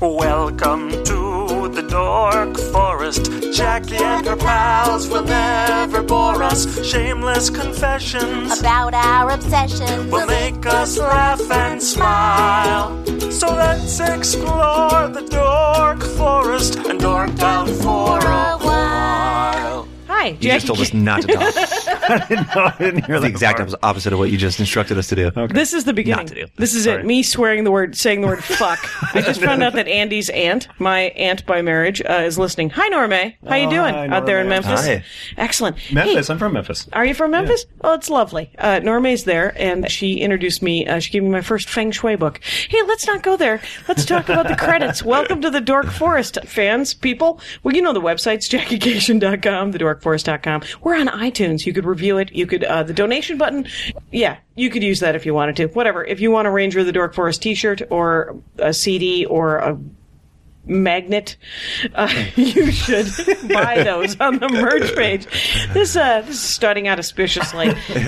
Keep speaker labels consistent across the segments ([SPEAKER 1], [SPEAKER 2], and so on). [SPEAKER 1] Welcome to the Dork Forest. Jackie and her pals will never bore us. Shameless confessions
[SPEAKER 2] about our obsession.
[SPEAKER 1] will make us laugh and smile. So let's explore the Dork Forest and dork down for a while.
[SPEAKER 3] Hi,
[SPEAKER 4] You just told us not to talk. It's
[SPEAKER 5] I didn't hear
[SPEAKER 4] the
[SPEAKER 5] that
[SPEAKER 4] exact
[SPEAKER 5] part.
[SPEAKER 4] opposite of what you just instructed us to do.
[SPEAKER 3] This is the beginning.
[SPEAKER 4] to do.
[SPEAKER 3] This is
[SPEAKER 4] Sorry.
[SPEAKER 3] it. Me swearing the word, saying the word "fuck." I just found out that Andy's aunt, my aunt by marriage, uh, is listening. Hi, Norma. How you
[SPEAKER 5] Oh,
[SPEAKER 3] doing
[SPEAKER 5] hi,
[SPEAKER 3] out there in
[SPEAKER 5] Norma.
[SPEAKER 3] Memphis?
[SPEAKER 4] Hi.
[SPEAKER 3] Excellent.
[SPEAKER 5] Memphis.
[SPEAKER 3] Hey,
[SPEAKER 5] I'm from Memphis.
[SPEAKER 3] are you from Memphis? Well, it's lovely. Uh, Norma's there, and she introduced me. Uh, she gave me my first Feng Shui book. Hey, let's not go there. Let's talk about the credits. Welcome to the Dork Forest, fans, people. Well, you know the websites, JackieGation.com, TheDorkForest.com. We're on iTunes. You could review it. You could, uh, the donation button. Yeah, you could use that if you wanted to. Whatever. If you want a Ranger of the Dork Forest t-shirt or a CD or a magnet uh, you should buy those on the merch page this uh this is starting out auspiciously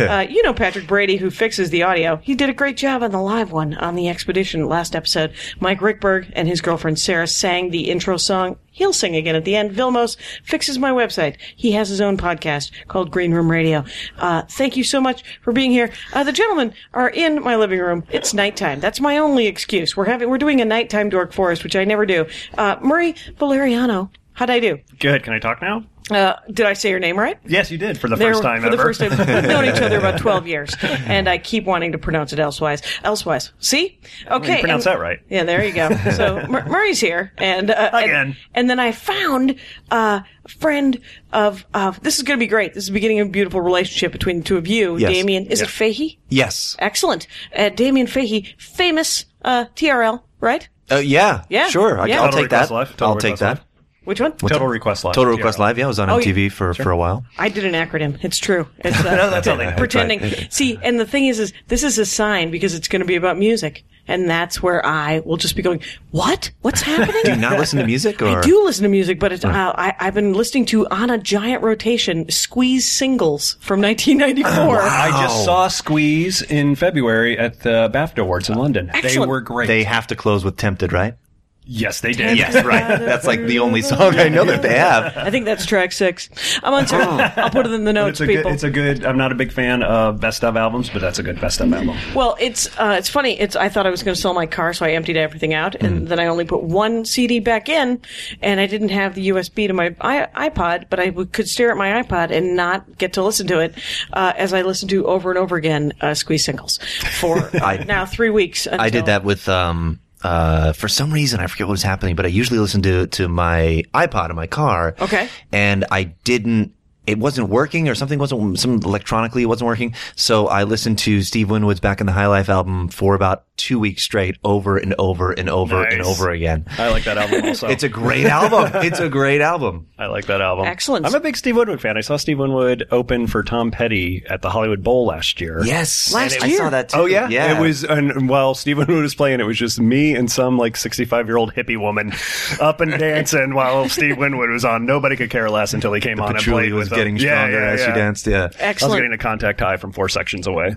[SPEAKER 3] uh, you know patrick brady who fixes the audio he did a great job on the live one on the expedition last episode mike rickberg and his girlfriend sarah sang the intro song he'll sing again at the end vilmos fixes my website he has his own podcast called green room radio uh, thank you so much for being here uh, the gentlemen are in my living room it's nighttime that's my only excuse we're having we're doing a nighttime dork forest which i never do uh, murray valeriano how'd i do
[SPEAKER 5] Good. Can I talk now?
[SPEAKER 3] uh, did i say your name right
[SPEAKER 5] Yes, you did for the
[SPEAKER 3] There-
[SPEAKER 5] first time
[SPEAKER 3] for
[SPEAKER 5] ever.
[SPEAKER 3] the first time we've known each other about 12 years and i keep wanting to pronounce it elsewise elsewise see okay
[SPEAKER 5] you pronounce
[SPEAKER 3] and-
[SPEAKER 5] that right.
[SPEAKER 3] yeah there you go so Mur- murray's here and uh, and-
[SPEAKER 5] Again.
[SPEAKER 3] and then i found uh, a friend of uh, this is going to be great this is the beginning of a beautiful relationship between the two of you
[SPEAKER 4] Yes.
[SPEAKER 3] damien is it fahey
[SPEAKER 4] Yes.
[SPEAKER 3] excellent uh, damien fahey famous uh, trl right
[SPEAKER 4] Uh, yeah.
[SPEAKER 3] Yeah.
[SPEAKER 4] Sure. I,
[SPEAKER 3] Yeah.
[SPEAKER 4] I'll
[SPEAKER 3] Total
[SPEAKER 4] take that.
[SPEAKER 5] Request Live. Total
[SPEAKER 4] I'll take
[SPEAKER 5] Request
[SPEAKER 4] that.
[SPEAKER 5] Live.
[SPEAKER 3] which one
[SPEAKER 5] Total Request Live.
[SPEAKER 4] Total Request Live. Yeah, it was on
[SPEAKER 3] Oh, yeah.
[SPEAKER 4] MTV for, for a while.
[SPEAKER 3] I did an acronym. It's true. It's, uh,
[SPEAKER 5] that's all they know.
[SPEAKER 3] pretending.
[SPEAKER 4] That's right.
[SPEAKER 3] See, and the thing is, is this is a sign because it's going to be about music, and that's where I will just be going. What? What's happening?
[SPEAKER 4] Do you not listen to music? Or?
[SPEAKER 3] I do listen to music, but it's, uh, I, I've been listening to on a giant rotation squeeze singles from 1994.
[SPEAKER 5] I
[SPEAKER 4] Oh.
[SPEAKER 5] just saw Squeeze in February at the BAFTA Awards in London.
[SPEAKER 3] Excellent.
[SPEAKER 5] They were great.
[SPEAKER 4] They have to close with Tempted, right?
[SPEAKER 5] yes, they did.
[SPEAKER 4] right. That's like the only song I know that they have.
[SPEAKER 3] I think that's track six. I'm uncertain. I'll put it in the notes,
[SPEAKER 5] Oh. It's a good.
[SPEAKER 3] people.
[SPEAKER 5] It's a good. I'm not a big fan of best of albums, but that's a good best of album.
[SPEAKER 3] Well, it's uh, it's funny. It's I thought I was going to sell my car, so I emptied everything out, and then I only put one CD back in, and I didn't have the USB to my I- iPod, but I w- could stare at my iPod and not get to listen to it uh, as I listened to over and over again uh, Squeeze singles for uh,
[SPEAKER 4] I-
[SPEAKER 3] now three weeks. Until,
[SPEAKER 4] I did that with um uh for some reason I forget what was happening, but I usually listen to to my iPod in my car.
[SPEAKER 3] Okay.
[SPEAKER 4] And I didn't it wasn't working or something wasn't some electronically it wasn't working. So I listened to Steve Winwood's Back in the High Life album for about two weeks straight over and over and over and
[SPEAKER 5] Nice. Oh.
[SPEAKER 4] over again.
[SPEAKER 5] I like that album also.
[SPEAKER 4] It's a great album. It's a great album.
[SPEAKER 5] I like that album.
[SPEAKER 3] Excellent.
[SPEAKER 5] I'm a big Steve Winwood fan. I saw Steve Winwood open for Tom Petty at the Hollywood Bowl last year.
[SPEAKER 4] Yes.
[SPEAKER 3] Last
[SPEAKER 4] And it- I
[SPEAKER 3] year.
[SPEAKER 4] saw that too.
[SPEAKER 5] Oh yeah,
[SPEAKER 4] Yeah.
[SPEAKER 5] It was, and while Steve Winwood was playing, it was just me and some like sixty-five-year-old hippie woman up and dancing while Steve Winwood was on. Nobody could care less until he came on. and
[SPEAKER 4] Patchouli
[SPEAKER 5] played
[SPEAKER 4] was
[SPEAKER 5] with
[SPEAKER 4] getting
[SPEAKER 5] them. Yeah,
[SPEAKER 4] stronger
[SPEAKER 5] yeah,
[SPEAKER 4] as she
[SPEAKER 5] yeah.
[SPEAKER 4] danced. Yeah.
[SPEAKER 5] I was getting
[SPEAKER 3] excellent
[SPEAKER 5] a contact high from four sections away.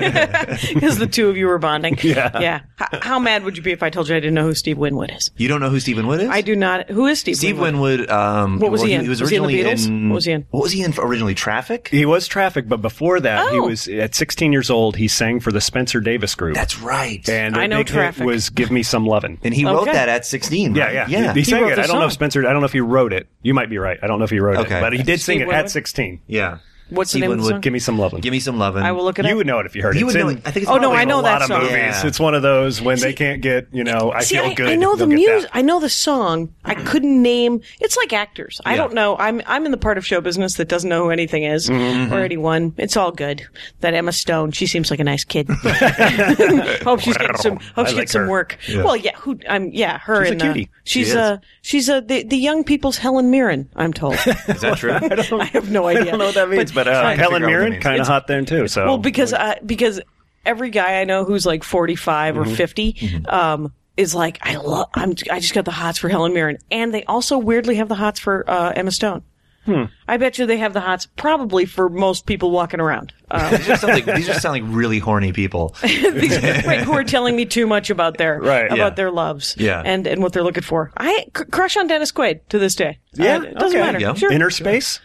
[SPEAKER 3] because the two of you were bonding. Yeah, yeah. H- how mad would you be if I told you I didn't know who Steve Winwood is?
[SPEAKER 4] You don't know who Steve Winwood is?
[SPEAKER 3] I do not. Who is Steve?
[SPEAKER 4] Steve Winwood. Um,
[SPEAKER 3] What was
[SPEAKER 4] well,
[SPEAKER 3] he in?
[SPEAKER 4] was
[SPEAKER 3] Was he in the
[SPEAKER 4] originally
[SPEAKER 3] Beatles? What was he in?
[SPEAKER 4] What was he in for originally? Traffic.
[SPEAKER 5] He was traffic, but before that, he
[SPEAKER 3] Oh.
[SPEAKER 5] was at 16 years old. He sang for the Spencer Davis Group,
[SPEAKER 4] That's right.
[SPEAKER 5] and
[SPEAKER 3] I
[SPEAKER 5] their
[SPEAKER 3] know
[SPEAKER 5] big hit
[SPEAKER 3] Traffic.
[SPEAKER 5] was "Give Me Some Lovin'."
[SPEAKER 4] and he wrote
[SPEAKER 3] Okay.
[SPEAKER 4] that at 16.
[SPEAKER 5] yeah,
[SPEAKER 4] right?
[SPEAKER 5] yeah,
[SPEAKER 4] yeah.
[SPEAKER 5] He, he sang
[SPEAKER 3] wrote
[SPEAKER 5] it.
[SPEAKER 3] the
[SPEAKER 5] I don't know
[SPEAKER 3] song.
[SPEAKER 5] if Spencer. I don't know if he wrote it. You might be right. I don't know if he wrote
[SPEAKER 4] Okay.
[SPEAKER 5] it, but he did
[SPEAKER 3] Steve
[SPEAKER 5] sing it
[SPEAKER 3] Winwood?
[SPEAKER 5] at 16.
[SPEAKER 4] yeah.
[SPEAKER 3] What's the
[SPEAKER 4] Steve
[SPEAKER 3] name of the
[SPEAKER 4] Winwood,
[SPEAKER 3] song?
[SPEAKER 5] Give me some lovin'.
[SPEAKER 4] Give me some lovin'.
[SPEAKER 3] I will look it up.
[SPEAKER 5] You would know it if you heard it.
[SPEAKER 4] You would
[SPEAKER 5] It's
[SPEAKER 4] know
[SPEAKER 5] in-
[SPEAKER 4] it. I think it's
[SPEAKER 3] Oh, no,
[SPEAKER 4] probably
[SPEAKER 3] I
[SPEAKER 4] in
[SPEAKER 3] know
[SPEAKER 4] a
[SPEAKER 5] a
[SPEAKER 3] that
[SPEAKER 5] lot of
[SPEAKER 3] song.
[SPEAKER 5] movies.
[SPEAKER 4] Yeah.
[SPEAKER 5] It's one of those when they can't get, you know, I
[SPEAKER 3] See,
[SPEAKER 5] feel
[SPEAKER 3] I,
[SPEAKER 5] good.
[SPEAKER 3] I know the
[SPEAKER 5] They'll get
[SPEAKER 3] music.
[SPEAKER 5] that. Mm-hmm.
[SPEAKER 3] I know the song. I couldn't name. It's like actors. I don't know. I'm I'm in the part of show business that doesn't know who anything is
[SPEAKER 5] Mm-hmm.
[SPEAKER 3] or anyone. It's all good. That Emma Stone. She seems like a nice kid. hope she's getting some. Hope
[SPEAKER 5] I
[SPEAKER 3] she
[SPEAKER 5] like
[SPEAKER 3] gets some
[SPEAKER 5] her.
[SPEAKER 3] work. Well, yeah. Who? I'm. Yeah. Her
[SPEAKER 5] She's a
[SPEAKER 3] and Uh,
[SPEAKER 5] cutie.
[SPEAKER 3] she's
[SPEAKER 4] She is.
[SPEAKER 3] uh she's uh, the the young people's Helen Mirren. I'm told.
[SPEAKER 4] Is that true?
[SPEAKER 3] I have no idea.
[SPEAKER 5] I don't know what that means, but, uh,
[SPEAKER 3] fine.
[SPEAKER 5] Helen
[SPEAKER 4] Figure out what that
[SPEAKER 5] Mirren
[SPEAKER 4] means.
[SPEAKER 5] kind of
[SPEAKER 4] It's-
[SPEAKER 5] hot then too. So
[SPEAKER 3] Well, because I, because every guy I know who's like 45
[SPEAKER 5] Mm-hmm.
[SPEAKER 3] or 50 um, is like I love I'm I just got the hots for Helen Mirren and they also weirdly have the hots for uh, Emma Stone.
[SPEAKER 5] Hmm.
[SPEAKER 3] I bet you they have the hots probably for most people walking around. Um,
[SPEAKER 4] These just sound like, these just sound like really horny people.
[SPEAKER 3] these right, who are telling me too much about their
[SPEAKER 5] Right,
[SPEAKER 3] about
[SPEAKER 4] yeah.
[SPEAKER 3] their loves
[SPEAKER 4] Yeah.
[SPEAKER 3] and and what they're looking for. I c- crush on Dennis Quaid to this day.
[SPEAKER 5] Yeah,
[SPEAKER 3] Uh, it doesn't
[SPEAKER 5] okay.
[SPEAKER 3] matter.
[SPEAKER 4] Yeah.
[SPEAKER 3] Sure.
[SPEAKER 5] Inner space.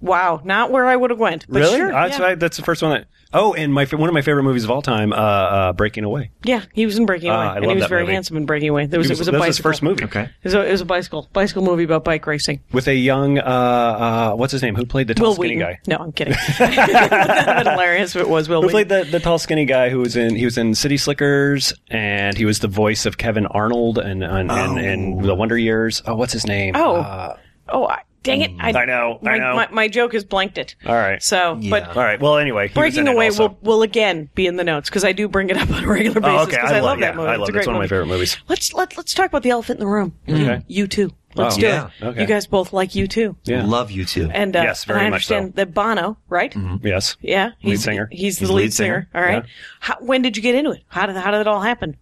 [SPEAKER 3] wow, not where I would have went. But
[SPEAKER 5] really?
[SPEAKER 3] Sure,
[SPEAKER 5] that's,
[SPEAKER 3] yeah.
[SPEAKER 5] why- that's the first one that. Oh, and my fa- one of my favorite movies of all time, uh, uh, Breaking Away.
[SPEAKER 3] Yeah, he was in Breaking
[SPEAKER 5] Ah,
[SPEAKER 3] Away,
[SPEAKER 5] I
[SPEAKER 3] and
[SPEAKER 5] love
[SPEAKER 3] he was
[SPEAKER 5] that
[SPEAKER 3] very
[SPEAKER 5] movie.
[SPEAKER 3] handsome in Breaking Away. There was,
[SPEAKER 5] It
[SPEAKER 3] it was a
[SPEAKER 5] that
[SPEAKER 3] bicycle.
[SPEAKER 5] was his first movie.
[SPEAKER 4] Okay.
[SPEAKER 3] It was a, it was a bicycle bicycle movie about bike racing.
[SPEAKER 5] With a young, uh, uh, what's his name? Who played the tall
[SPEAKER 3] Will
[SPEAKER 5] skinny
[SPEAKER 3] Wheaton.
[SPEAKER 5] guy?
[SPEAKER 3] No, I'm kidding. It would have been hilarious if it was Will
[SPEAKER 5] Who
[SPEAKER 3] Wheaton.
[SPEAKER 5] played the, the tall skinny guy who was in he was in City Slickers and he was the voice of Kevin Arnold and and, and, and the Wonder Years. Oh, what's his name?
[SPEAKER 3] Oh.
[SPEAKER 5] Uh,
[SPEAKER 3] oh, I, dang it! I,
[SPEAKER 5] Mm. I know, I
[SPEAKER 3] My,
[SPEAKER 5] know.
[SPEAKER 3] My, my joke has blanked it.
[SPEAKER 5] all right.
[SPEAKER 3] So, but
[SPEAKER 4] Yeah.
[SPEAKER 5] all right. Well, anyway, he was in
[SPEAKER 3] Breaking
[SPEAKER 5] it
[SPEAKER 3] Away
[SPEAKER 5] also.
[SPEAKER 3] will will again be in the notes because I do bring it up on a regular
[SPEAKER 5] Oh,
[SPEAKER 3] basis
[SPEAKER 5] okay.
[SPEAKER 3] because I, love
[SPEAKER 5] yeah,
[SPEAKER 3] that movie.
[SPEAKER 5] I
[SPEAKER 3] it's
[SPEAKER 5] love
[SPEAKER 3] a
[SPEAKER 5] it.
[SPEAKER 3] great
[SPEAKER 5] It's one of my
[SPEAKER 3] movie.
[SPEAKER 5] favorite movies.
[SPEAKER 3] Let's let let's talk about the elephant in the room.
[SPEAKER 5] Okay.
[SPEAKER 3] You too. Let's
[SPEAKER 4] Oh,
[SPEAKER 3] do
[SPEAKER 4] yeah.
[SPEAKER 3] it.
[SPEAKER 5] Okay.
[SPEAKER 3] You guys both like you too.
[SPEAKER 5] Yeah.
[SPEAKER 4] Love you too.
[SPEAKER 3] And uh,
[SPEAKER 5] Yes, very
[SPEAKER 3] and I
[SPEAKER 5] much so. Mm-hmm.
[SPEAKER 3] understand that Bono, right?
[SPEAKER 5] Yes.
[SPEAKER 3] Yeah, he's
[SPEAKER 5] singer.
[SPEAKER 3] He's the
[SPEAKER 4] He's
[SPEAKER 3] lead, singer. All right.
[SPEAKER 5] yeah.
[SPEAKER 3] How, when did you get into it? How did how did it all happen?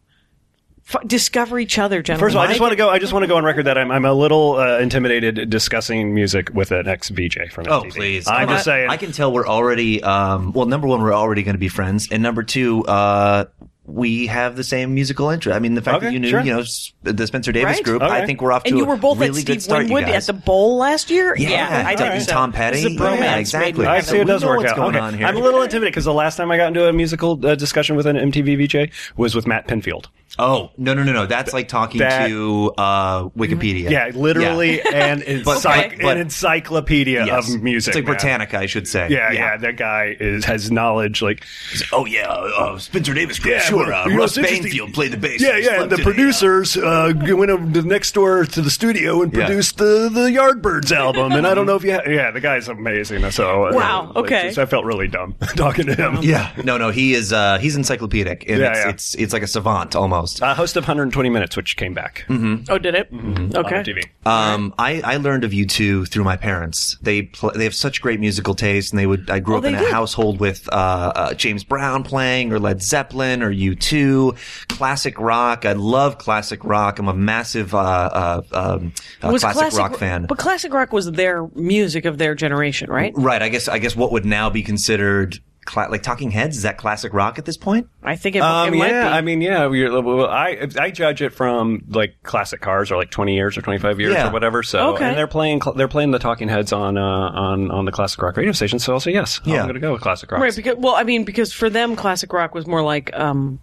[SPEAKER 3] F- discover each other, gentlemen.
[SPEAKER 5] First of all, I just want to go. I just want to go on record that I'm, I'm a little uh, intimidated discussing music with an ex VJ from.
[SPEAKER 4] Oh
[SPEAKER 5] MTV.
[SPEAKER 4] please!
[SPEAKER 5] I'm
[SPEAKER 4] Come
[SPEAKER 5] just
[SPEAKER 4] on.
[SPEAKER 5] saying.
[SPEAKER 4] I can tell we're already. Um, well, number one, we're already going to be friends, and number two, uh, we have the same musical interest. I mean, the fact
[SPEAKER 5] Okay,
[SPEAKER 4] that you knew,
[SPEAKER 5] sure.
[SPEAKER 4] you know, s- the Spencer Davis
[SPEAKER 3] Right.
[SPEAKER 4] group.
[SPEAKER 5] Okay.
[SPEAKER 4] I think we're off to
[SPEAKER 3] and you
[SPEAKER 4] a
[SPEAKER 3] were both
[SPEAKER 4] really
[SPEAKER 3] at
[SPEAKER 4] good
[SPEAKER 3] Steve
[SPEAKER 4] start, you
[SPEAKER 3] Winwood at
[SPEAKER 4] guys.
[SPEAKER 3] the bowl last year.
[SPEAKER 4] Yeah,
[SPEAKER 3] I
[SPEAKER 4] Dalton
[SPEAKER 3] think so.
[SPEAKER 4] Tom
[SPEAKER 3] This
[SPEAKER 4] Petty.
[SPEAKER 3] is a bromance
[SPEAKER 4] Yeah,
[SPEAKER 3] made
[SPEAKER 4] exactly.
[SPEAKER 3] in
[SPEAKER 5] I
[SPEAKER 3] heaven.
[SPEAKER 5] see it does
[SPEAKER 4] We know
[SPEAKER 5] work
[SPEAKER 4] what's
[SPEAKER 5] out.
[SPEAKER 4] going
[SPEAKER 5] Okay.
[SPEAKER 4] on here.
[SPEAKER 5] I'm a little intimidated because the last time I got into a musical uh, discussion with an MTV VJ was with Matt Pinfield.
[SPEAKER 4] Oh no no no no! That's like talking
[SPEAKER 5] That-
[SPEAKER 4] to uh, Wikipedia.
[SPEAKER 5] Yeah, literally an, encycl-
[SPEAKER 4] Okay. but-
[SPEAKER 5] an encyclopedia
[SPEAKER 4] Yes.
[SPEAKER 5] of music.
[SPEAKER 4] It's like
[SPEAKER 5] man.
[SPEAKER 4] Britannica, I should say.
[SPEAKER 5] Yeah, yeah, that guy is has knowledge. Like,
[SPEAKER 4] Oh yeah, uh, Spencer Davis group.
[SPEAKER 5] Yeah,
[SPEAKER 4] sure.
[SPEAKER 5] but,
[SPEAKER 4] Uh,
[SPEAKER 5] you know,
[SPEAKER 4] Russ
[SPEAKER 5] it's interesting-
[SPEAKER 4] Bainfield played the bass.
[SPEAKER 5] yeah, yeah, and the producers uh, g- went over to the next door to the studio and
[SPEAKER 4] Yeah.
[SPEAKER 5] produced the the Yardbirds album. And I don't know if you, ha- yeah, the guy's amazing. So uh,
[SPEAKER 3] Wow,
[SPEAKER 5] like,
[SPEAKER 3] okay.
[SPEAKER 5] just- I felt really dumb talking to him.
[SPEAKER 4] Yeah. No, no, he is uh he's encyclopedic and
[SPEAKER 5] Yeah,
[SPEAKER 4] it's,
[SPEAKER 5] yeah.
[SPEAKER 4] it's it's like a savant almost.
[SPEAKER 5] Uh, host of 120 Minutes, which came back
[SPEAKER 3] Oh, did it? Okay.
[SPEAKER 5] on TV.
[SPEAKER 4] Um I, I learned of you two through my parents. They pl- they have such great musical taste and they would I grew
[SPEAKER 3] Oh,
[SPEAKER 4] up in
[SPEAKER 3] they
[SPEAKER 4] a
[SPEAKER 3] did.
[SPEAKER 4] household with uh, uh James Brown playing or Led Zeppelin or U2, classic rock. I love classic rock. I'm a massive uh, uh um uh,
[SPEAKER 3] Was
[SPEAKER 4] classic, rock fan. Mm-hmm.
[SPEAKER 3] But classic rock was their music of their generation, right?
[SPEAKER 4] right, I guess I guess what would now be considered cla- like Talking Heads is that classic rock at this point?
[SPEAKER 3] I think it,
[SPEAKER 5] Um,
[SPEAKER 3] it might be.
[SPEAKER 5] yeah, I mean, yeah. we uh, well, I I judge it from like classic cars are like twenty years or twenty five years
[SPEAKER 4] Yeah.
[SPEAKER 5] or whatever. So
[SPEAKER 3] Okay.
[SPEAKER 5] and they're playing cl- they're playing the Talking Heads on uh, on on the classic rock radio station. So I'll say yes.
[SPEAKER 4] Yeah.
[SPEAKER 5] I'm going to go with classic rock.
[SPEAKER 3] right? Because well, I mean, because for them, classic rock was more like um,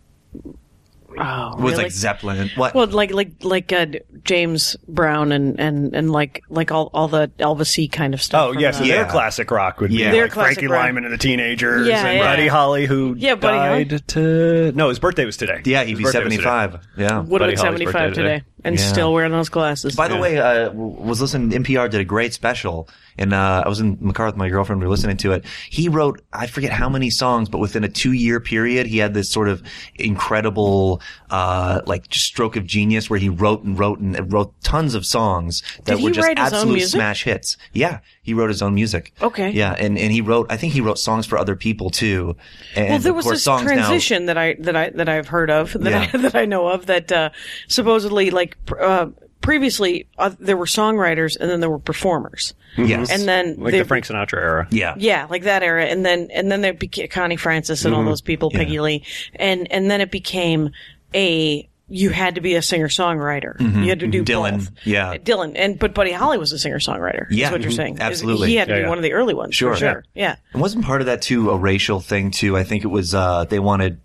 [SPEAKER 3] oh,
[SPEAKER 4] It was
[SPEAKER 3] really?
[SPEAKER 4] like Zeppelin. What?
[SPEAKER 3] Well, like like like uh, James Brown and and and like like all all the Elvis C kind of stuff.
[SPEAKER 5] Oh
[SPEAKER 3] from uh,
[SPEAKER 5] yeah, so
[SPEAKER 3] the-
[SPEAKER 5] their
[SPEAKER 4] Yeah.
[SPEAKER 5] classic rock would be
[SPEAKER 4] Yeah.
[SPEAKER 5] like
[SPEAKER 4] Their
[SPEAKER 3] classic
[SPEAKER 5] Frankie
[SPEAKER 3] rock.
[SPEAKER 5] Lyman and the Teenagers
[SPEAKER 3] Yeah,
[SPEAKER 5] and
[SPEAKER 3] yeah.
[SPEAKER 5] Buddy Holly, who
[SPEAKER 3] Yeah, Buddy Holly.
[SPEAKER 5] died to no, his birthday was today.
[SPEAKER 4] yeah, he'd
[SPEAKER 5] His
[SPEAKER 4] be
[SPEAKER 5] birthday was today.
[SPEAKER 4] 75. Yeah.
[SPEAKER 3] would have
[SPEAKER 5] Buddy
[SPEAKER 3] been
[SPEAKER 5] Holly's
[SPEAKER 3] seventy five
[SPEAKER 5] birthday
[SPEAKER 3] today,
[SPEAKER 5] today.
[SPEAKER 3] and
[SPEAKER 4] Yeah.
[SPEAKER 3] still wearing those glasses.
[SPEAKER 4] By the way, uh, w- was listening. NPR did a great special, and uh, I was in the car with my girlfriend. We were listening to it. He wrote, I forget how many songs, but within a two-year period, he had this sort of incredible, uh, like, just stroke of genius where he wrote and wrote and wrote tons of songs that
[SPEAKER 3] Did he
[SPEAKER 4] were just
[SPEAKER 3] write his own
[SPEAKER 4] absolute
[SPEAKER 3] music?
[SPEAKER 4] smash hits. Yeah, he wrote his own music.
[SPEAKER 3] Okay.
[SPEAKER 4] Yeah, and, and he wrote. I think he wrote songs for other people too. And
[SPEAKER 3] well, there
[SPEAKER 4] of
[SPEAKER 3] was
[SPEAKER 4] course,
[SPEAKER 3] this
[SPEAKER 4] songs now,
[SPEAKER 3] transition that I that I that I've heard of that I,
[SPEAKER 4] Yeah.
[SPEAKER 3] that I know of that uh, supposedly like pr- uh, previously uh, there were songwriters and then there were performers,
[SPEAKER 4] Yes.
[SPEAKER 3] and then
[SPEAKER 5] like
[SPEAKER 3] they-
[SPEAKER 5] the Frank Sinatra era.
[SPEAKER 4] yeah.
[SPEAKER 3] Yeah, like that era, and then and then there became Connie Francis
[SPEAKER 4] Mm-hmm.
[SPEAKER 3] and all those people, Peggy Lee, and and then it became a you had to be a singer songwriter. You had to do
[SPEAKER 4] Mm-hmm. Dylan,
[SPEAKER 3] both. Uh,
[SPEAKER 4] yeah.
[SPEAKER 3] Dylan, and but Buddy Holly was a singer songwriter.
[SPEAKER 4] Yeah,
[SPEAKER 3] is what you're
[SPEAKER 4] mhm,
[SPEAKER 3] saying? Is-
[SPEAKER 4] absolutely.
[SPEAKER 3] he had to
[SPEAKER 5] Yeah,
[SPEAKER 3] be
[SPEAKER 5] yeah.
[SPEAKER 3] one of the early ones.
[SPEAKER 4] Sure.
[SPEAKER 3] for sure. Yeah.
[SPEAKER 4] And wasn't part of that too a racial thing too? I think it was uh, they wanted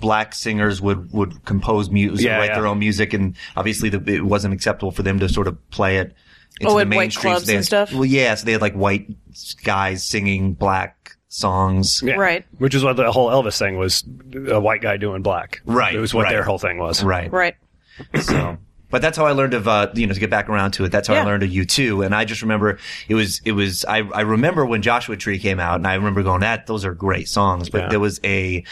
[SPEAKER 4] black singers would would compose music,
[SPEAKER 5] Yeah,
[SPEAKER 4] write
[SPEAKER 5] yeah.
[SPEAKER 4] their own music, and obviously the, it wasn't acceptable for them to sort of play it. Into
[SPEAKER 3] Oh,
[SPEAKER 4] the
[SPEAKER 3] at white
[SPEAKER 4] mainstream. So
[SPEAKER 3] clubs
[SPEAKER 4] they
[SPEAKER 3] and
[SPEAKER 4] had-
[SPEAKER 3] stuff?
[SPEAKER 4] Well, yeah, so they had like white guys singing black songs.
[SPEAKER 5] Yeah.
[SPEAKER 3] Right.
[SPEAKER 5] Which is what the whole Elvis thing was a white guy doing black.
[SPEAKER 4] Right,
[SPEAKER 5] It was what
[SPEAKER 4] right.
[SPEAKER 5] their whole thing was.
[SPEAKER 4] Right.
[SPEAKER 3] Right.
[SPEAKER 4] So, but that's how I learned of uh, you know to get back around to it. That's how
[SPEAKER 3] Yeah.
[SPEAKER 4] I learned of U two, and I just remember it was it was I, I remember when Joshua Tree came out, and I remember going that those are great songs. But
[SPEAKER 5] Yeah.
[SPEAKER 4] there was a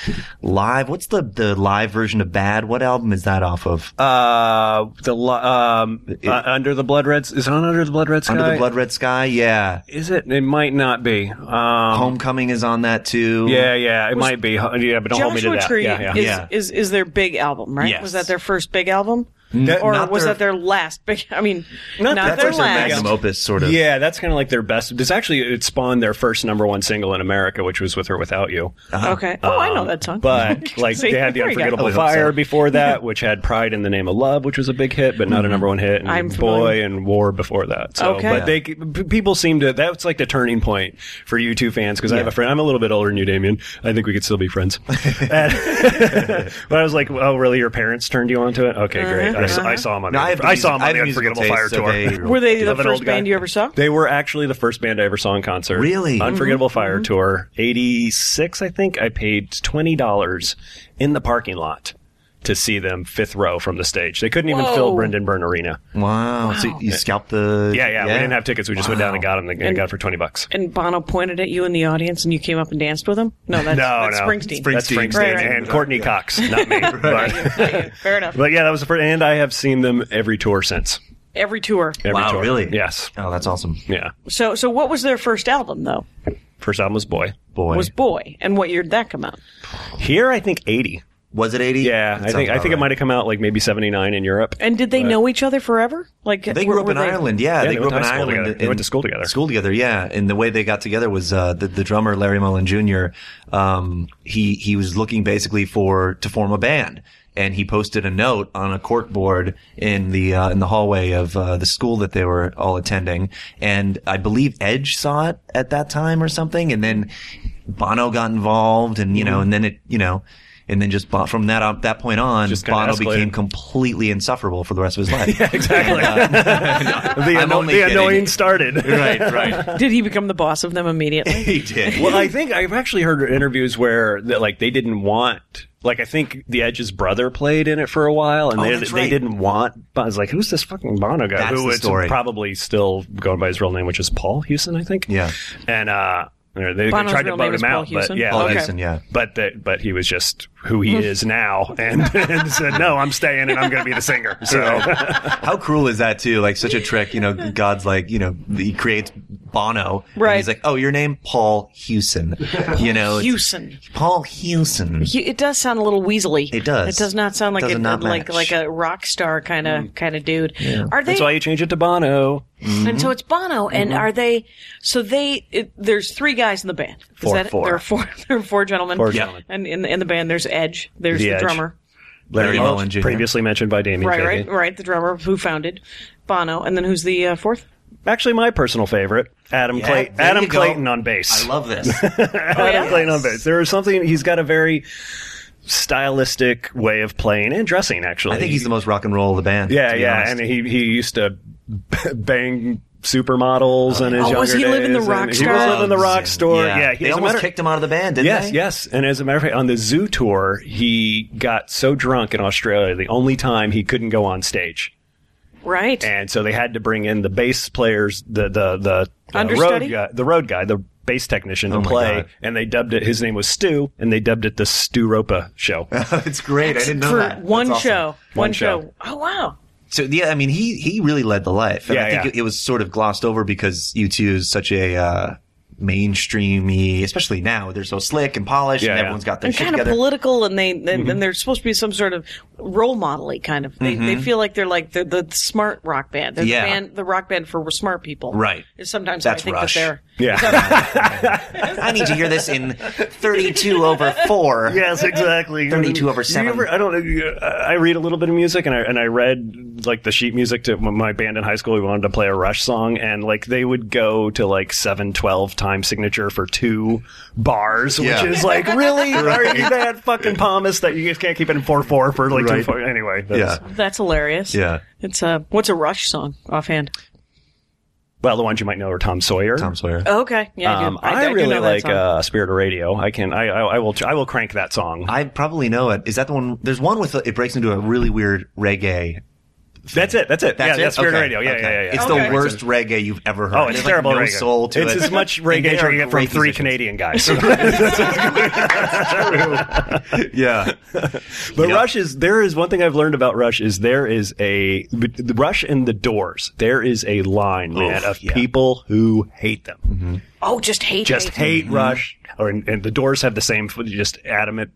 [SPEAKER 4] live. What's the the live version of Bad? What album is that off of?
[SPEAKER 5] Uh, the li- um, uh, under the blood reds is it on under the blood red sky?
[SPEAKER 4] Under the Blood Red Sky. Yeah,
[SPEAKER 5] Is it? It might not be. Um,
[SPEAKER 4] Homecoming is on that too.
[SPEAKER 5] yeah, yeah, it might be. Ho- Yeah, but don't hold me to
[SPEAKER 3] Joshua
[SPEAKER 5] that.
[SPEAKER 3] Tree
[SPEAKER 5] yeah, yeah.
[SPEAKER 3] Is,
[SPEAKER 4] Yeah.
[SPEAKER 3] is is their big album, right?
[SPEAKER 4] Yes.
[SPEAKER 3] Was that their first big album?
[SPEAKER 5] That-
[SPEAKER 3] Or
[SPEAKER 4] Not
[SPEAKER 3] was
[SPEAKER 4] their-
[SPEAKER 3] that their last big? I mean,
[SPEAKER 5] Not-
[SPEAKER 3] not,
[SPEAKER 5] that's
[SPEAKER 3] their
[SPEAKER 4] like their
[SPEAKER 3] last.
[SPEAKER 4] magnum opus, sort of.
[SPEAKER 5] Yeah, that's kind of like their best. It's actually it spawned their first number one single in America, which was "With or Without You."
[SPEAKER 4] Ah.
[SPEAKER 3] Okay. oh, I know
[SPEAKER 4] Um,
[SPEAKER 3] that song.
[SPEAKER 5] But like
[SPEAKER 3] See,
[SPEAKER 5] they had the
[SPEAKER 3] there you go.
[SPEAKER 4] I
[SPEAKER 5] unforgettable
[SPEAKER 4] would hope
[SPEAKER 5] fire
[SPEAKER 4] so.
[SPEAKER 5] before that, which had "Pride in the Name of Love," which was a big hit, but not
[SPEAKER 4] Mm-hmm.
[SPEAKER 5] a number one hit. And
[SPEAKER 3] I'm
[SPEAKER 5] "Boy"
[SPEAKER 3] familiar.
[SPEAKER 5] and "War" before that. So,
[SPEAKER 3] Okay.
[SPEAKER 5] but they p- people seem to that's like the turning point for you two fans because I have a friend. I'm a little bit older than you, Damien. I think we could still be friends. And- but I was like, oh, really? Your parents turned you onto it? Okay, great. I, s- I saw them on
[SPEAKER 4] No,
[SPEAKER 5] the,
[SPEAKER 4] I have
[SPEAKER 5] I saw 'em
[SPEAKER 4] music- I have
[SPEAKER 5] on the
[SPEAKER 4] musical
[SPEAKER 5] unforgettable
[SPEAKER 4] taste,
[SPEAKER 5] fire
[SPEAKER 4] so
[SPEAKER 5] tour.
[SPEAKER 4] they-
[SPEAKER 3] Uh-huh. Were they the
[SPEAKER 5] Love an old
[SPEAKER 3] first band
[SPEAKER 5] guy.
[SPEAKER 3] you ever saw?
[SPEAKER 5] They were actually the first band I ever saw in concert.
[SPEAKER 4] Really? Mm-hmm.
[SPEAKER 5] Unforgettable Fire Tour, 86, I think. I paid $20 in the parking lot to see them fifth row from the stage. They couldn't even
[SPEAKER 3] Whoa.
[SPEAKER 5] fill Brendan Byrne Arena.
[SPEAKER 4] Wow. So you scalped the.
[SPEAKER 5] Yeah, yeah, We didn't have tickets. We just went down and got them. And
[SPEAKER 3] And-
[SPEAKER 5] got it for 20 bucks.
[SPEAKER 3] And Bono pointed at you in the audience, and you came up and danced with him. No, that's,
[SPEAKER 5] No,
[SPEAKER 3] that's
[SPEAKER 5] no.
[SPEAKER 3] Springsteen.
[SPEAKER 5] That's
[SPEAKER 4] Springsteen.
[SPEAKER 5] Springsteen.
[SPEAKER 3] Right, right.
[SPEAKER 5] And Courtney Cox, not me. but,
[SPEAKER 3] Fair enough.
[SPEAKER 5] but yeah, that was the first. And I have seen them every tour since.
[SPEAKER 3] Every tour.
[SPEAKER 5] Every
[SPEAKER 4] Wow,
[SPEAKER 5] tour.
[SPEAKER 4] really?
[SPEAKER 5] Yes.
[SPEAKER 4] Oh, that's awesome.
[SPEAKER 5] Yeah.
[SPEAKER 3] So, so what was their first album though?
[SPEAKER 5] First album was Boy.
[SPEAKER 4] Boy.
[SPEAKER 3] Was
[SPEAKER 4] Was,
[SPEAKER 3] Boy, and what year did that come out?
[SPEAKER 5] Here, I think 80.
[SPEAKER 4] it 80?
[SPEAKER 5] Yeah,
[SPEAKER 4] That
[SPEAKER 5] I
[SPEAKER 4] sounds
[SPEAKER 5] think I
[SPEAKER 4] about
[SPEAKER 5] think it
[SPEAKER 4] right.
[SPEAKER 5] might have come out like maybe 79 in Europe.
[SPEAKER 3] And did they know each other forever? Like
[SPEAKER 4] They grew
[SPEAKER 3] were-
[SPEAKER 4] up
[SPEAKER 3] were
[SPEAKER 4] in Ireland, yeah.
[SPEAKER 5] Yeah,
[SPEAKER 4] they
[SPEAKER 5] they
[SPEAKER 4] grew
[SPEAKER 5] went
[SPEAKER 4] up in
[SPEAKER 5] to high school
[SPEAKER 4] Ireland.
[SPEAKER 5] together. They
[SPEAKER 4] and-
[SPEAKER 5] went to school together.
[SPEAKER 4] School together, yeah. And the way they got together was uh, the, the drummer Larry Mullen Jr. Um, he he was looking basically for to form a band, and he posted a note on a cork board in the uh, in the hallway of uh, the school that they were all attending. And I believe Edge saw it at that time or something, and then Bono got involved, and you
[SPEAKER 5] Mm-hmm.
[SPEAKER 4] know, and then it you know. And then just Bon- from that on, that point on,
[SPEAKER 5] Just kinda
[SPEAKER 4] Bono
[SPEAKER 5] escalated.
[SPEAKER 4] became completely insufferable for the rest of his life. uh,
[SPEAKER 5] Exactly. the
[SPEAKER 4] I'm
[SPEAKER 5] anno-
[SPEAKER 4] only
[SPEAKER 5] the
[SPEAKER 4] kidding.
[SPEAKER 5] annoying started.
[SPEAKER 4] right, right.
[SPEAKER 3] Did he become the boss of them immediately?
[SPEAKER 4] He did.
[SPEAKER 5] well, I think I've actually heard interviews where that, like they didn't want like I think the Edge's brother played in it for a while, and
[SPEAKER 4] Oh,
[SPEAKER 5] they
[SPEAKER 4] that's
[SPEAKER 5] they
[SPEAKER 4] right.
[SPEAKER 5] didn't want. But I was like, who's this fucking Bono guy?
[SPEAKER 4] That's
[SPEAKER 5] Who
[SPEAKER 4] the
[SPEAKER 5] is
[SPEAKER 4] story.
[SPEAKER 5] probably still going by his real name, which is Paul Houston, I think.
[SPEAKER 4] Yeah.
[SPEAKER 5] and uh, they, they
[SPEAKER 3] Bono's
[SPEAKER 5] tried to
[SPEAKER 3] real name
[SPEAKER 5] vote
[SPEAKER 3] is
[SPEAKER 5] him
[SPEAKER 3] Paul
[SPEAKER 5] out, but
[SPEAKER 3] Houston?
[SPEAKER 5] yeah,
[SPEAKER 4] Paul
[SPEAKER 3] Okay.
[SPEAKER 4] Houston, yeah.
[SPEAKER 5] but that but he was just who he is now, and, and said, no, I'm staying, and I'm going to be the singer. So.
[SPEAKER 4] How cruel is that too? Like such a trick, you know. God's like, you know, he creates Bono, and
[SPEAKER 3] Right.
[SPEAKER 4] he's like, oh, your name Paul Hewson, you know, it's-
[SPEAKER 3] Hewson.
[SPEAKER 4] Paul Hewson.
[SPEAKER 3] He- It does sound a little weaselly.
[SPEAKER 4] It does.
[SPEAKER 3] It does not sound like
[SPEAKER 4] Does
[SPEAKER 3] a,
[SPEAKER 4] not
[SPEAKER 3] like
[SPEAKER 4] match. Mm.
[SPEAKER 3] like a rock star kind of kind of dude. Are they?
[SPEAKER 5] That's why you change it to Bono.
[SPEAKER 3] And so it's Bono. And
[SPEAKER 4] Mm-hmm.
[SPEAKER 3] are they? So they? It, there's three guys in the band.
[SPEAKER 4] Four,
[SPEAKER 3] Is that it?
[SPEAKER 4] four.
[SPEAKER 3] There are four. There are four gentlemen.
[SPEAKER 5] Four gentlemen.
[SPEAKER 3] And in the, in the band, there's Edge. There's
[SPEAKER 5] The
[SPEAKER 3] the,
[SPEAKER 5] Edge.
[SPEAKER 3] drummer.
[SPEAKER 4] Larry
[SPEAKER 5] Well,
[SPEAKER 4] Mullen Jr.
[SPEAKER 5] previously mentioned by Damien.
[SPEAKER 3] Right,
[SPEAKER 5] Fagan.
[SPEAKER 3] right, right. The drummer who founded Bono. And then who's the uh, fourth?
[SPEAKER 5] Actually, my personal favorite, Adam
[SPEAKER 4] Yeah,
[SPEAKER 5] Clayton.
[SPEAKER 4] there
[SPEAKER 5] Adam
[SPEAKER 4] you go.
[SPEAKER 5] Clayton on bass.
[SPEAKER 4] I love this.
[SPEAKER 5] Adam
[SPEAKER 3] yeah?
[SPEAKER 5] Clayton on bass. There is something. He's got a very stylistic way of playing and dressing. Actually,
[SPEAKER 4] I think he's the most rock and roll of the band.
[SPEAKER 5] Yeah,
[SPEAKER 4] to be
[SPEAKER 5] yeah.
[SPEAKER 4] honest.
[SPEAKER 5] And he he used to b- bang supermodels and his
[SPEAKER 3] Oh,
[SPEAKER 5] younger
[SPEAKER 3] was he living the
[SPEAKER 5] days,
[SPEAKER 3] rock
[SPEAKER 5] and He
[SPEAKER 3] star?
[SPEAKER 5] was living the rock
[SPEAKER 4] Yeah.
[SPEAKER 5] store. Yeah, he,
[SPEAKER 4] they
[SPEAKER 5] as a
[SPEAKER 4] almost
[SPEAKER 5] matter-
[SPEAKER 4] kicked him out of the band, didn't
[SPEAKER 5] Yes,
[SPEAKER 4] they?
[SPEAKER 5] yes. And as a matter of fact, on the zoo tour, he got so drunk in Australia, the only time he couldn't go on stage.
[SPEAKER 3] Right.
[SPEAKER 5] and so they had to bring in the bass players, the the the uh,
[SPEAKER 3] Understudy?
[SPEAKER 5] road guy, the road guy, the bass technician to
[SPEAKER 4] Oh my
[SPEAKER 5] play,
[SPEAKER 4] God.
[SPEAKER 5] and they dubbed it. His name was Stu, and they dubbed it the Stu Ropa Show.
[SPEAKER 4] it's great. I didn't know
[SPEAKER 3] for
[SPEAKER 4] that. That's
[SPEAKER 3] one
[SPEAKER 4] awesome.
[SPEAKER 3] show. One,
[SPEAKER 5] show.
[SPEAKER 3] show. Oh wow.
[SPEAKER 4] So yeah, I mean, he he really led the life. And
[SPEAKER 5] Yeah,
[SPEAKER 4] I think
[SPEAKER 5] yeah.
[SPEAKER 4] It, it was sort of glossed over because U2 is such a uh, mainstreamy, especially now. They're so slick and polished,
[SPEAKER 5] Yeah,
[SPEAKER 4] and
[SPEAKER 5] yeah.
[SPEAKER 4] everyone's got their
[SPEAKER 3] And
[SPEAKER 4] shit
[SPEAKER 3] kind of
[SPEAKER 4] together. Mm-hmm.
[SPEAKER 3] political, and they and, and they're supposed to be some sort of role model kind of. They, they feel like they're like the the smart rock band. They're
[SPEAKER 4] Mm-hmm. Yeah.
[SPEAKER 3] the band, the rock band for smart people.
[SPEAKER 4] Right.
[SPEAKER 3] Is sometimes
[SPEAKER 4] That's
[SPEAKER 3] I think
[SPEAKER 4] Rush.
[SPEAKER 3] that they're.
[SPEAKER 5] yeah.
[SPEAKER 4] I need to hear this in 32 over 4.
[SPEAKER 5] yes, exactly.
[SPEAKER 4] 32 over
[SPEAKER 5] You
[SPEAKER 4] seven.
[SPEAKER 5] ever- I don't. know, uh, I read a little bit of music, and I and I read like the sheet music to when my band in high school. We wanted to play a Rush song, and like they would go to like seven twelve time signature for two bars,
[SPEAKER 4] Yeah.
[SPEAKER 5] which is like really are you that fucking pomace that you just can't keep it in four four for like two
[SPEAKER 4] Right.
[SPEAKER 5] four. Anyway,
[SPEAKER 4] Yeah.
[SPEAKER 5] that's-
[SPEAKER 3] That's hilarious.
[SPEAKER 4] Yeah. Um,
[SPEAKER 3] It's a what's a Rush song offhand?
[SPEAKER 5] Well, the ones you might know are Tom Sawyer.
[SPEAKER 4] Tom Sawyer.
[SPEAKER 3] Oh, okay. Yeah. I, do.
[SPEAKER 5] Um, I,
[SPEAKER 3] do
[SPEAKER 5] really
[SPEAKER 3] know that
[SPEAKER 5] like
[SPEAKER 3] song.
[SPEAKER 5] uh, Spirit of Radio. I can. I, I, I will. I will crank that song.
[SPEAKER 4] I probably know it. Is that the one? There's one with it breaks into a really weird reggae.
[SPEAKER 5] That's it. That's it.
[SPEAKER 4] That's
[SPEAKER 5] yeah,
[SPEAKER 4] it?
[SPEAKER 5] that's Spirit
[SPEAKER 4] Okay.
[SPEAKER 5] Radio. Yeah,
[SPEAKER 4] Okay.
[SPEAKER 5] yeah, yeah, yeah.
[SPEAKER 4] It's
[SPEAKER 3] Okay.
[SPEAKER 4] the worst reggae you've ever heard.
[SPEAKER 5] Oh, it's
[SPEAKER 4] There's,
[SPEAKER 5] terrible
[SPEAKER 4] Like no
[SPEAKER 5] reggae.
[SPEAKER 4] soul to
[SPEAKER 5] it's
[SPEAKER 4] it.
[SPEAKER 5] as much
[SPEAKER 4] And
[SPEAKER 5] reggae
[SPEAKER 4] they
[SPEAKER 5] as you
[SPEAKER 4] are
[SPEAKER 5] can get from
[SPEAKER 4] great
[SPEAKER 5] three
[SPEAKER 4] musicians.
[SPEAKER 5] Canadian guys.
[SPEAKER 4] Yeah.
[SPEAKER 5] but Rush is there is one thing I've learned about Rush is there is a but the Rush and the Doors. There is a line man
[SPEAKER 4] Oof,
[SPEAKER 5] of
[SPEAKER 4] yeah. Mm-hmm.
[SPEAKER 5] people who hate them,
[SPEAKER 3] oh, just hate.
[SPEAKER 5] just
[SPEAKER 3] hate.
[SPEAKER 5] hate Rush, or and, and the Doors have the same just adamant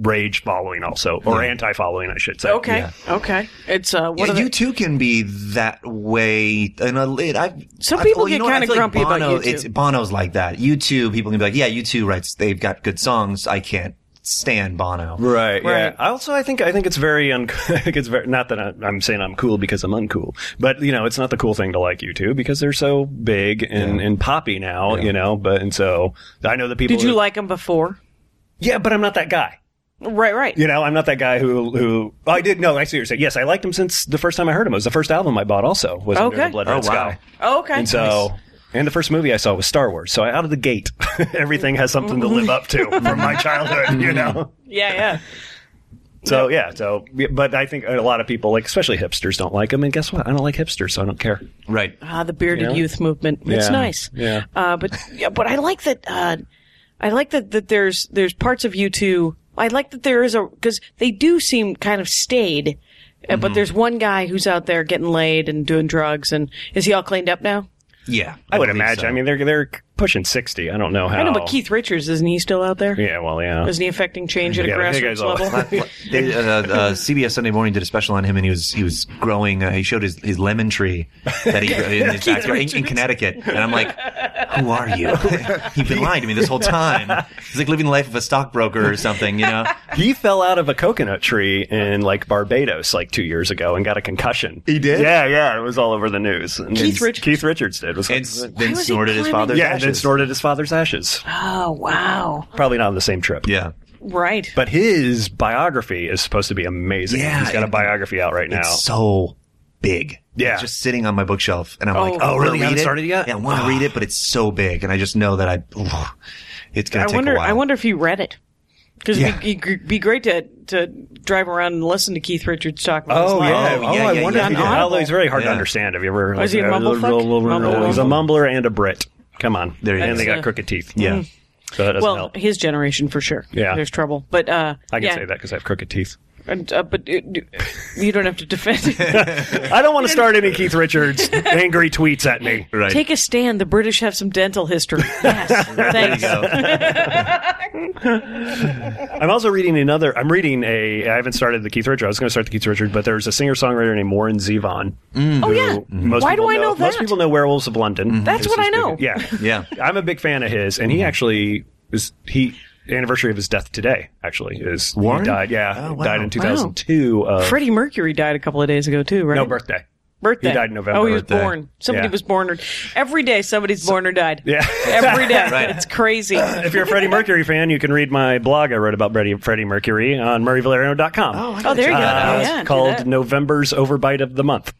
[SPEAKER 5] rage following also or anti following I should say.
[SPEAKER 3] Okay. Okay. It's uh, what
[SPEAKER 4] Yeah,
[SPEAKER 3] are the-
[SPEAKER 4] you too can be that way. And uh, a lit- I,
[SPEAKER 3] Some
[SPEAKER 4] I-
[SPEAKER 3] people
[SPEAKER 4] well, you
[SPEAKER 3] get
[SPEAKER 4] know what? I
[SPEAKER 3] kinda
[SPEAKER 4] feel like
[SPEAKER 3] grumpy about
[SPEAKER 4] Bono,
[SPEAKER 3] U two.
[SPEAKER 4] It's Bono's like that. You too, people can be like, yeah, you too writes. They've got good songs. I can't stand Bono.
[SPEAKER 5] Right,
[SPEAKER 3] Right.
[SPEAKER 5] Yeah. I also I think I think it's very un. I think it's very not that I, I'm saying I'm cool because I'm uncool, but you know it's not the cool thing to like you two because they're so big and and poppy now. You know, but and so I know the people.
[SPEAKER 3] Did you
[SPEAKER 5] who-
[SPEAKER 3] like them before?
[SPEAKER 5] Yeah, but I'm not that guy.
[SPEAKER 3] Right. Right.
[SPEAKER 5] You know, I'm not that guy who who oh, I did. No, I see what you're saying. Yes, I liked him since the first time I heard him. It was the first album I bought. Also was Under
[SPEAKER 3] Okay.
[SPEAKER 5] the Blood
[SPEAKER 4] Oh,
[SPEAKER 5] Red
[SPEAKER 4] wow.
[SPEAKER 5] Sky.
[SPEAKER 3] Oh, okay.
[SPEAKER 5] And so. And the first movie I saw was Star Wars. So out of the gate, everything has something to live up to from my childhood, you know?
[SPEAKER 3] yeah. Yeah.
[SPEAKER 5] So yeah, so but I think a lot of people, like especially hipsters, don't like them. And guess what? I don't like hipsters, so I don't care.
[SPEAKER 4] Right.
[SPEAKER 3] Ah, the bearded
[SPEAKER 5] You know?
[SPEAKER 3] youth movement. It's
[SPEAKER 5] Yeah.
[SPEAKER 3] nice.
[SPEAKER 5] Yeah.
[SPEAKER 3] Uh, but yeah, but I like that. Uh, I like that that there's there's parts of you two. I like that there is a because they do seem kind of staid. uh,
[SPEAKER 5] Mm-hmm.
[SPEAKER 3] But there's one guy who's out there getting laid and doing drugs, and is he all cleaned up now?
[SPEAKER 4] Yeah.
[SPEAKER 5] I, would
[SPEAKER 4] believe
[SPEAKER 5] imagine.
[SPEAKER 4] so.
[SPEAKER 5] I mean, they're they're pushing sixty. I don't know how.
[SPEAKER 3] I know, but Keith Richards isn't he still out there?
[SPEAKER 5] Oh. Yeah, well, yeah.
[SPEAKER 3] Isn't he affecting change at a
[SPEAKER 5] Yeah, but
[SPEAKER 3] grassroots
[SPEAKER 5] that guy's all-
[SPEAKER 3] level?
[SPEAKER 4] they, uh, uh, CBS Sunday Morning did a special on him, and he was he was growing. Uh, he showed his, his lemon tree that he grew in his backyard in, in Connecticut, and I'm like, "Who are you? You've been lying to me this whole time." He's like living the life of a stockbroker or something, you know?
[SPEAKER 5] He fell out of a coconut tree in like Barbados like two years ago and got a concussion. He
[SPEAKER 4] did?
[SPEAKER 5] Yeah, yeah. It was all over the news. And
[SPEAKER 3] Keith
[SPEAKER 5] it's-
[SPEAKER 3] Richards?
[SPEAKER 5] Keith Richards did. It Was
[SPEAKER 4] And s- then
[SPEAKER 3] was he
[SPEAKER 4] snorted his
[SPEAKER 3] climbing-
[SPEAKER 4] father's
[SPEAKER 5] yeah, and then
[SPEAKER 4] ashes.
[SPEAKER 5] snorted his father's ashes.
[SPEAKER 3] Oh wow!
[SPEAKER 5] Probably not on the same trip.
[SPEAKER 4] yeah.
[SPEAKER 3] Right.
[SPEAKER 5] But his biography is supposed to be amazing.
[SPEAKER 4] Yeah,
[SPEAKER 5] He's got a
[SPEAKER 4] and-
[SPEAKER 5] biography out right now.
[SPEAKER 4] It's so big.
[SPEAKER 5] Yeah.
[SPEAKER 4] It's just sitting on my bookshelf, and I'm like,
[SPEAKER 3] Oh,
[SPEAKER 4] "I wanna
[SPEAKER 5] really?
[SPEAKER 4] Read
[SPEAKER 5] You haven't
[SPEAKER 4] it.
[SPEAKER 5] started yet?
[SPEAKER 4] Yeah, I want to read it, but it's so big, and I just know that I, oof, it's gonna
[SPEAKER 3] I
[SPEAKER 4] take
[SPEAKER 3] wonder.
[SPEAKER 4] a while.
[SPEAKER 3] I wonder if he read it. Because
[SPEAKER 4] Yeah.
[SPEAKER 3] it'd, be, it'd be great to to drive around and listen to Keith Richards talk about his
[SPEAKER 5] Oh
[SPEAKER 3] life.
[SPEAKER 5] yeah,
[SPEAKER 4] Oh,
[SPEAKER 5] oh,
[SPEAKER 4] yeah,
[SPEAKER 5] I
[SPEAKER 4] yeah,
[SPEAKER 5] wonder.
[SPEAKER 4] yeah,
[SPEAKER 5] if he
[SPEAKER 4] yeah.
[SPEAKER 5] did. Although he's very hard
[SPEAKER 4] Yeah.
[SPEAKER 5] to understand. Have you ever?
[SPEAKER 3] is he a mumblefuck? Mumblefuck.
[SPEAKER 5] He's a mumbler and a Brit. Come on,
[SPEAKER 4] There he
[SPEAKER 5] and
[SPEAKER 4] is.
[SPEAKER 5] they got
[SPEAKER 3] Yeah. Mm-hmm.
[SPEAKER 5] crooked teeth.
[SPEAKER 4] Yeah.
[SPEAKER 5] so that doesn't
[SPEAKER 3] Well,
[SPEAKER 5] help.
[SPEAKER 3] his generation for sure.
[SPEAKER 5] Yeah.
[SPEAKER 3] there's trouble, but uh,
[SPEAKER 5] I can
[SPEAKER 3] yeah.
[SPEAKER 5] say that because I have crooked teeth.
[SPEAKER 3] And, uh, but it, you don't have to defend.
[SPEAKER 5] I don't want to start any Keith Richards angry tweets at me.
[SPEAKER 4] Right.
[SPEAKER 3] Take a stand. The British have some dental history. Yes, thanks.
[SPEAKER 4] So,
[SPEAKER 5] I'm also reading another. I'm reading a. I haven't started the Keith Richards. I was going to start the Keith Richards, but there's a singer songwriter named Warren Zevon.
[SPEAKER 3] Oh yeah.
[SPEAKER 5] Most
[SPEAKER 3] Why
[SPEAKER 5] people
[SPEAKER 3] do I know
[SPEAKER 5] Most
[SPEAKER 3] that?
[SPEAKER 5] people know Werewolves of London.
[SPEAKER 3] That's
[SPEAKER 5] His-
[SPEAKER 3] what
[SPEAKER 5] his
[SPEAKER 3] I know.
[SPEAKER 5] big- Yeah,
[SPEAKER 4] yeah.
[SPEAKER 5] I'm a big fan of his, and he actually is he anniversary of his death today. Actually, is
[SPEAKER 4] Warren?
[SPEAKER 5] he died? Yeah,
[SPEAKER 4] Oh, wow.
[SPEAKER 5] died
[SPEAKER 4] Wow.
[SPEAKER 5] in 2002. of-
[SPEAKER 3] Freddie Mercury died a couple of days ago too, right?
[SPEAKER 5] no birthday.
[SPEAKER 3] Birthday.
[SPEAKER 5] He died in November.
[SPEAKER 3] Oh, he was
[SPEAKER 4] Birthday.
[SPEAKER 3] born. Somebody
[SPEAKER 5] Yeah.
[SPEAKER 3] was born or every day somebody's born or died.
[SPEAKER 5] Yeah.
[SPEAKER 3] Every day.
[SPEAKER 4] Right.
[SPEAKER 3] It's crazy. Oh,
[SPEAKER 5] If you're a Freddie Mercury fan, you can read my blog I wrote about Freddie, Freddie Mercury on murrayvalerano.com.
[SPEAKER 4] Oh, I
[SPEAKER 3] Oh, there you go.
[SPEAKER 5] Uh,
[SPEAKER 3] oh,
[SPEAKER 5] it's
[SPEAKER 3] yeah, do
[SPEAKER 5] called
[SPEAKER 3] that.
[SPEAKER 5] November's Overbite of the Month.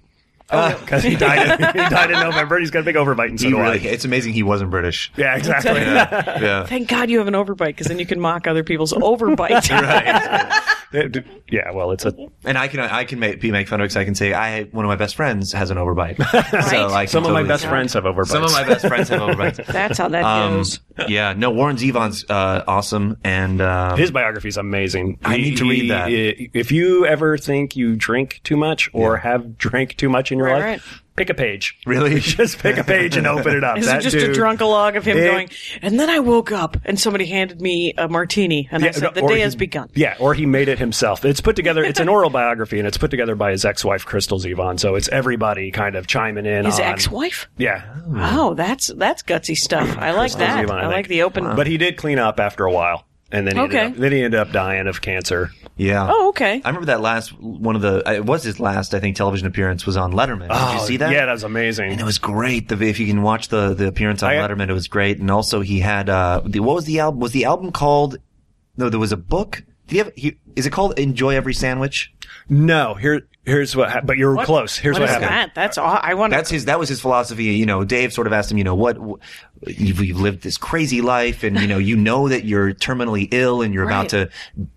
[SPEAKER 5] Because he, died in, he died in November. He's got a big overbite and so
[SPEAKER 4] He
[SPEAKER 5] do I.
[SPEAKER 4] really, it's amazing he wasn't British.
[SPEAKER 5] Yeah, exactly.
[SPEAKER 4] Yeah.
[SPEAKER 3] Thank God you have an overbite because then you can mock other people's overbite.
[SPEAKER 5] It- yeah, well, it's a.
[SPEAKER 4] And I can I can make, make fun of it 'cause I can say I one of my best friends has an overbite. So I can
[SPEAKER 5] Some of my
[SPEAKER 4] totally
[SPEAKER 5] best
[SPEAKER 4] say-
[SPEAKER 5] friends have overbites.
[SPEAKER 4] Some of my best friends have overbites.
[SPEAKER 3] That's how that
[SPEAKER 4] Um,
[SPEAKER 3] goes.
[SPEAKER 4] yeah, no, Warren Zevon's uh, awesome, and um,
[SPEAKER 5] His biography is amazing.
[SPEAKER 4] I need to read that.
[SPEAKER 5] He- If you ever think you drink too much or have drank too much in your
[SPEAKER 3] Right,
[SPEAKER 5] life,
[SPEAKER 3] right.
[SPEAKER 5] pick a page.
[SPEAKER 4] Really?
[SPEAKER 5] just pick a page and open it up.
[SPEAKER 3] Is
[SPEAKER 5] that
[SPEAKER 3] it just a
[SPEAKER 5] dude-
[SPEAKER 3] drunkalog of him
[SPEAKER 5] It-
[SPEAKER 3] going? And then I woke up and somebody handed me a martini, and I
[SPEAKER 5] Yeah,
[SPEAKER 3] said, "The
[SPEAKER 5] or
[SPEAKER 3] day
[SPEAKER 5] he-
[SPEAKER 3] has begun."
[SPEAKER 5] Yeah, or he made it himself. It's put together. It's an oral biography, and it's put together by his ex-wife Crystal Zevon. So it's everybody kind of chiming in.
[SPEAKER 3] His
[SPEAKER 5] on-
[SPEAKER 3] ex-wife.
[SPEAKER 5] Yeah,
[SPEAKER 3] Oh, that's that's gutsy stuff. I like that.
[SPEAKER 5] Zevon,
[SPEAKER 3] I,
[SPEAKER 5] think.
[SPEAKER 3] like the open.
[SPEAKER 5] But he did clean up after a while, and then he
[SPEAKER 3] Okay.
[SPEAKER 5] ended up, then he ended up dying of cancer.
[SPEAKER 4] yeah.
[SPEAKER 3] Oh, okay.
[SPEAKER 4] I remember that last one of the uh, it was his last I think television appearance was on Letterman. Did Oh, you see that?
[SPEAKER 5] Oh, Yeah, that was amazing.
[SPEAKER 4] And it was great. The, if you can watch the the appearance on
[SPEAKER 5] I-
[SPEAKER 4] Letterman, it was great. And also he had uh, the, what was the album? Was the album called? No, there was a book. Did he have? He, is it called Enjoy Every Sandwich?
[SPEAKER 5] no, here here's what. hap but you're
[SPEAKER 3] What-
[SPEAKER 5] close. Here's what,
[SPEAKER 3] what is
[SPEAKER 5] happened.
[SPEAKER 3] that? That's all. I want
[SPEAKER 4] That's
[SPEAKER 3] to.
[SPEAKER 4] his. That was his philosophy. You know, Dave sort of asked him. You know, what wh- you've, you've lived this crazy life, and you know, you know that you're terminally ill, and you're about
[SPEAKER 3] Right.
[SPEAKER 4] to,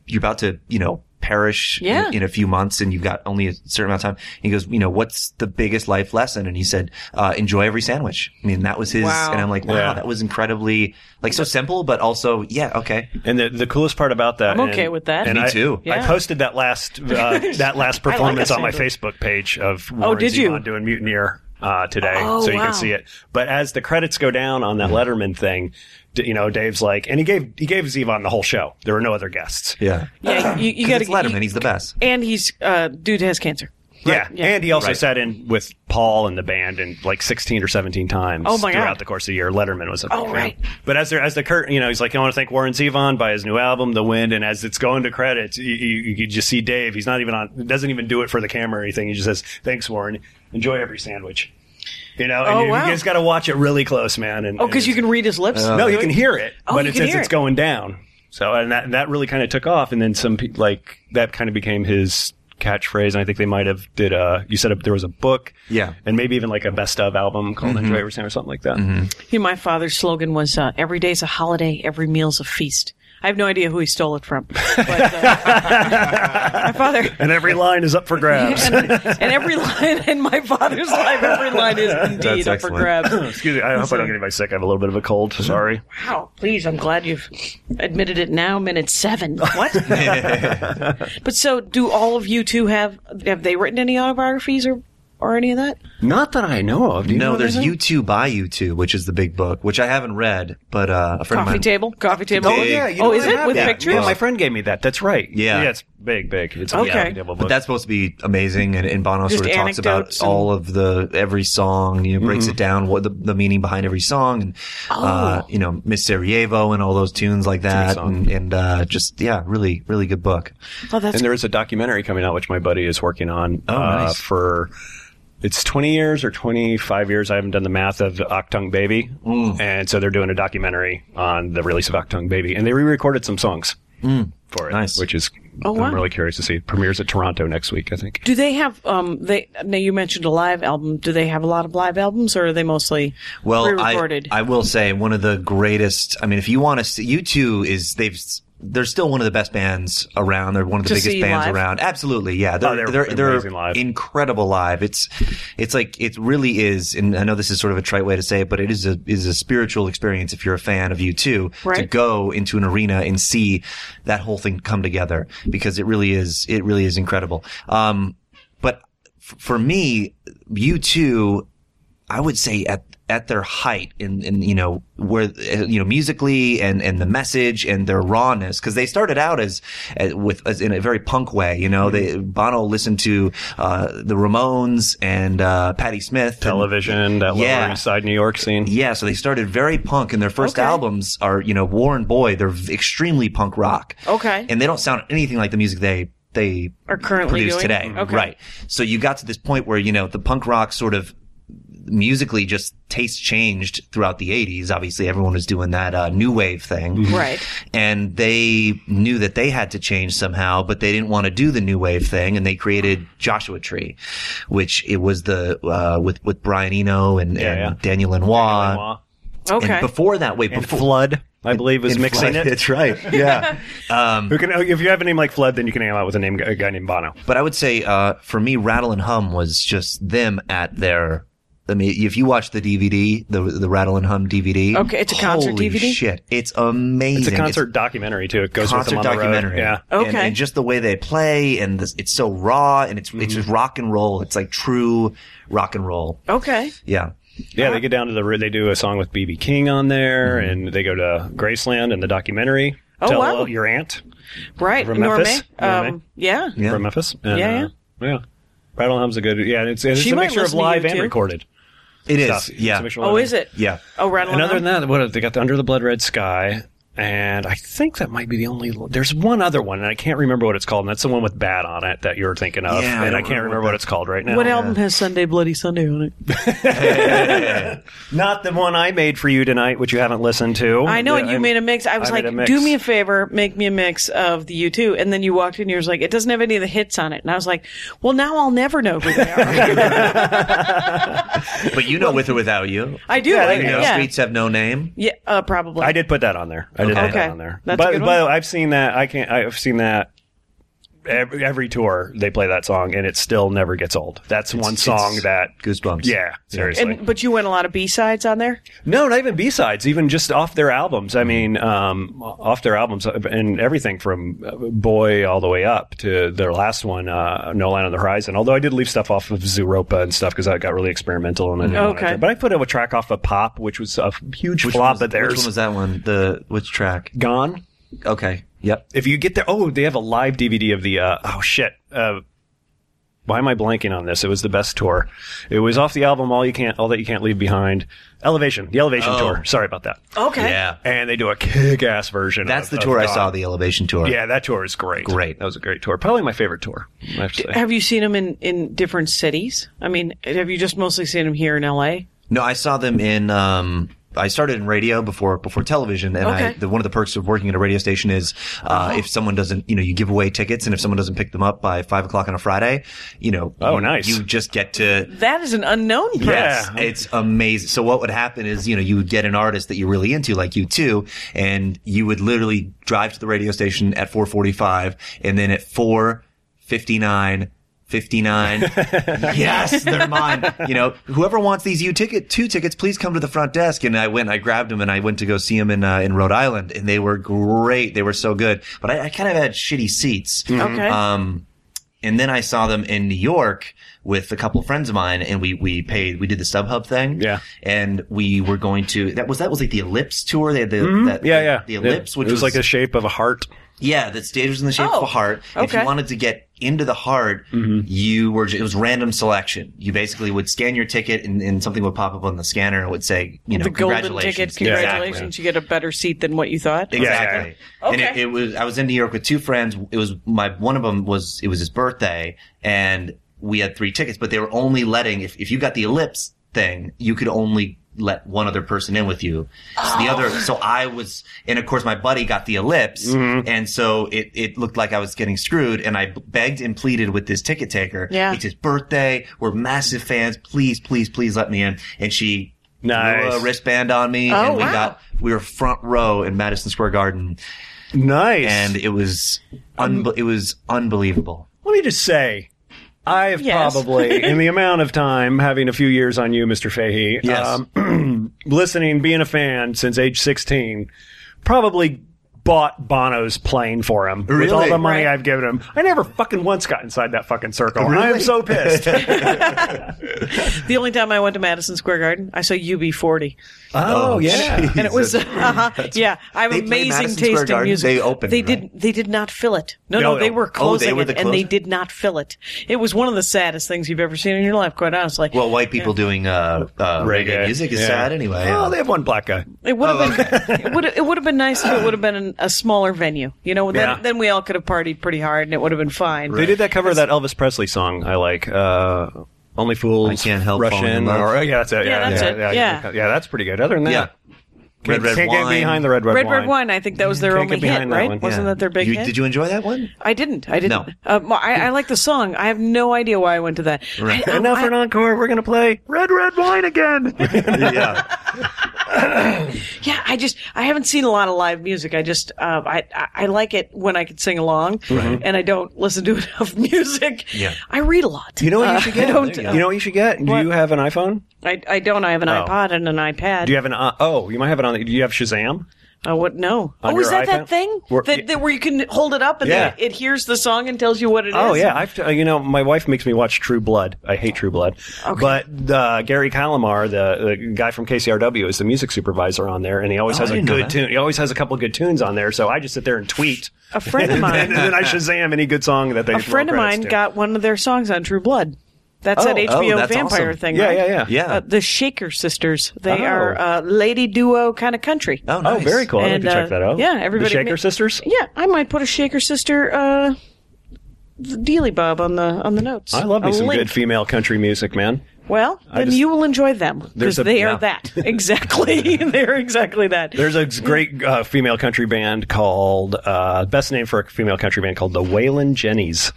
[SPEAKER 4] you're about to, you know, perish in-
[SPEAKER 3] Yeah.
[SPEAKER 4] in, a few months, and you've got only a certain amount of time. And he goes, you know, what's the biggest life lesson? And he said, uh, enjoy every sandwich. I mean, that was his.
[SPEAKER 3] Wow.
[SPEAKER 4] And I'm like, wow,
[SPEAKER 5] Yeah.
[SPEAKER 4] that was incredibly like so simple, but also, yeah, okay,
[SPEAKER 5] And the, the coolest part about that,
[SPEAKER 3] I'm okay
[SPEAKER 5] and-
[SPEAKER 3] with that.
[SPEAKER 5] and
[SPEAKER 4] Me
[SPEAKER 5] I,
[SPEAKER 4] too.
[SPEAKER 5] I
[SPEAKER 3] Yeah.
[SPEAKER 5] posted that last uh,
[SPEAKER 3] I
[SPEAKER 5] that last
[SPEAKER 3] like
[SPEAKER 5] performance
[SPEAKER 3] a
[SPEAKER 5] on my
[SPEAKER 3] sandwich.
[SPEAKER 5] Facebook page of Warren
[SPEAKER 3] did you?
[SPEAKER 5] Zevon doing Mutineer uh, today,
[SPEAKER 3] Oh,
[SPEAKER 5] so you
[SPEAKER 3] wow.
[SPEAKER 4] Mm.
[SPEAKER 5] can see it. But as the credits go down on that Letterman thing, D- You know, Dave's like, and he gave he gave Zevon the whole show. There were no other guests.
[SPEAKER 4] Yeah.
[SPEAKER 3] Yeah, you, you got to
[SPEAKER 4] it's Letterman. He's the best.
[SPEAKER 3] and he's uh, dude has cancer.
[SPEAKER 5] Yeah.
[SPEAKER 3] yeah.
[SPEAKER 5] and he also
[SPEAKER 4] Right.
[SPEAKER 5] sat in with Paul and the band and like sixteen or seventeen times.
[SPEAKER 3] Oh, my God.
[SPEAKER 5] Throughout the course of the year, Letterman was a big
[SPEAKER 3] Oh,
[SPEAKER 5] fan.
[SPEAKER 3] right.
[SPEAKER 5] But as the as the curtain, you know, he's like, I want to thank Warren Zevon by his new album, The Wind. And as it's going to credits, you, you, you could just see Dave. He's not even on. Doesn't even do it for the camera or anything. He just says, "Thanks, Warren. Enjoy every sandwich." You know, and
[SPEAKER 3] Oh,
[SPEAKER 5] you,
[SPEAKER 3] wow.
[SPEAKER 5] you just got to watch it really close, man. And
[SPEAKER 3] Oh, because you can read his lips.
[SPEAKER 5] no, you can hear it,
[SPEAKER 3] Oh,
[SPEAKER 5] but
[SPEAKER 3] you
[SPEAKER 5] it's
[SPEAKER 3] can
[SPEAKER 5] as
[SPEAKER 3] hear
[SPEAKER 5] it's
[SPEAKER 3] it.
[SPEAKER 5] going down. So and that that really kind of took off, and then some pe- like that kind of became his catchphrase. And I think they might have did. Uh, you said a, there was a book,
[SPEAKER 4] Yeah.
[SPEAKER 5] and maybe even like a best of album called Enjoy Every Sandwich or something like that.
[SPEAKER 3] He- my father's slogan was uh, "Every day's a holiday, every meal's a feast." I have no idea who he stole it from, but uh, my father.
[SPEAKER 5] And every line is up for grabs.
[SPEAKER 3] And, and every line in my father's life, every line is indeed
[SPEAKER 4] That's
[SPEAKER 3] up for
[SPEAKER 4] excellent.
[SPEAKER 3] grabs.
[SPEAKER 5] Excuse me, I hope I don't get anybody sick. I have a little bit of a cold. Sorry.
[SPEAKER 3] Wow, please, I'm glad you've admitted it now, minute seven. What? but so, do all of you two have have they written any autobiographies or or any of that?
[SPEAKER 5] Not that I know of. Do you
[SPEAKER 4] No,
[SPEAKER 5] know
[SPEAKER 4] there's
[SPEAKER 5] anything?
[SPEAKER 4] U2 by U2, which is the big book, which I haven't read, but uh, a friend of
[SPEAKER 3] Coffee
[SPEAKER 4] mine.
[SPEAKER 3] table, coffee table.
[SPEAKER 4] Oh, yeah, you
[SPEAKER 3] oh,
[SPEAKER 4] know,
[SPEAKER 3] is
[SPEAKER 4] I
[SPEAKER 3] it
[SPEAKER 4] have
[SPEAKER 3] with
[SPEAKER 4] that.
[SPEAKER 3] pictures?
[SPEAKER 5] Yeah, my friend gave me that. That's right.
[SPEAKER 4] Yeah.
[SPEAKER 5] yeah, it's big, big. It's
[SPEAKER 3] Okay.
[SPEAKER 5] okay. Book.
[SPEAKER 4] But that's supposed to be amazing, and, and Bono
[SPEAKER 3] Just
[SPEAKER 4] sort of talks
[SPEAKER 3] anecdotes
[SPEAKER 4] about
[SPEAKER 3] and-
[SPEAKER 4] all of the every song. You know, breaks
[SPEAKER 5] Mm-hmm.
[SPEAKER 4] it down, what the, the meaning behind every song, and uh,
[SPEAKER 3] Oh.
[SPEAKER 4] you know, Miss Sarajevo and all those tunes like that,
[SPEAKER 5] song.
[SPEAKER 4] and, and uh, just yeah, really, really good book.
[SPEAKER 3] Oh, that's
[SPEAKER 5] and there is a documentary coming out which my buddy is working on uh,
[SPEAKER 4] Oh, nice.
[SPEAKER 5] for it's 20 years or 25 years i haven't done the math of octung baby and so they're doing a documentary on the release of octung baby and they re-recorded some songs for it
[SPEAKER 4] Nice.
[SPEAKER 5] which is
[SPEAKER 3] Oh, wow.
[SPEAKER 5] i'm really curious to see it premieres at toronto next week i think
[SPEAKER 3] Do they have um they now you mentioned a live album. Do they have a lot of live albums or are they mostly
[SPEAKER 4] Well, I,
[SPEAKER 3] pre-recorded?
[SPEAKER 4] I will say one of the greatest. I mean, if you want to see, U2 is they've they're still one of the best bands around. They're one of
[SPEAKER 3] To
[SPEAKER 4] the biggest
[SPEAKER 3] see
[SPEAKER 4] bands
[SPEAKER 3] live?
[SPEAKER 4] around. Absolutely, yeah. They're,
[SPEAKER 5] Oh, they're-
[SPEAKER 4] they're,
[SPEAKER 5] they're
[SPEAKER 4] they're
[SPEAKER 5] amazing live.
[SPEAKER 4] incredible live. It's it's like it really is. And I know this is sort of a trite way to say it, but it is a is a spiritual experience if you're a fan of U2 to
[SPEAKER 3] Right.
[SPEAKER 4] go into an arena and see that whole thing come together because it really is it really is incredible. Um, but f- for me, U2 I would say at at their height in, in you know where uh, you know musically and and the message and their rawness because they started out as, as with as in a very punk way you know they Bono listened to uh, the Ramones and uh, Patti Smith and-
[SPEAKER 5] television that
[SPEAKER 4] Yeah.
[SPEAKER 5] lower east side new york scene
[SPEAKER 4] yeah, so they started very punk, and their first
[SPEAKER 3] Okay.
[SPEAKER 4] albums are, you know, War and Boy. They're v- extremely punk rock.
[SPEAKER 3] Okay.
[SPEAKER 4] And they don't sound anything like the music they they
[SPEAKER 3] Are currently
[SPEAKER 4] produce
[SPEAKER 3] doing?
[SPEAKER 4] today.
[SPEAKER 3] Okay.
[SPEAKER 4] Right. So you got to this point where you know the punk rock sort of musically just taste changed throughout the 80s obviously everyone was doing that uh, new wave thing
[SPEAKER 5] Mm-hmm.
[SPEAKER 3] Right.
[SPEAKER 4] and they knew that they had to change somehow, but they didn't want to do the new wave thing, and they created Joshua Tree, which it was the uh, with with Brian Eno and, and
[SPEAKER 5] yeah.
[SPEAKER 4] Daniel Lanois.
[SPEAKER 3] okay.
[SPEAKER 4] And before that, wait, before
[SPEAKER 5] flood i believe is
[SPEAKER 4] and
[SPEAKER 5] mixing
[SPEAKER 4] Flood,
[SPEAKER 5] it
[SPEAKER 4] That's right. Yeah.
[SPEAKER 5] Who can, oh, if you have a name like flood then you can hang out with a name a guy named bono
[SPEAKER 4] but I would say uh, for me, Rattle and Hum was just them at their. I mean, if you watch the DVD, the the Rattle and Hum DVD,
[SPEAKER 3] Okay, it's a concert
[SPEAKER 4] holy
[SPEAKER 3] DVD?
[SPEAKER 4] Shit, it's amazing.
[SPEAKER 5] it's a concert documentary too it goes with
[SPEAKER 4] concert
[SPEAKER 5] them on the road.
[SPEAKER 4] documentary.
[SPEAKER 5] yeah
[SPEAKER 4] And- And,
[SPEAKER 3] Okay.
[SPEAKER 4] just the way they play, and this, it's so raw, and it's
[SPEAKER 5] Mm-hmm.
[SPEAKER 4] it's just rock and roll. It's like true rock and roll.
[SPEAKER 3] Okay.
[SPEAKER 4] Yeah.
[SPEAKER 5] Yeah, they get down to the root. They do a song with BB King on there,
[SPEAKER 4] Mm-hmm.
[SPEAKER 5] and they go to Graceland and the documentary.
[SPEAKER 3] Oh,
[SPEAKER 5] Tell
[SPEAKER 3] wow.
[SPEAKER 5] your aunt
[SPEAKER 3] Right.
[SPEAKER 5] From Memphis?
[SPEAKER 3] Norma.
[SPEAKER 5] Norma.
[SPEAKER 3] Um, yeah.
[SPEAKER 4] Yeah.
[SPEAKER 5] from Memphis. And,
[SPEAKER 3] Yeah,
[SPEAKER 5] uh, yeah. Rattle and Hum's a good. Yeah, and it's, and it's
[SPEAKER 3] She
[SPEAKER 5] a
[SPEAKER 3] might
[SPEAKER 5] mixture of
[SPEAKER 3] listen to
[SPEAKER 5] live
[SPEAKER 3] you,
[SPEAKER 5] and
[SPEAKER 3] too.
[SPEAKER 5] recorded.
[SPEAKER 4] It is.
[SPEAKER 5] stuff. It's a
[SPEAKER 4] Yeah.
[SPEAKER 5] mixture of
[SPEAKER 3] Oh,
[SPEAKER 5] live
[SPEAKER 3] is
[SPEAKER 5] and-
[SPEAKER 3] it?
[SPEAKER 4] Yeah.
[SPEAKER 3] Oh, rattle.
[SPEAKER 5] And other
[SPEAKER 3] on.
[SPEAKER 5] than that, what have they got? The Under the Blood Red Sky, and I think that might be the only. There's one other one, and I can't remember what it's called. And that's the one with Bad on it that you're thinking of,
[SPEAKER 4] Yeah, I
[SPEAKER 5] and I,
[SPEAKER 4] don't remember
[SPEAKER 5] can't remember
[SPEAKER 4] what
[SPEAKER 5] what it's called right now.
[SPEAKER 3] what album has Sunday Bloody Sunday on it?
[SPEAKER 5] Not the one I made for you tonight, which you haven't listened to.
[SPEAKER 3] I know,
[SPEAKER 5] Yeah,
[SPEAKER 3] and you
[SPEAKER 5] I'm-
[SPEAKER 3] made a mix. I was
[SPEAKER 5] I made
[SPEAKER 3] like,
[SPEAKER 5] a mix.
[SPEAKER 3] do me a favor, make me a mix of the U2. And then you walked in and you was like, it doesn't have any of the hits on it. And I was like, well, now I'll never know who they are.
[SPEAKER 4] But you know, with or without you.
[SPEAKER 3] I do.
[SPEAKER 5] Yeah,
[SPEAKER 3] Yeah.
[SPEAKER 5] there you
[SPEAKER 4] You know,
[SPEAKER 5] go.
[SPEAKER 3] yeah.
[SPEAKER 4] streets have no name.
[SPEAKER 3] Yeah, uh, probably.
[SPEAKER 5] I did put that on there. I did
[SPEAKER 4] Okay.
[SPEAKER 5] put that
[SPEAKER 3] Okay.
[SPEAKER 5] on there.
[SPEAKER 3] That's a
[SPEAKER 5] but
[SPEAKER 3] good
[SPEAKER 5] but
[SPEAKER 3] one.
[SPEAKER 5] I've seen that. I can't. I've seen that. every, every tour they play that song, and it still never gets old. That's one song
[SPEAKER 4] it's
[SPEAKER 5] that
[SPEAKER 4] goosebumps.
[SPEAKER 5] Yeah, seriously.
[SPEAKER 3] And, but you went a lot of B sides on there.
[SPEAKER 5] No, not even B sides. Even just off their albums. I mean, um, off their albums and everything from uh, Boy all the way up to their last one, uh, No Line on the Horizon. Although I did leave stuff off of Zeropa and stuff because I got really experimental and I didn't want
[SPEAKER 3] Okay.
[SPEAKER 5] to- But I put a track off of Pop, which was a huge
[SPEAKER 4] Which, one
[SPEAKER 5] flop.
[SPEAKER 4] was,
[SPEAKER 5] But theirs
[SPEAKER 4] which one was that one? The which track?
[SPEAKER 5] gone.
[SPEAKER 4] Okay. Yep.
[SPEAKER 5] If you get there, oh, they have a live DVD of the. Uh, oh shit. Uh, why am I blanking on this? It was the best tour. It was off the album All You Can't, All That You Can't Leave Behind, Elevation, the Elevation
[SPEAKER 4] Oh.
[SPEAKER 5] tour. Sorry about that.
[SPEAKER 3] Okay.
[SPEAKER 4] Yeah.
[SPEAKER 5] and they do a kick-ass version.
[SPEAKER 4] That's
[SPEAKER 5] of-
[SPEAKER 4] the
[SPEAKER 5] of
[SPEAKER 4] tour I
[SPEAKER 5] Gone.
[SPEAKER 4] saw, the Elevation tour.
[SPEAKER 5] Yeah, that tour is great.
[SPEAKER 4] Great.
[SPEAKER 5] that was a great tour. Probably my favorite tour. I have to say.
[SPEAKER 3] Have you seen them in in different cities? I mean, have you just mostly seen them here in L.A.?
[SPEAKER 4] No, I saw them in. Um, I started in radio before before television, and I,
[SPEAKER 3] Okay. Oh,
[SPEAKER 4] the, one of the perks of working at a radio station is uh, if someone doesn't, you know, you give away tickets, and if someone doesn't pick them up by five o'clock on a Friday, you know,
[SPEAKER 5] Oh,
[SPEAKER 4] you,
[SPEAKER 5] nice.
[SPEAKER 4] you just get to
[SPEAKER 3] That is an unknown. person.
[SPEAKER 5] Yeah.
[SPEAKER 4] It's amazing. So what would happen is, you know, you would get an artist that you're really into, like you too, and you would literally drive to the radio station at 445 and then at 459 59 yes they're mine you know whoever wants these u ticket two tickets please come to the front desk and i went i grabbed them and i went to go see them in uh, in rhode island and they were great they were so good but i, I kind of had shitty seats
[SPEAKER 3] Okay.
[SPEAKER 4] um, and then I saw them in New York with a couple friends of mine, and we we paid we did the StubHub thing,
[SPEAKER 5] Yeah.
[SPEAKER 4] And we were going to that was that was like the Ellipse tour. They had the that,
[SPEAKER 5] Mm-hmm. yeah, yeah.
[SPEAKER 4] the Ellipse,
[SPEAKER 5] it,
[SPEAKER 4] which
[SPEAKER 5] it was, like the shape of a heart.
[SPEAKER 4] yeah, the stage was in the shape
[SPEAKER 3] Oh,
[SPEAKER 4] of a heart. If you
[SPEAKER 3] okay.
[SPEAKER 4] wanted to get into the heart,
[SPEAKER 5] Mm-hmm.
[SPEAKER 4] you were it was random selection. You basically would scan your ticket, and, and something would pop up on the scanner and it would say, you know,
[SPEAKER 3] the golden
[SPEAKER 4] congratulations,
[SPEAKER 3] ticket.
[SPEAKER 4] Yeah, exactly.
[SPEAKER 3] Congratulations, you get a better seat than what you thought.
[SPEAKER 4] Exactly.
[SPEAKER 3] Yeah.
[SPEAKER 4] And it,
[SPEAKER 3] Okay.
[SPEAKER 4] it was I was in New York with two friends. It was my one of them was it was his birthday and we had three tickets, but they were only letting if if you got the ellipse thing, you could only let one other person in with you. So the
[SPEAKER 3] Oh.
[SPEAKER 4] other so I was and of course my buddy got the ellipse and so it it looked like I was getting screwed and I begged and pleaded with this ticket taker.
[SPEAKER 3] Yeah.
[SPEAKER 4] It's his birthday. We're massive fans. Please, please, please let me in. And she
[SPEAKER 5] Nice.
[SPEAKER 4] threw a wristband on me
[SPEAKER 3] Oh,
[SPEAKER 4] and we
[SPEAKER 3] wow.
[SPEAKER 4] got we were front row in Madison Square Garden,
[SPEAKER 5] Nice.
[SPEAKER 4] and it was
[SPEAKER 3] Um,
[SPEAKER 4] unbe- it was unbelievable.
[SPEAKER 5] let me just say, I've
[SPEAKER 3] Yes.
[SPEAKER 5] probably, in the amount of time having a few years on you, Mr. Fahey, um,
[SPEAKER 4] Yes.
[SPEAKER 5] listening, being a fan since age 16, probably bought Bono's plane for him with all
[SPEAKER 4] Really?
[SPEAKER 5] the money
[SPEAKER 3] Right.
[SPEAKER 5] I've given him. I never fucking once got inside that fucking circle. and I am
[SPEAKER 4] Really? Oh,
[SPEAKER 5] so pissed.
[SPEAKER 3] The only time I went to Madison Square Garden, I saw UB40.
[SPEAKER 5] oh, yeah.
[SPEAKER 3] and it was uh, yeah. I have
[SPEAKER 4] They play
[SPEAKER 3] amazing
[SPEAKER 4] Madison Square
[SPEAKER 3] taste in
[SPEAKER 4] Garden?
[SPEAKER 3] music.
[SPEAKER 4] They opened,
[SPEAKER 3] They
[SPEAKER 4] right?
[SPEAKER 3] did. They did not fill it. No, no,
[SPEAKER 5] No,
[SPEAKER 3] they
[SPEAKER 5] no.
[SPEAKER 3] were
[SPEAKER 4] Oh,
[SPEAKER 3] closing
[SPEAKER 4] they were
[SPEAKER 3] it,
[SPEAKER 4] the
[SPEAKER 3] and they
[SPEAKER 4] closer?
[SPEAKER 3] did not fill it. It was one of the saddest things you've ever seen in your life. Quite honestly,
[SPEAKER 4] Well, white people doing uh, uh, reggae. music is
[SPEAKER 5] Yeah.
[SPEAKER 4] sad anyway.
[SPEAKER 5] Oh, they have one black guy.
[SPEAKER 3] it would have been it would it would have been nice if it would have been an, a smaller venue. You know, then,
[SPEAKER 5] Yeah.
[SPEAKER 3] then we all could have partied pretty hard, and it would have been fine.
[SPEAKER 5] They did that cover of that Elvis Presley song I like. Uh, Only fools
[SPEAKER 4] I Can't Help
[SPEAKER 5] rush
[SPEAKER 4] Falling in
[SPEAKER 5] in.
[SPEAKER 4] Love.
[SPEAKER 5] Or, oh, yeah, that's it.
[SPEAKER 3] Yeah,
[SPEAKER 5] Yeah,
[SPEAKER 3] that's
[SPEAKER 5] yeah,
[SPEAKER 3] it.
[SPEAKER 5] Yeah,
[SPEAKER 3] Yeah.
[SPEAKER 5] that's pretty good. Other than that,
[SPEAKER 4] yeah.
[SPEAKER 5] can't,
[SPEAKER 4] Red, red
[SPEAKER 5] can't get
[SPEAKER 4] wine.
[SPEAKER 5] behind the red, red,
[SPEAKER 3] Red
[SPEAKER 5] wine.
[SPEAKER 3] Red Wine, I think that was their
[SPEAKER 5] Can't get
[SPEAKER 3] only hit,
[SPEAKER 5] behind that
[SPEAKER 3] right?
[SPEAKER 5] one,
[SPEAKER 3] Wasn't
[SPEAKER 5] yeah.
[SPEAKER 3] that their big
[SPEAKER 4] You-
[SPEAKER 3] hit?
[SPEAKER 4] Did you enjoy that one?
[SPEAKER 3] I didn't. I didn't.
[SPEAKER 4] No.
[SPEAKER 3] Uh, mo- I, I like the song. I have no idea why I went to that.
[SPEAKER 4] Right.
[SPEAKER 3] I,
[SPEAKER 5] And now for an encore, we're gonna play red, red wine again.
[SPEAKER 4] yeah.
[SPEAKER 3] Yeah, I just I haven't seen a lot of live music. I just uh, I I I like it when I can sing along, and I don't listen to enough music.
[SPEAKER 4] Yeah.
[SPEAKER 3] I read a lot. Uh,
[SPEAKER 5] you know what you should get?
[SPEAKER 3] I don't.
[SPEAKER 5] you, know what you should get? Do you have an iPhone?
[SPEAKER 3] I, I don't. I have an iPod and an iPad.
[SPEAKER 5] Do you have an? Uh, oh, you might have it on. Do you have Shazam?
[SPEAKER 3] I would no.
[SPEAKER 5] On
[SPEAKER 3] Oh, is
[SPEAKER 5] your
[SPEAKER 3] that that
[SPEAKER 5] iPad?
[SPEAKER 3] thing
[SPEAKER 5] Where-
[SPEAKER 3] that, that where you can hold it up and
[SPEAKER 5] Yeah.
[SPEAKER 3] then it hears the song and tells you what it is?
[SPEAKER 5] Oh yeah, I've uh, you know my wife makes me watch True Blood. I hate True Blood.
[SPEAKER 3] Okay.
[SPEAKER 5] But uh, Gary Calamar, the, the guy from KCRW, is the music supervisor on there, and he always
[SPEAKER 4] Oh,
[SPEAKER 5] has
[SPEAKER 4] I
[SPEAKER 5] a
[SPEAKER 4] didn't know
[SPEAKER 5] good
[SPEAKER 4] that.
[SPEAKER 5] tune. He always has a couple good tunes on there. So I just sit there and tweet,
[SPEAKER 3] A friend of
[SPEAKER 5] and
[SPEAKER 3] mine,
[SPEAKER 5] then I Shazam any good song that they.
[SPEAKER 3] a friend of mine, got one of their songs on True Blood. That's that
[SPEAKER 4] Oh, oh,
[SPEAKER 3] HBO
[SPEAKER 4] that's
[SPEAKER 3] vampire
[SPEAKER 4] awesome.
[SPEAKER 3] thing.
[SPEAKER 5] Yeah,
[SPEAKER 3] right?
[SPEAKER 5] yeah, yeah.
[SPEAKER 4] Yeah.
[SPEAKER 3] Uh, the Shaker Sisters. They
[SPEAKER 5] Oh.
[SPEAKER 3] are uh, lady duo kind of country.
[SPEAKER 4] Oh,
[SPEAKER 5] Oh,
[SPEAKER 4] nice.
[SPEAKER 5] very cool. I'd like
[SPEAKER 3] And,
[SPEAKER 5] to check
[SPEAKER 3] uh,
[SPEAKER 5] that out.
[SPEAKER 3] yeah, everybody-
[SPEAKER 5] The Shaker Sisters.
[SPEAKER 3] Yeah, I might put a shaker sister, uh, the Dealey Bob on the on the notes.
[SPEAKER 5] I love me
[SPEAKER 3] A
[SPEAKER 5] some
[SPEAKER 3] link.
[SPEAKER 5] good female country music, man.
[SPEAKER 3] Well, then
[SPEAKER 5] just-
[SPEAKER 3] you will enjoy them because
[SPEAKER 5] There's a-
[SPEAKER 3] they
[SPEAKER 5] yeah.
[SPEAKER 3] are that exactly. They're exactly that.
[SPEAKER 5] There's a great uh, female country band called uh, best name for a female country band called the Waylon Jennies.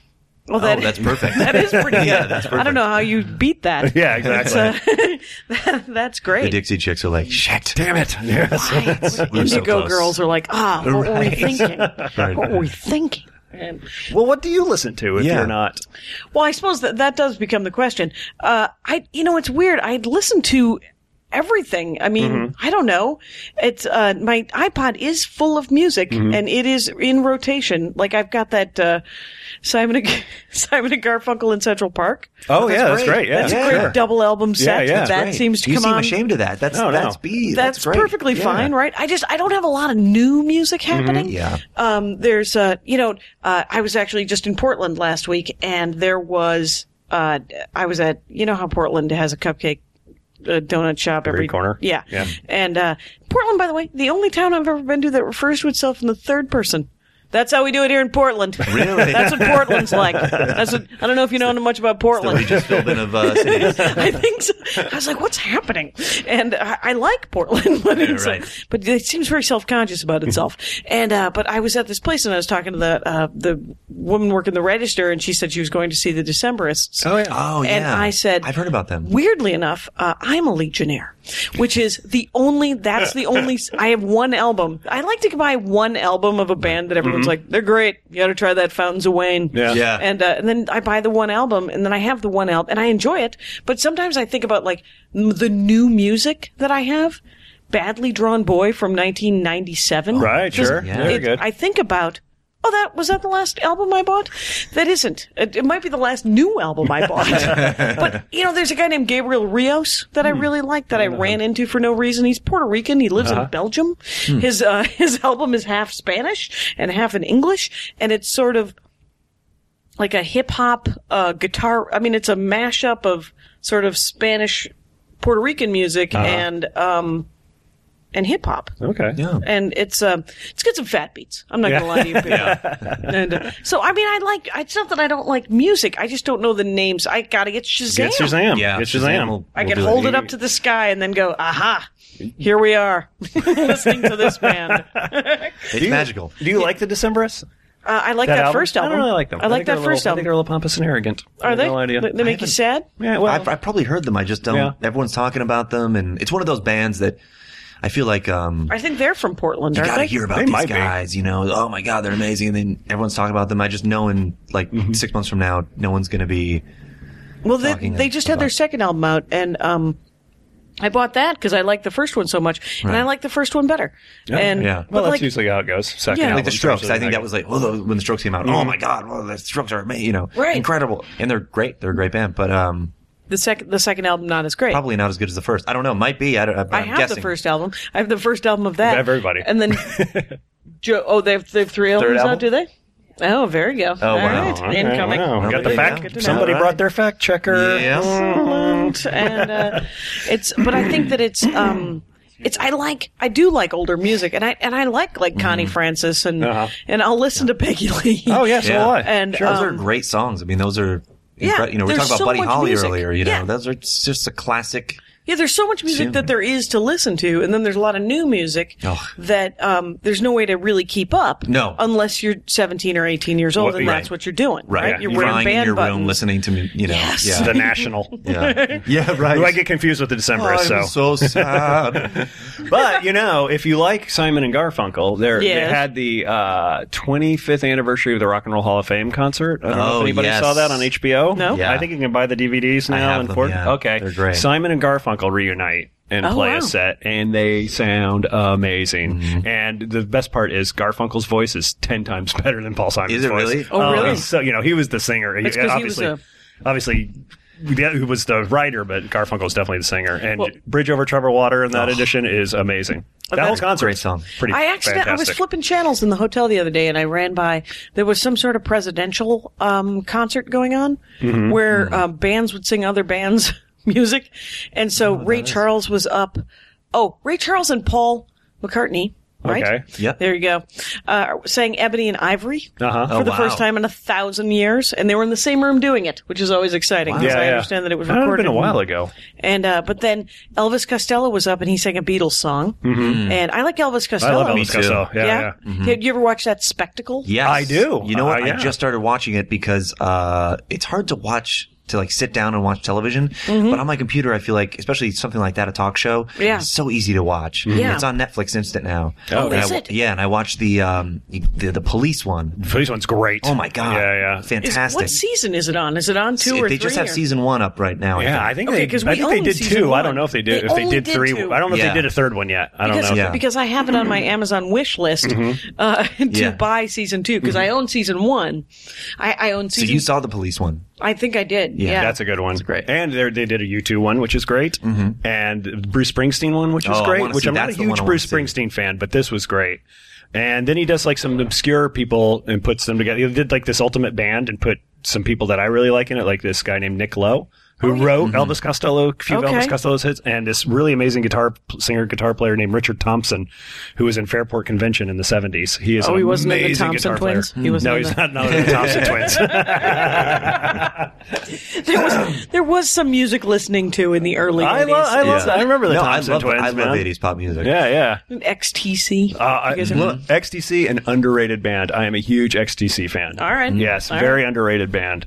[SPEAKER 3] well,
[SPEAKER 4] Oh,
[SPEAKER 3] that,
[SPEAKER 4] that's perfect.
[SPEAKER 3] that is pretty good.
[SPEAKER 4] Yeah, that's
[SPEAKER 3] I don't know how you beat that. uh,
[SPEAKER 5] Yeah, exactly.
[SPEAKER 3] that's
[SPEAKER 4] The
[SPEAKER 3] great.
[SPEAKER 4] Dixie Chicks are like shit.
[SPEAKER 5] Damn it! Yes.
[SPEAKER 4] We're so
[SPEAKER 3] Indigo
[SPEAKER 4] close.
[SPEAKER 3] girls are like, ah, what were we thinking?
[SPEAKER 4] Right.
[SPEAKER 3] What were we thinking? And,
[SPEAKER 5] Well, what do you listen to if
[SPEAKER 4] Yeah.
[SPEAKER 5] you're not?
[SPEAKER 3] well, I suppose that that does become the question. Uh, I, you know, it's weird. I listen to everything. I mean,
[SPEAKER 4] Mm-hmm.
[SPEAKER 3] I don't know. It's uh, my iPod is full of music,
[SPEAKER 4] Mm-hmm.
[SPEAKER 3] and it is in rotation. Like I've got that uh, Simon and, Simon and Garfunkel in Central Park.
[SPEAKER 5] Oh, yeah, that's great. Yeah,
[SPEAKER 3] That's
[SPEAKER 5] yeah.
[SPEAKER 3] a great
[SPEAKER 5] sure.
[SPEAKER 3] double album set.
[SPEAKER 5] yeah.
[SPEAKER 3] that
[SPEAKER 4] Great.
[SPEAKER 3] seems to
[SPEAKER 4] you
[SPEAKER 3] come
[SPEAKER 4] seem
[SPEAKER 3] on.
[SPEAKER 4] ashamed of that. That's
[SPEAKER 5] No, no.
[SPEAKER 4] that's be
[SPEAKER 3] that's,
[SPEAKER 4] great.
[SPEAKER 3] perfectly
[SPEAKER 4] Yeah.
[SPEAKER 3] fine, right? I just I don't have a lot of new music happening.
[SPEAKER 4] Yeah.
[SPEAKER 3] Um, there's uh, you know, uh, I was actually just in Portland last week, and there was uh, I was at you know how Portland has a cupcake. uh donut shop every,
[SPEAKER 5] corner?
[SPEAKER 3] Yeah.
[SPEAKER 5] Yeah.
[SPEAKER 3] And uh, Portland, by the way, the only town I've ever been to that refers to itself in the third person. That's how we do it here in Portland.
[SPEAKER 4] Really?
[SPEAKER 3] That's what Portland's like. That's what, I don't know if you know much about
[SPEAKER 4] The
[SPEAKER 3] Portland.
[SPEAKER 4] Regis Philbin of uh, cities.
[SPEAKER 3] I think so. I was like, what's happening? And I, I like Portland, but, it's
[SPEAKER 4] right.
[SPEAKER 3] like- but it seems very self-conscious about itself. and, uh, but I was at this place and I was talking to the, uh, the woman working the register and she said she was going to see the Decemberists.
[SPEAKER 5] Oh, yeah.
[SPEAKER 4] Oh yeah.
[SPEAKER 3] And I said,
[SPEAKER 4] I've heard about them.
[SPEAKER 3] Weirdly enough, uh, I'm a Legionnaire, which is the only, that's the only, s- I have one album. I like to buy one album of a band that everyone's like, they're great. You ought to try that Fountains of Wayne.
[SPEAKER 5] Yeah.
[SPEAKER 4] Yeah.
[SPEAKER 3] And, uh, and then I buy the one album and then I have the one album and I enjoy it. But sometimes I think about like m- the new music that I have. Badly Drawn Boy from 1997.
[SPEAKER 5] Right,
[SPEAKER 3] Just-
[SPEAKER 5] sure.
[SPEAKER 4] Yeah.
[SPEAKER 5] Very
[SPEAKER 3] it-
[SPEAKER 5] good.
[SPEAKER 3] I think about. Oh, that was that the last album I bought? That isn't. It, it might be the last new album I bought. but you know, there's a guy named Gabriel Rios that I
[SPEAKER 5] Hmm.
[SPEAKER 3] really like that I ran into for no reason. He's Puerto Rican. He lives
[SPEAKER 5] Uh-huh.
[SPEAKER 3] in Belgium.
[SPEAKER 5] Hmm.
[SPEAKER 3] His uh, his album is half Spanish and half in English, and it's sort of like a hip hop uh, guitar. I mean, it's a mashup of sort of Spanish, Puerto Rican music
[SPEAKER 5] Uh-huh.
[SPEAKER 3] and um and hip hop
[SPEAKER 5] okay.
[SPEAKER 4] yeah.
[SPEAKER 3] and it's um, it's got some fat beats. I'm not gonna lie to you. Peter. And uh, so I mean, I like. It's not that I don't like music. I just don't know the names. I gotta get Shazam.
[SPEAKER 5] Get Shazam.
[SPEAKER 4] Yeah,
[SPEAKER 5] Get Shazam.
[SPEAKER 4] Shazam will-
[SPEAKER 3] I
[SPEAKER 4] will
[SPEAKER 3] can
[SPEAKER 4] do
[SPEAKER 3] hold it. up to the sky and then go, aha, here we are, listening to this band. Uh,
[SPEAKER 4] It's magical.
[SPEAKER 5] Do you like the Decemberists?
[SPEAKER 3] I like that, first album.
[SPEAKER 5] I don't really like them.
[SPEAKER 3] I like
[SPEAKER 5] think they're
[SPEAKER 3] that
[SPEAKER 5] a little-
[SPEAKER 3] first
[SPEAKER 5] I think
[SPEAKER 3] album.
[SPEAKER 5] they're a little pompous and arrogant. I
[SPEAKER 3] Are
[SPEAKER 5] have
[SPEAKER 3] they?
[SPEAKER 5] No idea.
[SPEAKER 3] They, they make you sad.
[SPEAKER 5] yeah, well,
[SPEAKER 4] I've, I've probably heard them. I just don't.
[SPEAKER 5] Yeah.
[SPEAKER 4] Everyone's talking about them, and it's one of those bands that I feel like um,
[SPEAKER 3] I think they're from Portland,
[SPEAKER 4] you
[SPEAKER 3] aren't
[SPEAKER 4] gotta
[SPEAKER 3] they?
[SPEAKER 4] hear about
[SPEAKER 5] They
[SPEAKER 4] these
[SPEAKER 5] might be.
[SPEAKER 4] guys. You know, oh my god, they're amazing. And then everyone's talking about them. I just know in like
[SPEAKER 5] Mm-hmm.
[SPEAKER 4] six months from now, no one's gonna be.
[SPEAKER 3] Well, they,
[SPEAKER 4] talking
[SPEAKER 3] they just had their
[SPEAKER 4] about-
[SPEAKER 3] second album out, and um, I bought that because I liked the first one so much, and I
[SPEAKER 4] Right.
[SPEAKER 3] like the first one better. and
[SPEAKER 4] yeah.
[SPEAKER 3] but
[SPEAKER 5] well that's
[SPEAKER 3] like,
[SPEAKER 5] usually how it goes. Second
[SPEAKER 3] Yeah.
[SPEAKER 5] album, Mm-hmm.
[SPEAKER 4] Like the Strokes,
[SPEAKER 5] usually
[SPEAKER 4] I think that was like well, the, when the Strokes came out. Oh my God, well, the Strokes are amazing, you know,
[SPEAKER 3] Right.
[SPEAKER 4] incredible, and they're great. They're a great band, but um,
[SPEAKER 3] the second the second album not as great.
[SPEAKER 4] probably not as good as the first. I don't know. Might be. I don't. I'm
[SPEAKER 3] I have
[SPEAKER 4] guessing.
[SPEAKER 3] the first album. I have the first album of that.
[SPEAKER 5] Everybody.
[SPEAKER 3] And then Joe. Oh, they have they have three albums now,
[SPEAKER 4] album?
[SPEAKER 3] do they? Oh, there you go.
[SPEAKER 4] Oh, wow.
[SPEAKER 5] Okay,
[SPEAKER 3] Incoming.
[SPEAKER 5] wow. Got
[SPEAKER 4] There
[SPEAKER 5] the
[SPEAKER 4] you
[SPEAKER 5] fact.
[SPEAKER 4] go.
[SPEAKER 5] Somebody
[SPEAKER 4] All right.
[SPEAKER 5] brought their fact checker.
[SPEAKER 4] Yeah.
[SPEAKER 3] Excellent. and uh, it's but I think that it's um it's I like I do like older music and I and I like like Connie Francis and
[SPEAKER 5] Uh-huh.
[SPEAKER 3] and I'll listen to Peggy Lee.
[SPEAKER 5] Oh yeah, so
[SPEAKER 4] Yeah.
[SPEAKER 5] do I.
[SPEAKER 3] And
[SPEAKER 5] sure.
[SPEAKER 4] Those
[SPEAKER 3] um,
[SPEAKER 4] are great songs. I mean, those are.
[SPEAKER 3] Yeah,
[SPEAKER 4] incre- you know, we
[SPEAKER 3] there's
[SPEAKER 4] talked about
[SPEAKER 3] so
[SPEAKER 4] Buddy
[SPEAKER 3] much
[SPEAKER 4] Holly
[SPEAKER 3] music.
[SPEAKER 4] earlier. You know,
[SPEAKER 3] Yeah.
[SPEAKER 4] those are it's just a classic.
[SPEAKER 3] Yeah, there's so much music
[SPEAKER 4] Soon.
[SPEAKER 3] that there is to listen to, and then there's a lot of new music
[SPEAKER 4] Ugh.
[SPEAKER 3] that um, there's no way to really keep up.
[SPEAKER 4] No.
[SPEAKER 3] unless you're 17 or 18 years old,
[SPEAKER 5] Well,
[SPEAKER 3] and
[SPEAKER 5] right.
[SPEAKER 3] that's what you're doing. Right,
[SPEAKER 4] Right.
[SPEAKER 3] you're
[SPEAKER 4] You're
[SPEAKER 3] wearing
[SPEAKER 4] lying in
[SPEAKER 3] band
[SPEAKER 4] your
[SPEAKER 3] buttons.
[SPEAKER 4] room listening to, mu- you know.
[SPEAKER 3] Yes.
[SPEAKER 5] the
[SPEAKER 4] Yeah.
[SPEAKER 5] National.
[SPEAKER 4] Yeah. yeah, right.
[SPEAKER 5] Who I get confused with the Decemberists. so.
[SPEAKER 4] sad.
[SPEAKER 5] but you know, if you like Simon and Garfunkel, they're,
[SPEAKER 3] Yes.
[SPEAKER 5] they had the uh, 25th anniversary of the Rock and Roll Hall of Fame concert. I don't know
[SPEAKER 4] Oh,
[SPEAKER 5] if anybody
[SPEAKER 4] yes.
[SPEAKER 5] saw that on HBO.
[SPEAKER 3] No.
[SPEAKER 4] Yeah.
[SPEAKER 5] I think you can buy the DVDs now.
[SPEAKER 4] have
[SPEAKER 5] and
[SPEAKER 4] them,
[SPEAKER 5] port-
[SPEAKER 4] yeah.
[SPEAKER 5] Okay,
[SPEAKER 4] They're great.
[SPEAKER 5] Simon and Garfunkel reunite and
[SPEAKER 3] Oh,
[SPEAKER 5] play
[SPEAKER 3] wow.
[SPEAKER 5] a set, and they sound amazing.
[SPEAKER 4] Mm-hmm.
[SPEAKER 5] And the best part is Garfunkel's voice is ten times better than Paul Simon's
[SPEAKER 4] Is it
[SPEAKER 5] voice.
[SPEAKER 4] really?
[SPEAKER 3] Oh, really?
[SPEAKER 5] he's So you know, he was the singer. He-
[SPEAKER 3] That's 'cause he was
[SPEAKER 5] obviously, obviously. Yeah, who was the writer, but Garfunkel's definitely the singer. And
[SPEAKER 3] Well-
[SPEAKER 5] Bridge Over Troubled Water in that edition is amazing. That whole concert,
[SPEAKER 4] Great song.
[SPEAKER 5] pretty
[SPEAKER 3] I actually I was
[SPEAKER 5] fantastic.
[SPEAKER 3] flipping channels in the hotel the other day, and I ran by there was some sort of presidential um, concert going on where uh, bands would sing other bands' music, and so Ray Charles was up. Oh, Ray Charles and Paul McCartney. Right.
[SPEAKER 5] Okay.
[SPEAKER 4] Yep.
[SPEAKER 3] There you go. Uh, sang Ebony and Ivory
[SPEAKER 5] Uh-huh.
[SPEAKER 3] for
[SPEAKER 5] Oh,
[SPEAKER 3] the
[SPEAKER 4] wow.
[SPEAKER 3] first time in a thousand years, and they were in the same room doing it, which is always exciting. 'cause I understand that it was
[SPEAKER 5] That would've
[SPEAKER 3] recorded
[SPEAKER 5] been a while ago.
[SPEAKER 3] and uh, but then Elvis Costello was up and he sang a Beatles song, and I like Elvis
[SPEAKER 5] I
[SPEAKER 3] Costello.
[SPEAKER 5] love Elvis Costello. Yeah, yeah.
[SPEAKER 3] Did you ever watch that spectacle?
[SPEAKER 4] Yes.
[SPEAKER 5] I do.
[SPEAKER 4] You know what?
[SPEAKER 5] Uh, yeah.
[SPEAKER 4] I just started watching it because uh, it's hard to watch to like sit down and watch television. But on my computer, I feel like, especially something like that, a talk show,
[SPEAKER 3] Mm-hmm. Yeah.
[SPEAKER 4] it's so easy to watch.
[SPEAKER 3] Yeah.
[SPEAKER 4] It's on Netflix Instant now.
[SPEAKER 5] Oh,
[SPEAKER 4] And I-
[SPEAKER 3] is it?
[SPEAKER 4] Yeah, and I watched the, um, the, the police one.
[SPEAKER 5] This one's great.
[SPEAKER 4] Oh my God.
[SPEAKER 5] Yeah, yeah.
[SPEAKER 3] Is-
[SPEAKER 4] Fantastic.
[SPEAKER 3] What season is it on? Is it on two or three?
[SPEAKER 4] they just have
[SPEAKER 3] or-
[SPEAKER 4] season one up right now. I
[SPEAKER 5] Yeah,
[SPEAKER 4] think.
[SPEAKER 5] I think
[SPEAKER 3] Okay,
[SPEAKER 5] they.
[SPEAKER 3] 'cause
[SPEAKER 5] I
[SPEAKER 3] we
[SPEAKER 5] think they
[SPEAKER 3] own
[SPEAKER 5] did
[SPEAKER 3] season
[SPEAKER 5] two. I
[SPEAKER 3] one.
[SPEAKER 5] don't know if they did.
[SPEAKER 3] They
[SPEAKER 5] if they
[SPEAKER 3] only
[SPEAKER 5] did
[SPEAKER 3] did
[SPEAKER 5] three,
[SPEAKER 3] two.
[SPEAKER 5] I don't know if
[SPEAKER 4] Yeah.
[SPEAKER 5] they did a third one yet. I don't
[SPEAKER 3] because,
[SPEAKER 5] know.
[SPEAKER 4] Yeah.
[SPEAKER 3] because I have it on my Amazon wish list
[SPEAKER 5] Mm-hmm.
[SPEAKER 3] uh, to
[SPEAKER 4] Yeah.
[SPEAKER 3] buy season two because I own season one. I, I own
[SPEAKER 4] So
[SPEAKER 3] season.
[SPEAKER 4] you saw the police one.
[SPEAKER 3] I think I did. Yeah,
[SPEAKER 5] That's a good one.
[SPEAKER 4] great.
[SPEAKER 5] And they they did a U two one, which is great, and the Bruce Springsteen one, which was
[SPEAKER 4] Mm-hmm. Oh, I
[SPEAKER 5] great.
[SPEAKER 4] wanna
[SPEAKER 5] Which
[SPEAKER 4] see-
[SPEAKER 5] I'm not a
[SPEAKER 4] that's the one
[SPEAKER 5] huge
[SPEAKER 4] I wanna
[SPEAKER 5] Bruce
[SPEAKER 4] see.
[SPEAKER 5] Springsteen fan, but this was great. And then he does like some obscure people and puts them together. He did like this Ultimate Band and put some people that I really like in it, like this guy named Nick Lowe. Who
[SPEAKER 4] Mm-hmm.
[SPEAKER 5] wrote Elvis Costello, a few of
[SPEAKER 3] Oh, Okay.
[SPEAKER 5] Elvis Costello's hits, and this really amazing guitar p- singer, guitar player named Richard Thompson, who was in Fairport Convention in the 70s. He is
[SPEAKER 3] Oh,
[SPEAKER 5] an
[SPEAKER 3] he wasn't in the
[SPEAKER 5] amazing
[SPEAKER 3] Thompson
[SPEAKER 5] guitar player. Hmm.
[SPEAKER 3] twins? He wasn't
[SPEAKER 5] no,
[SPEAKER 3] in
[SPEAKER 5] he's
[SPEAKER 3] the-
[SPEAKER 5] not, not in the Thompson twins.
[SPEAKER 3] there was there was some music listening to in the early.
[SPEAKER 5] I,
[SPEAKER 3] 80s.
[SPEAKER 5] lo- I, love
[SPEAKER 4] Yeah.
[SPEAKER 5] I remember the
[SPEAKER 4] no,
[SPEAKER 5] Thompson
[SPEAKER 4] I love,
[SPEAKER 5] twins.
[SPEAKER 4] I love
[SPEAKER 5] man.
[SPEAKER 4] 80s pop music.
[SPEAKER 5] Yeah, yeah.
[SPEAKER 3] XTC.
[SPEAKER 5] Uh, I,
[SPEAKER 3] guys are-
[SPEAKER 5] look, XTC, an underrated band. I am a huge XTC fan.
[SPEAKER 3] All right.
[SPEAKER 5] Yes,
[SPEAKER 3] All
[SPEAKER 5] very underrated band.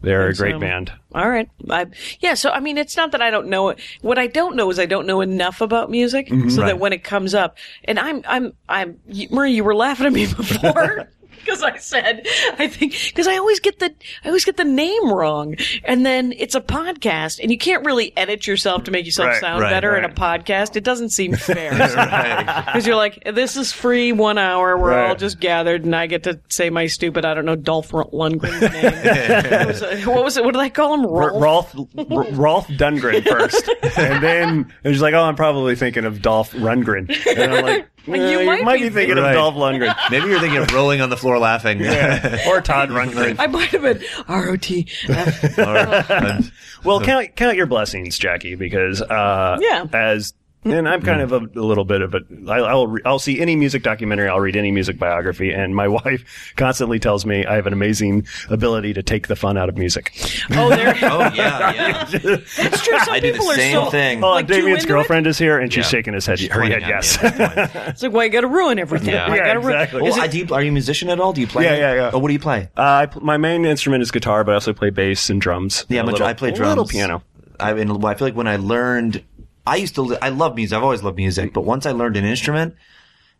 [SPEAKER 5] They're a
[SPEAKER 3] Think
[SPEAKER 5] great
[SPEAKER 3] so.
[SPEAKER 5] band.
[SPEAKER 3] All right. I, yeah. So I mean, it's not that I don't know it. What I don't know is I don't know enough about music,
[SPEAKER 5] Mm-hmm.
[SPEAKER 3] so that
[SPEAKER 4] Right.
[SPEAKER 3] when it comes up, and I'm, I'm, I'm, you, Marie, you were laughing at me before. Because I said, I think, because I always get the, I always get the name wrong. And then it's a podcast and you can't really edit yourself to make yourself
[SPEAKER 5] Right,
[SPEAKER 3] sound
[SPEAKER 4] right,
[SPEAKER 3] better in a
[SPEAKER 4] right.
[SPEAKER 3] podcast. It doesn't seem fair.
[SPEAKER 4] Right.
[SPEAKER 3] Because you're like, this is free one hour. We're all
[SPEAKER 5] Right.
[SPEAKER 3] just gathered, and I get to say my stupid, I don't know, Dolph Lundgren's name. what, was it, what was it? What did I call him?
[SPEAKER 5] R-
[SPEAKER 3] Rolf?
[SPEAKER 5] Rolf R- Rolf Dundgren first, and then it was like, oh, I'm probably thinking of Dolph Rundgren, and I'm like,
[SPEAKER 3] You
[SPEAKER 5] eh, you
[SPEAKER 3] might
[SPEAKER 5] might
[SPEAKER 3] be
[SPEAKER 5] be thinking
[SPEAKER 4] Right.
[SPEAKER 5] of Dolph Lundgren
[SPEAKER 4] Maybe you're thinking of rolling on the floor laughing.
[SPEAKER 5] or Todd Rundgren.
[SPEAKER 3] I might have been R O T F.
[SPEAKER 4] All right.
[SPEAKER 5] Well, count count your blessings, Jackie, because uh,
[SPEAKER 3] Yeah.
[SPEAKER 5] as and I'm kind of a, a little bit of a I, I'll re, I'll see any music documentary, I'll read any music biography, and my wife constantly tells me I have an amazing ability to take the fun out of music.
[SPEAKER 3] Oh, there.
[SPEAKER 4] Oh yeah, yeah.
[SPEAKER 3] It's true. Some
[SPEAKER 4] I do the
[SPEAKER 3] people are
[SPEAKER 4] same
[SPEAKER 3] so.
[SPEAKER 4] thing.
[SPEAKER 5] Oh,
[SPEAKER 3] Like, too
[SPEAKER 5] Damien's
[SPEAKER 3] into it?
[SPEAKER 5] girlfriend is here, and she's
[SPEAKER 4] Yeah.
[SPEAKER 5] shaking his head.
[SPEAKER 4] She's
[SPEAKER 5] her
[SPEAKER 4] pointing
[SPEAKER 5] head,
[SPEAKER 4] at me
[SPEAKER 5] yes. Uh,
[SPEAKER 4] at this point.
[SPEAKER 3] It's like, why you got to ruin everything?
[SPEAKER 4] Yeah.
[SPEAKER 3] Why you
[SPEAKER 5] Yeah,
[SPEAKER 3] gotta ruin-
[SPEAKER 5] exactly.
[SPEAKER 3] Is
[SPEAKER 4] Well,
[SPEAKER 3] it-
[SPEAKER 4] I- do you, are you a musician at all? Do you play?
[SPEAKER 5] Yeah,
[SPEAKER 4] any-
[SPEAKER 5] yeah, yeah.
[SPEAKER 4] Oh, what do you play?
[SPEAKER 5] Uh, I pl- my main instrument is guitar, but I also play bass and drums.
[SPEAKER 4] Yeah, I'm
[SPEAKER 5] and
[SPEAKER 4] a,
[SPEAKER 5] a little,
[SPEAKER 4] I play drums.
[SPEAKER 5] Little piano.
[SPEAKER 4] I mean, I feel like when I learned, I used to. li- I love music. I've always loved music, but once I learned an instrument,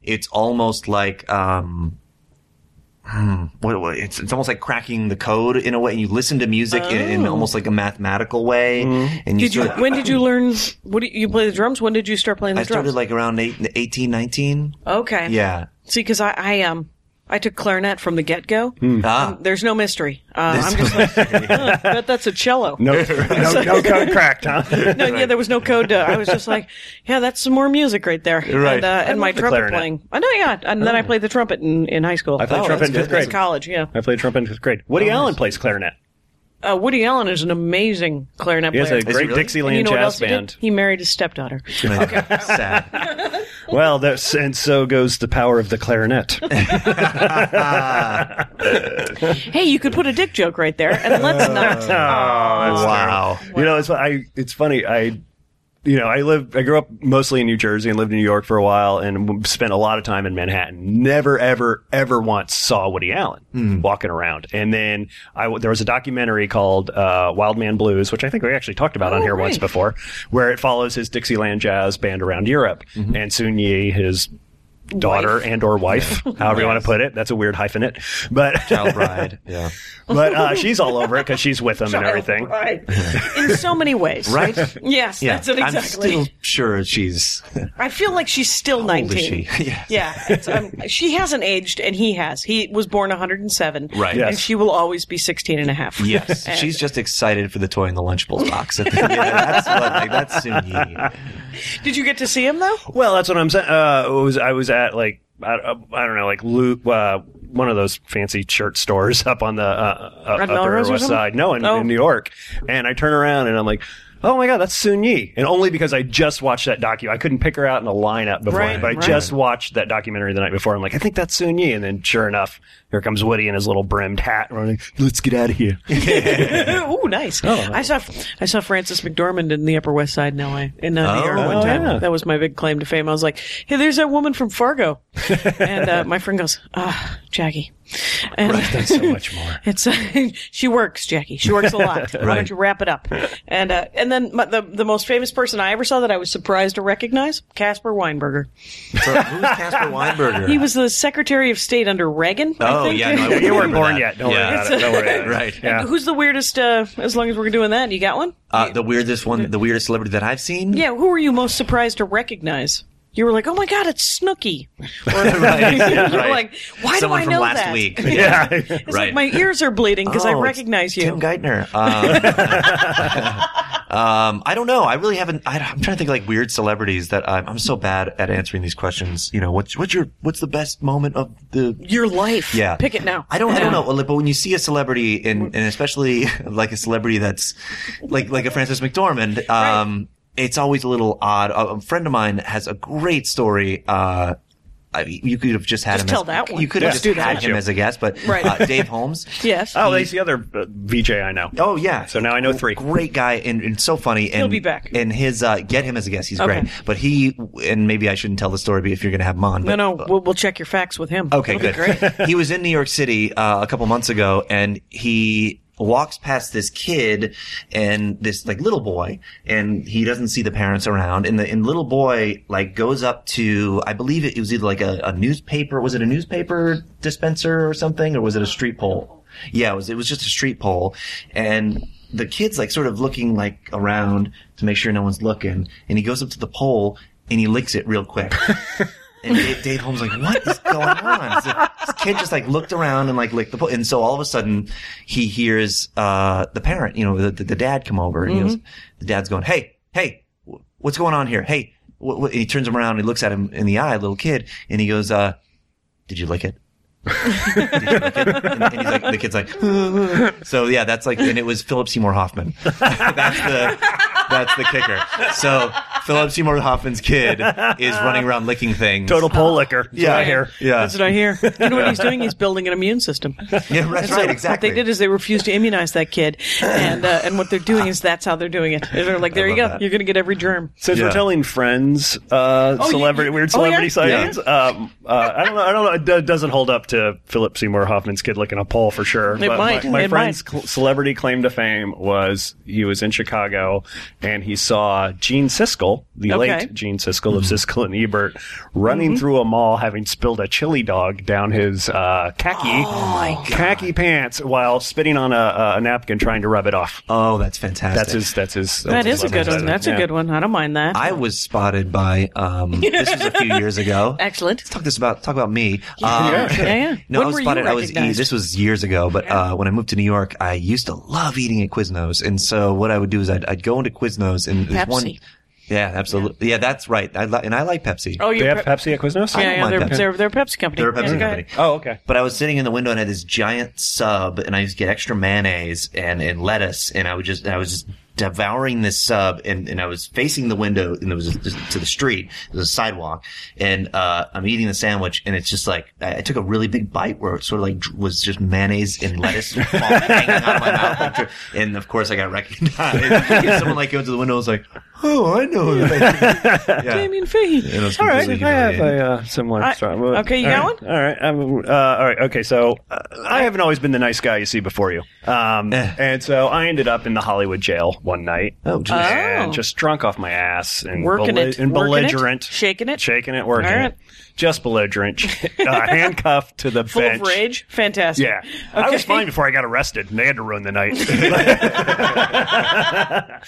[SPEAKER 4] it's almost like um, hmm, what, what- it's it's almost like cracking the code in a way. And you listen to music in, in almost like a mathematical way. And you
[SPEAKER 3] Oh. Mm-hmm. did you?
[SPEAKER 4] sort of-
[SPEAKER 3] When did you learn? What do you, you play the drums? When did you start playing the
[SPEAKER 4] I started
[SPEAKER 3] drums?
[SPEAKER 4] like around eight, 18, 19.
[SPEAKER 3] okay.
[SPEAKER 4] Yeah.
[SPEAKER 3] See, because I, I um, I took clarinet from the get go.
[SPEAKER 5] Hmm.
[SPEAKER 4] Ah.
[SPEAKER 3] There's no mystery. Uh, I'm just like, "Huh, bet that's a cello.
[SPEAKER 5] No, no, no code cracked, huh?
[SPEAKER 4] Oh,
[SPEAKER 3] No, yeah, there was no code. To, I was just like, yeah, that's some more music right there.
[SPEAKER 4] Right.
[SPEAKER 3] And, uh, and my
[SPEAKER 5] love the
[SPEAKER 3] trumpet
[SPEAKER 5] clarinet. Oh.
[SPEAKER 3] playing. I know, yeah. And then I played the trumpet in, in high school.
[SPEAKER 5] I played
[SPEAKER 4] Oh,
[SPEAKER 5] trumpet in
[SPEAKER 4] that's Oh,
[SPEAKER 5] fifth
[SPEAKER 4] good.
[SPEAKER 5] grade.
[SPEAKER 3] in college, yeah.
[SPEAKER 5] I played trumpet in fifth grade. Woody Allen plays clarinet.
[SPEAKER 3] Uh, Woody Allen is an amazing clarinet
[SPEAKER 5] He has
[SPEAKER 3] player.
[SPEAKER 5] a
[SPEAKER 3] And
[SPEAKER 5] great
[SPEAKER 4] really?
[SPEAKER 5] Dixieland
[SPEAKER 3] you know what
[SPEAKER 5] jazz
[SPEAKER 3] else he
[SPEAKER 5] band.
[SPEAKER 3] did? He married his stepdaughter.
[SPEAKER 4] Sad.
[SPEAKER 5] Well, that's, and so goes the power of the clarinet.
[SPEAKER 3] Hey, you could put a dick joke right there, and let's
[SPEAKER 5] Uh,
[SPEAKER 3] not.
[SPEAKER 4] wow.
[SPEAKER 5] You know, it's I. It's funny. I, you know, I live. I grew up mostly in New Jersey and lived in New York for a while, and w- spent a lot of time in Manhattan. Never, ever, ever once saw Woody Allen walking around. And then I w- there was a documentary called uh, Wild Man Blues, which I think we actually talked about on
[SPEAKER 3] Oh,
[SPEAKER 5] here once
[SPEAKER 3] right.
[SPEAKER 5] before, where it follows his Dixieland jazz band around Europe, and Sun Yi, his daughter and or wife, however you want to put it. That's a weird hyphenate, but
[SPEAKER 4] Child bride. Yeah.
[SPEAKER 5] but uh, she's all over it because she's with him and everything.
[SPEAKER 3] Right. In so many ways.
[SPEAKER 4] Right?
[SPEAKER 3] Yes,
[SPEAKER 4] Yeah.
[SPEAKER 3] that's it exactly.
[SPEAKER 4] I'm still sure she's.
[SPEAKER 3] I feel like she's still 19.
[SPEAKER 4] she? Yes.
[SPEAKER 3] Yeah. It's, um, she hasn't aged, and he has. He was born 107.
[SPEAKER 4] Right.
[SPEAKER 5] Yes.
[SPEAKER 3] And she will always be 16 and a half.
[SPEAKER 4] Yes,
[SPEAKER 3] And-
[SPEAKER 4] she's just excited for the toy in the lunchable box. yeah, that's what, like, that's Soon
[SPEAKER 3] Did you get to see him, though?
[SPEAKER 4] Oh,
[SPEAKER 5] Well, that's what I'm saying. Uh, it was I was at like I, uh, I don't know, like Lou, uh, one of those fancy shirt stores up on the uh, uh,
[SPEAKER 3] Red
[SPEAKER 5] upper
[SPEAKER 3] Melrose or
[SPEAKER 5] west
[SPEAKER 3] something?
[SPEAKER 5] side. No, in,
[SPEAKER 3] Oh.
[SPEAKER 5] in New York. And I turn around and I'm like. Oh my God, that's Sun Yi, and only because I just watched that docu. I couldn't pick her out in a lineup before,
[SPEAKER 3] Right,
[SPEAKER 5] but I
[SPEAKER 3] right.
[SPEAKER 5] just watched that documentary the night before. I'm like, I think that's Sun Yi, and then sure enough, here comes Woody in his little brimmed hat, running. Let's get out of here.
[SPEAKER 3] Ooh, nice.
[SPEAKER 4] Oh,
[SPEAKER 3] I saw I saw Francis McDormand in the Upper West Side in L.A. in uh, the
[SPEAKER 4] Oh,
[SPEAKER 3] air one time.
[SPEAKER 5] yeah.
[SPEAKER 3] That was my big claim to fame. I was like, "Hey, there's that woman from Fargo," and uh, my friend goes, "Ah, Jackie, And
[SPEAKER 5] That's so much more.
[SPEAKER 3] It's she works, Jackie. She works a lot. Why don't you wrap it up? And uh, and then my, the the most famous person I ever saw that I was surprised to recognize Casper Weinberger.
[SPEAKER 4] So, who's Casper Weinberger?
[SPEAKER 3] He was the Secretary of State under Reagan. I
[SPEAKER 4] Oh
[SPEAKER 3] think.
[SPEAKER 4] yeah, no, I
[SPEAKER 5] You weren't
[SPEAKER 4] remember
[SPEAKER 5] born
[SPEAKER 4] that.
[SPEAKER 5] yet. Don't
[SPEAKER 4] Yeah.
[SPEAKER 5] worry about it. Don't worry. about it.
[SPEAKER 4] Right.
[SPEAKER 5] Yeah.
[SPEAKER 3] Who's the weirdest? Uh, as long as we're doing that, you got one?
[SPEAKER 4] Uh, the weirdest one, the weirdest celebrity that I've seen.
[SPEAKER 3] Yeah. Who were you most surprised to recognize? You were like, oh my god, it's Snooky.
[SPEAKER 4] right,
[SPEAKER 3] You're
[SPEAKER 4] right.
[SPEAKER 3] like, why do
[SPEAKER 4] Someone
[SPEAKER 3] I
[SPEAKER 4] from
[SPEAKER 3] know
[SPEAKER 4] last
[SPEAKER 3] that?
[SPEAKER 4] week.
[SPEAKER 5] Yeah.
[SPEAKER 3] It's like
[SPEAKER 4] right.
[SPEAKER 3] my ears are bleeding because I
[SPEAKER 4] Oh, it's
[SPEAKER 3] recognize you.
[SPEAKER 4] Tim Geithner. Um, um, I don't know. I really haven't. I, I'm trying to think of, like weird celebrities that I'm, I'm so bad at answering these questions. You know, what's what's your what's the best moment of the
[SPEAKER 3] Your life.
[SPEAKER 4] Yeah.
[SPEAKER 3] Pick it now.
[SPEAKER 4] I don't. I don't know. Well, But when you see a celebrity, and, and especially like a celebrity that's like like a Francis McDormand, um, it's always a little odd. A a friend of mine has a great story. Uh, I mean, you could have just had
[SPEAKER 3] Just
[SPEAKER 4] him.
[SPEAKER 3] tell
[SPEAKER 4] as,
[SPEAKER 3] that one.
[SPEAKER 4] You could have
[SPEAKER 5] Let's
[SPEAKER 4] just
[SPEAKER 5] do
[SPEAKER 4] had
[SPEAKER 5] that.
[SPEAKER 4] him as a guest, but
[SPEAKER 3] Right.
[SPEAKER 4] uh, Dave Holmes.
[SPEAKER 3] Yes.
[SPEAKER 5] Oh, that's the other uh, VJ I know.
[SPEAKER 4] Oh yeah.
[SPEAKER 5] So now I know three.
[SPEAKER 4] Great guy and, and so funny. And,
[SPEAKER 3] He'll be back.
[SPEAKER 4] And his uh, get him as a guest. He's
[SPEAKER 3] Okay.
[SPEAKER 4] great. But he and maybe I shouldn't tell the story. But if you're going to have him on,
[SPEAKER 3] No,
[SPEAKER 4] but,
[SPEAKER 3] no, we'll, we'll check your facts with him.
[SPEAKER 4] Okay,
[SPEAKER 3] It'll be
[SPEAKER 4] good.
[SPEAKER 3] great.
[SPEAKER 4] he was in New York City uh, a couple months ago, and he walks past this kid and this like little boy, and he doesn't see the parents around, and the and little boy like goes up to I believe it, it was either like a, a newspaper was it a newspaper dispenser or something, or was it a street pole? Yeah, it was it was just a street pole, and the kid's like sort of looking like around to make sure no one's looking, and he goes up to the pole and he licks it real quick. And Dave, Dave Holmes like, what is going on? So this kid just like looked around and like licked the pole. And so all of a sudden, he hears uh, the parent, you know, the, the, the dad come over, and he goes, the dad's going, hey, hey, wh- what's going on here? Hey, wh- wh-" and he turns him around, and he looks at him in the eye, little kid, and he goes, uh, did you lick it? Did you lick it? And, and he's like, the kid's like, so yeah, that's like, and it was Philip Seymour Hoffman. that's the that's the kicker. So Philip Seymour Hoffman's kid is running around licking things.
[SPEAKER 5] Total pole licker. That's
[SPEAKER 4] Yeah.
[SPEAKER 5] what I hear.
[SPEAKER 4] Yeah.
[SPEAKER 3] That's what I hear. You know what he's doing? He's building an immune system.
[SPEAKER 4] yeah, that's
[SPEAKER 3] So
[SPEAKER 4] right. Exactly.
[SPEAKER 3] What they did is they refused to immunize that kid, and uh, and what they're doing is that's how they're doing it. They're like, there you go,
[SPEAKER 4] love that.
[SPEAKER 3] you're going to get every germ.
[SPEAKER 5] Since
[SPEAKER 4] Yeah.
[SPEAKER 5] we're telling friends, uh,
[SPEAKER 3] you-
[SPEAKER 5] celebrity,
[SPEAKER 3] you-
[SPEAKER 5] weird
[SPEAKER 3] oh, yeah?
[SPEAKER 5] celebrity sightings, um, uh, I don't know. I don't know. It do- doesn't hold up to Philip Seymour Hoffman's kid licking a pole for sure.
[SPEAKER 3] It
[SPEAKER 5] but
[SPEAKER 3] might.
[SPEAKER 5] My, my
[SPEAKER 3] It
[SPEAKER 5] friend's
[SPEAKER 3] might.
[SPEAKER 5] cl- celebrity claim to fame was he was in Chicago and he saw Gene Siskel, the
[SPEAKER 3] Okay. Mm-hmm.
[SPEAKER 5] late Gene Siskel of
[SPEAKER 4] Mm-hmm.
[SPEAKER 5] Siskel and Ebert, running through a mall having spilled a chili dog down his uh, khaki
[SPEAKER 3] Oh
[SPEAKER 5] khaki pants while spitting on a, a napkin trying to rub it off.
[SPEAKER 4] oh, that's fantastic.
[SPEAKER 5] That's his. That's his.
[SPEAKER 3] That is a
[SPEAKER 5] celebrity
[SPEAKER 3] good one.
[SPEAKER 5] sighting.
[SPEAKER 3] That's a
[SPEAKER 5] Yeah.
[SPEAKER 3] good one. I don't mind that.
[SPEAKER 4] I was spotted by. Um, this was a few years ago.
[SPEAKER 3] Excellent.
[SPEAKER 4] Let's talk this about talk about me. Um,
[SPEAKER 3] Yeah, yeah.
[SPEAKER 4] No,
[SPEAKER 3] When
[SPEAKER 4] I was
[SPEAKER 3] were you
[SPEAKER 4] spotted. I was e,
[SPEAKER 3] recognized?
[SPEAKER 4] this was years ago, but uh, when I moved to New York, I used to love eating at Quiznos, and so what I would do is I'd, I'd go into Quiznos and there's one.
[SPEAKER 3] Pepsi.
[SPEAKER 4] Yeah, absolutely. Yeah, that's right. I li- and I like Pepsi.
[SPEAKER 3] oh, you
[SPEAKER 5] They have
[SPEAKER 3] Pep-
[SPEAKER 5] Pepsi at Quiznos.
[SPEAKER 3] yeah,
[SPEAKER 4] don't
[SPEAKER 3] yeah,
[SPEAKER 4] mind
[SPEAKER 3] they're,
[SPEAKER 4] Pepsi.
[SPEAKER 3] they're they're a Pepsi company.
[SPEAKER 4] They're a
[SPEAKER 3] Yeah,
[SPEAKER 4] Pepsi
[SPEAKER 3] go ahead.
[SPEAKER 4] company.
[SPEAKER 5] Oh, okay.
[SPEAKER 4] But I was sitting in the window and had this giant sub, and I used to get extra mayonnaise and, and lettuce, and I would just I was just devouring this sub, and, and I was facing the window, and it was just to the street, it was a sidewalk, and uh, I'm eating the sandwich, and it's just like I, I took a really big bite where it sort of like dr- was just mayonnaise and lettuce falling- hanging out of my mouth, like dri- and of course I got recognized. And someone like came to the window, and was like, "Oh, I know." that." Yeah.
[SPEAKER 3] Damien Fahey.
[SPEAKER 4] And I was
[SPEAKER 5] All right,
[SPEAKER 4] completely
[SPEAKER 5] I have
[SPEAKER 4] humiliated.
[SPEAKER 5] a uh, similar
[SPEAKER 3] I-
[SPEAKER 5] story. Well,
[SPEAKER 3] okay, you
[SPEAKER 5] all
[SPEAKER 3] got
[SPEAKER 5] right, All right, I'm, uh, all right. Okay, so uh, I haven't always been the nice guy you see before you, um, and so I ended up in the Hollywood jail one night.
[SPEAKER 4] Oh, geez.
[SPEAKER 5] and
[SPEAKER 3] Oh.
[SPEAKER 5] just drunk off my ass and
[SPEAKER 3] Working
[SPEAKER 5] beli-
[SPEAKER 3] it.
[SPEAKER 5] and
[SPEAKER 3] Working it.
[SPEAKER 5] belligerent,
[SPEAKER 3] Shaking it.
[SPEAKER 5] shaking it, working
[SPEAKER 3] All right.
[SPEAKER 5] it, just belligerent, uh, handcuffed to the
[SPEAKER 3] Full
[SPEAKER 5] bench.
[SPEAKER 3] of rage. Fantastic.
[SPEAKER 5] Yeah, I was
[SPEAKER 3] Okay.
[SPEAKER 5] fine before I got arrested, and they had to ruin the night.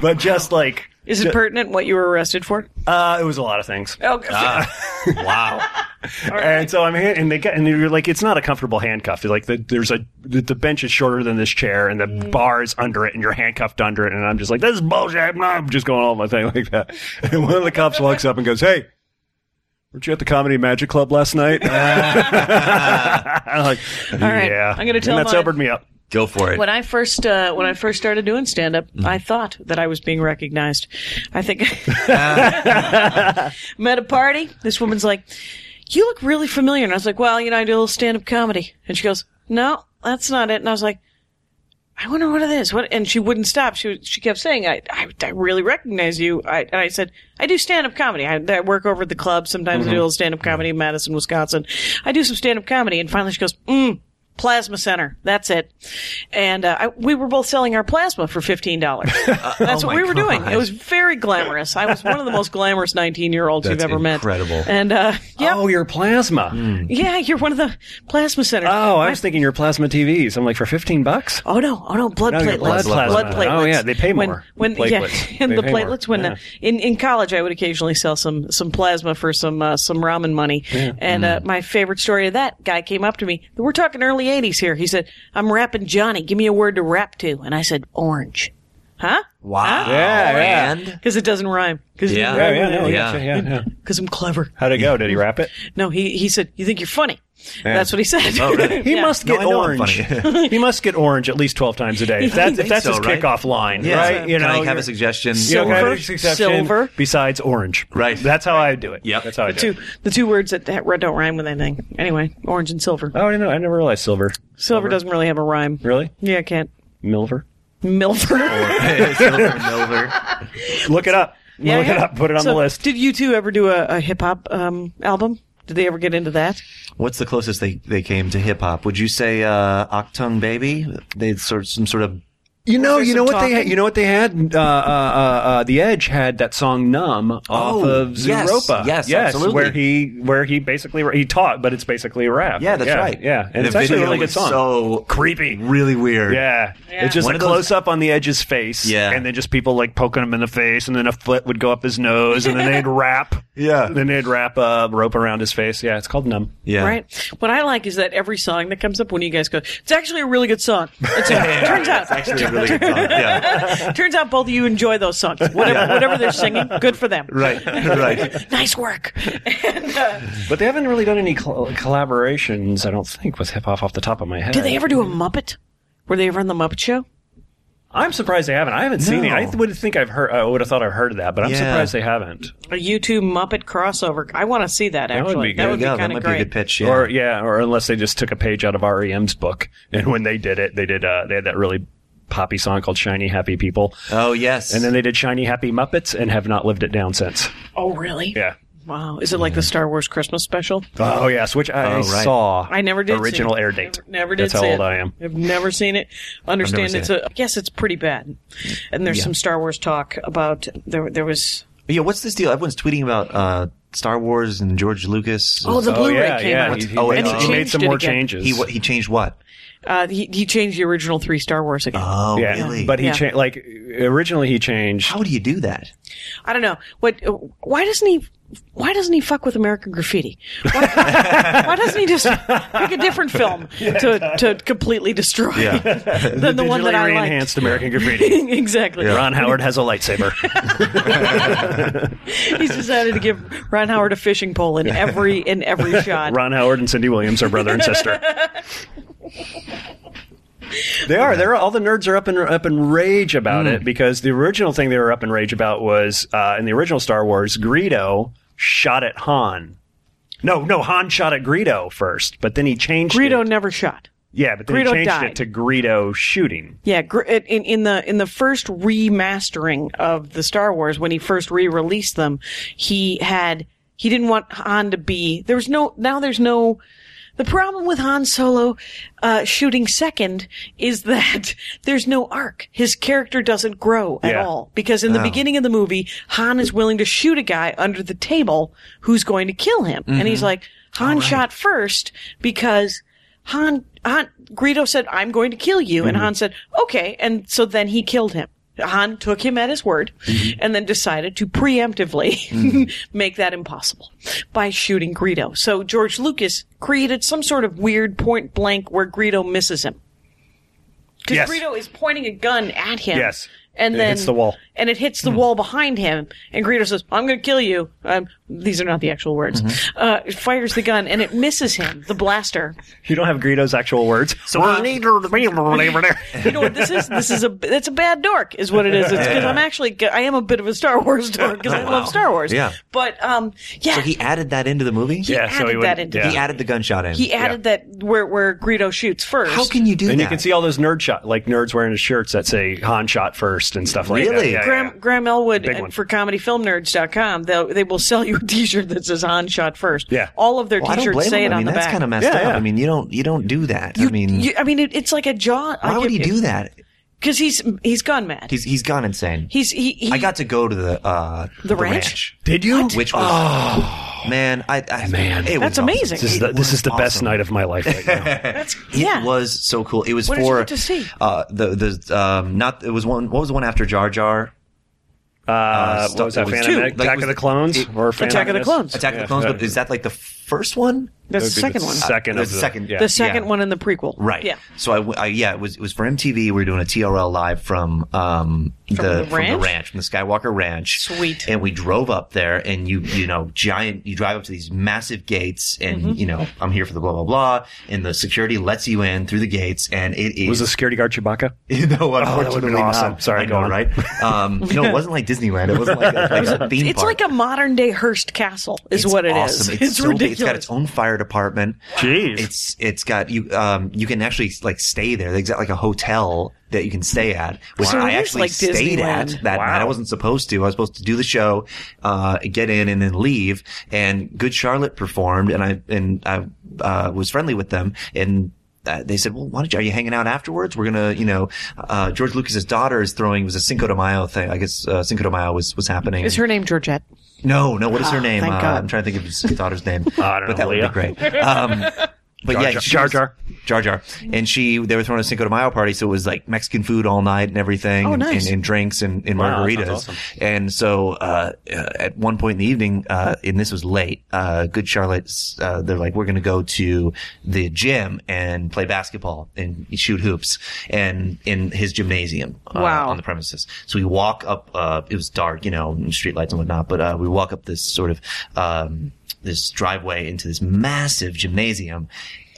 [SPEAKER 5] but just like
[SPEAKER 3] Is it pertinent what you were arrested for? Oh,
[SPEAKER 5] uh, it was a lot of things.
[SPEAKER 3] Okay.
[SPEAKER 4] Wow.
[SPEAKER 5] And so I'm hand, and they got and you're like it's not a comfortable handcuff. You're like the, there's a the, the bench is shorter than this chair and the
[SPEAKER 3] Mm.
[SPEAKER 5] bar is under it and you're handcuffed under it and I'm just like this is bullshit. I'm not- I'm just going all my thing like that. And one of the cops walks up and goes, "Hey, weren't you at the Comedy Magic Club last night?" I'm like,
[SPEAKER 3] right.
[SPEAKER 5] yeah.
[SPEAKER 3] I'm gonna tell
[SPEAKER 5] And that
[SPEAKER 3] mine.
[SPEAKER 5] sobered me up.
[SPEAKER 4] Go for it.
[SPEAKER 3] When I first uh, when I first started doing stand up, I thought that I was being recognized. I think I'm at a party. This woman's like, "You look really familiar," and I was like, "Well, you know, I do a little stand up comedy." And she goes, "No, that's not it." And I was like, I wonder what it is. What? And she wouldn't stop. She was- she kept saying, I I, I really recognize you. I, and I said, I do stand up comedy. I, I work over at the club. Sometimes
[SPEAKER 4] Mm-hmm.
[SPEAKER 3] I do a little stand up comedy in Madison, Wisconsin. I do some stand up comedy. And finally, she goes, mm, Plasma Center. That's it. And uh, I, we were both selling our plasma for fifteen dollars. Uh, That's
[SPEAKER 4] oh
[SPEAKER 3] what
[SPEAKER 4] my
[SPEAKER 3] we were doing.
[SPEAKER 4] God.
[SPEAKER 3] It was very glamorous. I was one of the most glamorous nineteen year olds you've
[SPEAKER 4] That's
[SPEAKER 3] ever met.
[SPEAKER 4] incredible.
[SPEAKER 3] And uh, yeah,
[SPEAKER 5] Oh, your plasma.
[SPEAKER 3] yeah, you're one of the plasma centers.
[SPEAKER 5] Oh, I was thinking your plasma TVs. I'm like for 15 bucks.
[SPEAKER 3] Oh no! Oh no! Blood
[SPEAKER 5] No, your
[SPEAKER 3] platelets.
[SPEAKER 5] blood plasma.
[SPEAKER 3] platelets.
[SPEAKER 5] Oh, yeah, they pay more.
[SPEAKER 3] When, when yeah,
[SPEAKER 5] Platelets.
[SPEAKER 3] and
[SPEAKER 5] They
[SPEAKER 3] the
[SPEAKER 5] pay more.
[SPEAKER 3] platelets. When uh,
[SPEAKER 5] Yeah.
[SPEAKER 3] in in college, I would occasionally sell some some plasma for some uh, some ramen money. And uh, my favorite story of that guy came up to me. We're talking early '80s here. He said, "I'm rapping Johnny. Give me a word to rap to." And I said, "Orange." Huh?
[SPEAKER 4] Wow.
[SPEAKER 5] Yeah, yeah.
[SPEAKER 4] Oh. And
[SPEAKER 3] Because it doesn't rhyme. Because
[SPEAKER 4] Yeah.
[SPEAKER 5] Yeah, yeah,
[SPEAKER 4] Yeah.
[SPEAKER 5] no, yeah. Gotcha, yeah, yeah.
[SPEAKER 3] I'm clever.
[SPEAKER 5] How'd it go? Did he wrap it?
[SPEAKER 3] No, he he said, "You think you're funny." That's what he said.
[SPEAKER 4] Oh, really?
[SPEAKER 5] He
[SPEAKER 3] Yeah.
[SPEAKER 5] must
[SPEAKER 4] No,
[SPEAKER 5] get
[SPEAKER 4] I know I'm
[SPEAKER 5] orange. he must get orange at least 12 times a day. If, that, if
[SPEAKER 4] think
[SPEAKER 5] that's
[SPEAKER 4] so,
[SPEAKER 5] his
[SPEAKER 4] right?
[SPEAKER 5] kickoff line,
[SPEAKER 4] Yeah.
[SPEAKER 5] right?
[SPEAKER 4] Can I have
[SPEAKER 5] you're-
[SPEAKER 4] a suggestion?
[SPEAKER 5] you know, can I have
[SPEAKER 3] Silver.
[SPEAKER 5] a suggestion
[SPEAKER 3] Silver.
[SPEAKER 5] Besides orange.
[SPEAKER 4] Right.
[SPEAKER 5] That's how I do it.
[SPEAKER 4] Yep.
[SPEAKER 5] That's how I
[SPEAKER 3] The
[SPEAKER 5] do
[SPEAKER 3] two
[SPEAKER 5] it.
[SPEAKER 3] the two words that, that don't rhyme with anything. Anyway, orange and silver.
[SPEAKER 5] Oh, no, I never realized silver.
[SPEAKER 3] silver doesn't really have a rhyme.
[SPEAKER 5] Really?
[SPEAKER 3] Yeah, I can't.
[SPEAKER 5] Milver?
[SPEAKER 3] Milford.
[SPEAKER 4] Silver Milver.
[SPEAKER 5] Look it up. Look it up. Put it on
[SPEAKER 3] So,
[SPEAKER 5] the list.
[SPEAKER 3] Did you two ever do a, a hip hop um, album? Did they ever get into that?
[SPEAKER 4] What's the closest they, they came to hip hop? Would you say uh, Octung Baby? They sort of, some sort of
[SPEAKER 5] You know, you know
[SPEAKER 3] some
[SPEAKER 5] what they had.
[SPEAKER 3] talking?
[SPEAKER 5] You know what they had. Uh, uh, uh, uh, the Edge had that song "Numb" off
[SPEAKER 4] Oh,
[SPEAKER 5] of
[SPEAKER 4] yes,
[SPEAKER 5] Zooropa.
[SPEAKER 4] yes, absolutely.
[SPEAKER 5] Where he, where he basically he taught, but it's basically a rap.
[SPEAKER 4] yeah, that's right.
[SPEAKER 5] Yeah, and
[SPEAKER 4] the
[SPEAKER 5] it's actually a
[SPEAKER 4] video
[SPEAKER 5] really good
[SPEAKER 4] is
[SPEAKER 5] song.
[SPEAKER 4] So
[SPEAKER 5] creepy.
[SPEAKER 4] really weird.
[SPEAKER 5] Yeah. it's just
[SPEAKER 4] One
[SPEAKER 5] a
[SPEAKER 4] of those-
[SPEAKER 5] close up on the Edge's face.
[SPEAKER 4] Yeah.
[SPEAKER 5] and then just people like poking him in the face, and then a foot would go up his nose, and then they'd wrap.
[SPEAKER 4] Yeah.
[SPEAKER 5] then they'd wrap a rope around his face. Yeah, it's called "Numb."
[SPEAKER 4] yeah.
[SPEAKER 3] Right. What I like is that every song that comes up when you guys go, it's actually a really good song. It's a, turns out,
[SPEAKER 4] Actually, a really good song. Yeah.
[SPEAKER 3] turns out both of you enjoy those songs. Whatever, whatever they're singing, good for them.
[SPEAKER 4] Right. Right.
[SPEAKER 3] Nice work.
[SPEAKER 5] But they haven't really done any col- collaborations, I don't think, with hip hop off the top of my head.
[SPEAKER 3] Did they ever do a Muppet? Were they ever on the Muppet Show?
[SPEAKER 5] I'm surprised they haven't. I haven't seen it.
[SPEAKER 4] No.
[SPEAKER 5] I would think I've heard. I would have thought I've heard of that, but I'm
[SPEAKER 4] Yeah.
[SPEAKER 5] surprised they haven't.
[SPEAKER 3] A U2 Muppet crossover. I want to see that,
[SPEAKER 5] would
[SPEAKER 3] actually.
[SPEAKER 5] be
[SPEAKER 3] That
[SPEAKER 5] good.
[SPEAKER 3] would be,
[SPEAKER 4] yeah, that
[SPEAKER 3] kind of
[SPEAKER 4] might
[SPEAKER 3] great.
[SPEAKER 4] be a good pitch. Yeah.
[SPEAKER 5] Or yeah, or unless they just took a page out of REM's book, and when they did it, they did. Uh, they had that really poppy song called "Shiny Happy People,"
[SPEAKER 4] oh yes.
[SPEAKER 5] and then they did "Shiny Happy Muppets" and have not lived it down since.
[SPEAKER 3] Oh, really?
[SPEAKER 5] Yeah.
[SPEAKER 3] Wow. Is it like the Star Wars Christmas special?
[SPEAKER 5] Oh yes, which I
[SPEAKER 4] right.
[SPEAKER 5] saw.
[SPEAKER 3] I never did. see
[SPEAKER 5] original
[SPEAKER 3] it.
[SPEAKER 5] air date.
[SPEAKER 3] Never, never did.
[SPEAKER 5] That's how
[SPEAKER 3] see
[SPEAKER 5] old
[SPEAKER 3] it.
[SPEAKER 5] I am.
[SPEAKER 3] I've never seen it. Understand
[SPEAKER 4] seen
[SPEAKER 3] it's
[SPEAKER 4] it.
[SPEAKER 3] a. I guess it's pretty bad. And there's some Star Wars talk about there. There was.
[SPEAKER 4] yeah. What's this deal? Everyone's tweeting about uh, Star Wars and George Lucas.
[SPEAKER 3] Oh, the
[SPEAKER 5] Oh
[SPEAKER 3] Blu-ray
[SPEAKER 5] yeah,
[SPEAKER 3] came
[SPEAKER 5] yeah.
[SPEAKER 3] out.
[SPEAKER 5] He, he
[SPEAKER 4] Oh,
[SPEAKER 5] made,
[SPEAKER 4] and
[SPEAKER 5] some-
[SPEAKER 4] he
[SPEAKER 5] he made
[SPEAKER 3] changed
[SPEAKER 5] some
[SPEAKER 3] it
[SPEAKER 5] more
[SPEAKER 3] again.
[SPEAKER 5] changes.
[SPEAKER 4] he what- he changed what?
[SPEAKER 3] Uh, he, he changed the original three Star Wars again.
[SPEAKER 4] Oh,
[SPEAKER 5] yeah,
[SPEAKER 4] really?
[SPEAKER 5] but he
[SPEAKER 3] Yeah.
[SPEAKER 5] changed. Like originally, he changed.
[SPEAKER 4] how do you do that?
[SPEAKER 3] I don't know what. uh, Why doesn't he? Why doesn't he fuck with American Graffiti? Why, why doesn't he just make a different film to to completely destroy
[SPEAKER 4] Yeah.
[SPEAKER 3] than the one that I
[SPEAKER 5] Digitally
[SPEAKER 3] liked?
[SPEAKER 5] enhanced American Graffiti.
[SPEAKER 3] exactly.
[SPEAKER 5] Ron Howard has a lightsaber.
[SPEAKER 3] He's decided to give Ron Howard a fishing pole in every in every shot.
[SPEAKER 5] Ron Howard and Cindy Williams are brother and sister. They are. They're all the nerds are up in up in rage about it because the original thing they were up in rage about was uh, in the original Star Wars, Greedo shot at Han. No, no, Han shot at Greedo first, but then he changed
[SPEAKER 3] Greedo
[SPEAKER 5] it.
[SPEAKER 3] never shot.
[SPEAKER 5] yeah, but then
[SPEAKER 3] Greedo
[SPEAKER 5] he changed
[SPEAKER 3] died.
[SPEAKER 5] it to Greedo shooting.
[SPEAKER 3] Yeah, gr- in, in the in the first remastering of the Star Wars, when he first re-released them, he had he didn't want Han to be there was no now there's no the problem with Han Solo uh, shooting second is that there's no arc. His character doesn't grow at
[SPEAKER 5] Yeah.
[SPEAKER 3] all because in the beginning of the movie, Han is willing to shoot a guy under the table who's going to kill him, and he's like, Han shot first because Han, Han, Greedo said, I'm going to kill you. And Han said, okay. And so then he killed him. Han took him at his word and then decided to preemptively make that impossible by shooting Greedo. So George Lucas created some sort of weird point blank where Greedo misses him. Because
[SPEAKER 5] Yes.
[SPEAKER 3] Greedo is pointing a gun at him.
[SPEAKER 5] Yes.
[SPEAKER 3] and
[SPEAKER 5] It
[SPEAKER 3] then
[SPEAKER 5] hits the wall. Hmm.
[SPEAKER 3] and it hits the wall behind him. And Greedo says, "I'm going to kill you." Um, these are not the actual words.
[SPEAKER 5] Mm-hmm.
[SPEAKER 3] Uh, it fires the gun and it misses him. The blaster.
[SPEAKER 5] You don't have Greedo's actual words.
[SPEAKER 4] So I need to remember there.
[SPEAKER 3] You know what this is? This is a it's a bad dork, is what it is. It's because I'm actually I am a bit of a Star Wars dork because I
[SPEAKER 5] Oh,
[SPEAKER 3] love Star Wars.
[SPEAKER 4] Yeah.
[SPEAKER 3] But um, yeah.
[SPEAKER 4] So he added that into the movie.
[SPEAKER 3] he
[SPEAKER 5] Yeah, so
[SPEAKER 3] added
[SPEAKER 5] he
[SPEAKER 3] that
[SPEAKER 5] wouldn't-
[SPEAKER 3] into
[SPEAKER 5] yeah.
[SPEAKER 4] He added the gunshot in.
[SPEAKER 3] He added that where where Greedo shoots first.
[SPEAKER 4] How can you do
[SPEAKER 5] And
[SPEAKER 4] that?
[SPEAKER 5] you can see all those nerd shot, like nerds wearing his shirts that say Han shot first and stuff like that.
[SPEAKER 4] Really?
[SPEAKER 5] Yeah, yeah,
[SPEAKER 3] Graham,
[SPEAKER 5] yeah.
[SPEAKER 3] Graham Elwood
[SPEAKER 5] Big
[SPEAKER 3] at-
[SPEAKER 5] one.
[SPEAKER 3] for comedyfilmnerds.com, they'll, they will sell you a t-shirt that says Han shot first.
[SPEAKER 5] Yeah.
[SPEAKER 3] All of their
[SPEAKER 4] Well, I don't
[SPEAKER 3] t-shirts
[SPEAKER 4] blame
[SPEAKER 3] say
[SPEAKER 4] him.
[SPEAKER 3] it on
[SPEAKER 4] I mean,
[SPEAKER 3] the
[SPEAKER 4] that's
[SPEAKER 3] back.
[SPEAKER 4] kind of messed
[SPEAKER 5] Yeah,
[SPEAKER 4] up.
[SPEAKER 5] yeah.
[SPEAKER 4] I mean, you don't you don't do that. I mean,
[SPEAKER 3] you, I mean it, it's like a jaw.
[SPEAKER 4] why would he do that?
[SPEAKER 3] Because he's, he's gone mad.
[SPEAKER 4] He's he's gone insane.
[SPEAKER 3] he's, he, he,
[SPEAKER 4] I got to go to the uh,
[SPEAKER 3] The ranch?
[SPEAKER 5] Did you?
[SPEAKER 4] which was
[SPEAKER 5] Oh.
[SPEAKER 4] man, I, I man, it was
[SPEAKER 3] That's amazing.
[SPEAKER 5] This is
[SPEAKER 4] It
[SPEAKER 5] the, this
[SPEAKER 4] was
[SPEAKER 5] is the best
[SPEAKER 4] awesome.
[SPEAKER 5] night of my life right now.
[SPEAKER 3] that's,
[SPEAKER 4] It
[SPEAKER 3] yeah.
[SPEAKER 4] was so cool. It was
[SPEAKER 3] What did you
[SPEAKER 4] for
[SPEAKER 3] get to see?
[SPEAKER 4] uh, the the um, not it was one. What was the one after Jar Jar?
[SPEAKER 5] Uh,
[SPEAKER 4] stuff-
[SPEAKER 5] what was that?
[SPEAKER 4] it was
[SPEAKER 5] Phantom
[SPEAKER 4] two.
[SPEAKER 5] Men-
[SPEAKER 4] Like, it
[SPEAKER 5] Attack
[SPEAKER 4] was
[SPEAKER 5] of the Clones
[SPEAKER 4] it-
[SPEAKER 5] or Phantom
[SPEAKER 3] Attack of the
[SPEAKER 5] Menace?
[SPEAKER 3] Clones.
[SPEAKER 4] Attack of
[SPEAKER 5] Yeah,
[SPEAKER 4] the Clones,
[SPEAKER 5] yeah.
[SPEAKER 4] but is that like the first one?
[SPEAKER 3] That's the
[SPEAKER 5] That would be
[SPEAKER 3] second one.
[SPEAKER 5] Second,
[SPEAKER 4] Uh,
[SPEAKER 5] of
[SPEAKER 4] the second-
[SPEAKER 5] yeah.
[SPEAKER 3] the second
[SPEAKER 4] yeah.
[SPEAKER 3] one in the prequel.
[SPEAKER 4] Right.
[SPEAKER 3] Yeah.
[SPEAKER 4] So I, w- I- yeah, it was it was for MTV. We were doing a TRL live from um
[SPEAKER 3] the
[SPEAKER 4] the, from the
[SPEAKER 3] ranch?
[SPEAKER 4] ranch, from the Skywalker Ranch.
[SPEAKER 3] Sweet.
[SPEAKER 4] And we drove up there, and you you know giant. You drive up to these massive gates, and
[SPEAKER 3] Mm-hmm.
[SPEAKER 4] you know I'm here for the blah blah blah, and the security lets you in through the gates, and it is
[SPEAKER 5] Was the security guard Chewbacca?
[SPEAKER 4] no,
[SPEAKER 5] that would've
[SPEAKER 4] unfortunately
[SPEAKER 5] been awesome.
[SPEAKER 4] not.
[SPEAKER 5] Sorry,
[SPEAKER 4] I
[SPEAKER 5] go
[SPEAKER 4] know,
[SPEAKER 5] on.
[SPEAKER 4] right? Um, no, it wasn't like Disneyland. It wasn't like a, like a theme
[SPEAKER 3] It's
[SPEAKER 4] park.
[SPEAKER 3] like a modern day Hearst Castle is what it is.
[SPEAKER 4] awesome. It's, so big. It's got
[SPEAKER 3] ridiculous.
[SPEAKER 4] its own fire department.
[SPEAKER 5] Jeez.
[SPEAKER 4] It's it's got you um you can actually like stay there. They've got like a hotel that you can stay at, which
[SPEAKER 3] So it
[SPEAKER 4] I
[SPEAKER 3] is
[SPEAKER 4] actually
[SPEAKER 3] like
[SPEAKER 4] stayed
[SPEAKER 3] Disneyland.
[SPEAKER 4] at that
[SPEAKER 5] Wow.
[SPEAKER 4] night. I wasn't supposed to. I was supposed to do the show, uh, get in and then leave. And Good Charlotte performed, and I and I uh, was friendly with them and. Uh, they said, "Well, why don't you? Are you hanging out afterwards? We're gonna, you know, uh, George Lucas's daughter is throwing it was a Cinco de Mayo thing. I guess uh, Cinco de Mayo was was happening.
[SPEAKER 3] Is her name Georgette?
[SPEAKER 4] No, no. What is her name?
[SPEAKER 3] Ah, thank
[SPEAKER 4] uh,
[SPEAKER 3] God.
[SPEAKER 4] I'm trying to think of his daughter's name.
[SPEAKER 5] I don't
[SPEAKER 4] but
[SPEAKER 5] know,
[SPEAKER 4] that
[SPEAKER 5] Leah.
[SPEAKER 4] would be great. Um, but
[SPEAKER 5] Jar
[SPEAKER 4] yeah,
[SPEAKER 5] Jar-
[SPEAKER 4] she
[SPEAKER 5] Jar
[SPEAKER 4] was-
[SPEAKER 5] Jar.
[SPEAKER 4] Jar Jar, and she they were throwing a Cinco de Mayo party, so it was like Mexican food all night and everything,
[SPEAKER 3] Oh,
[SPEAKER 4] and-
[SPEAKER 3] nice.
[SPEAKER 4] and, and drinks and, and
[SPEAKER 5] Wow, that sounds
[SPEAKER 4] margaritas.
[SPEAKER 5] awesome.
[SPEAKER 4] And so uh, uh, at one point in the evening, uh, and this was late, uh, Good Charlotte's, uh, they're like, we're going to go to the gym and play basketball and shoot hoops and in his gymnasium uh,
[SPEAKER 3] Wow.
[SPEAKER 4] on the premises. So we walk up, uh, it was dark, you know, and street lights and whatnot, but uh, we walk up this sort of, um, this driveway into this massive gymnasium.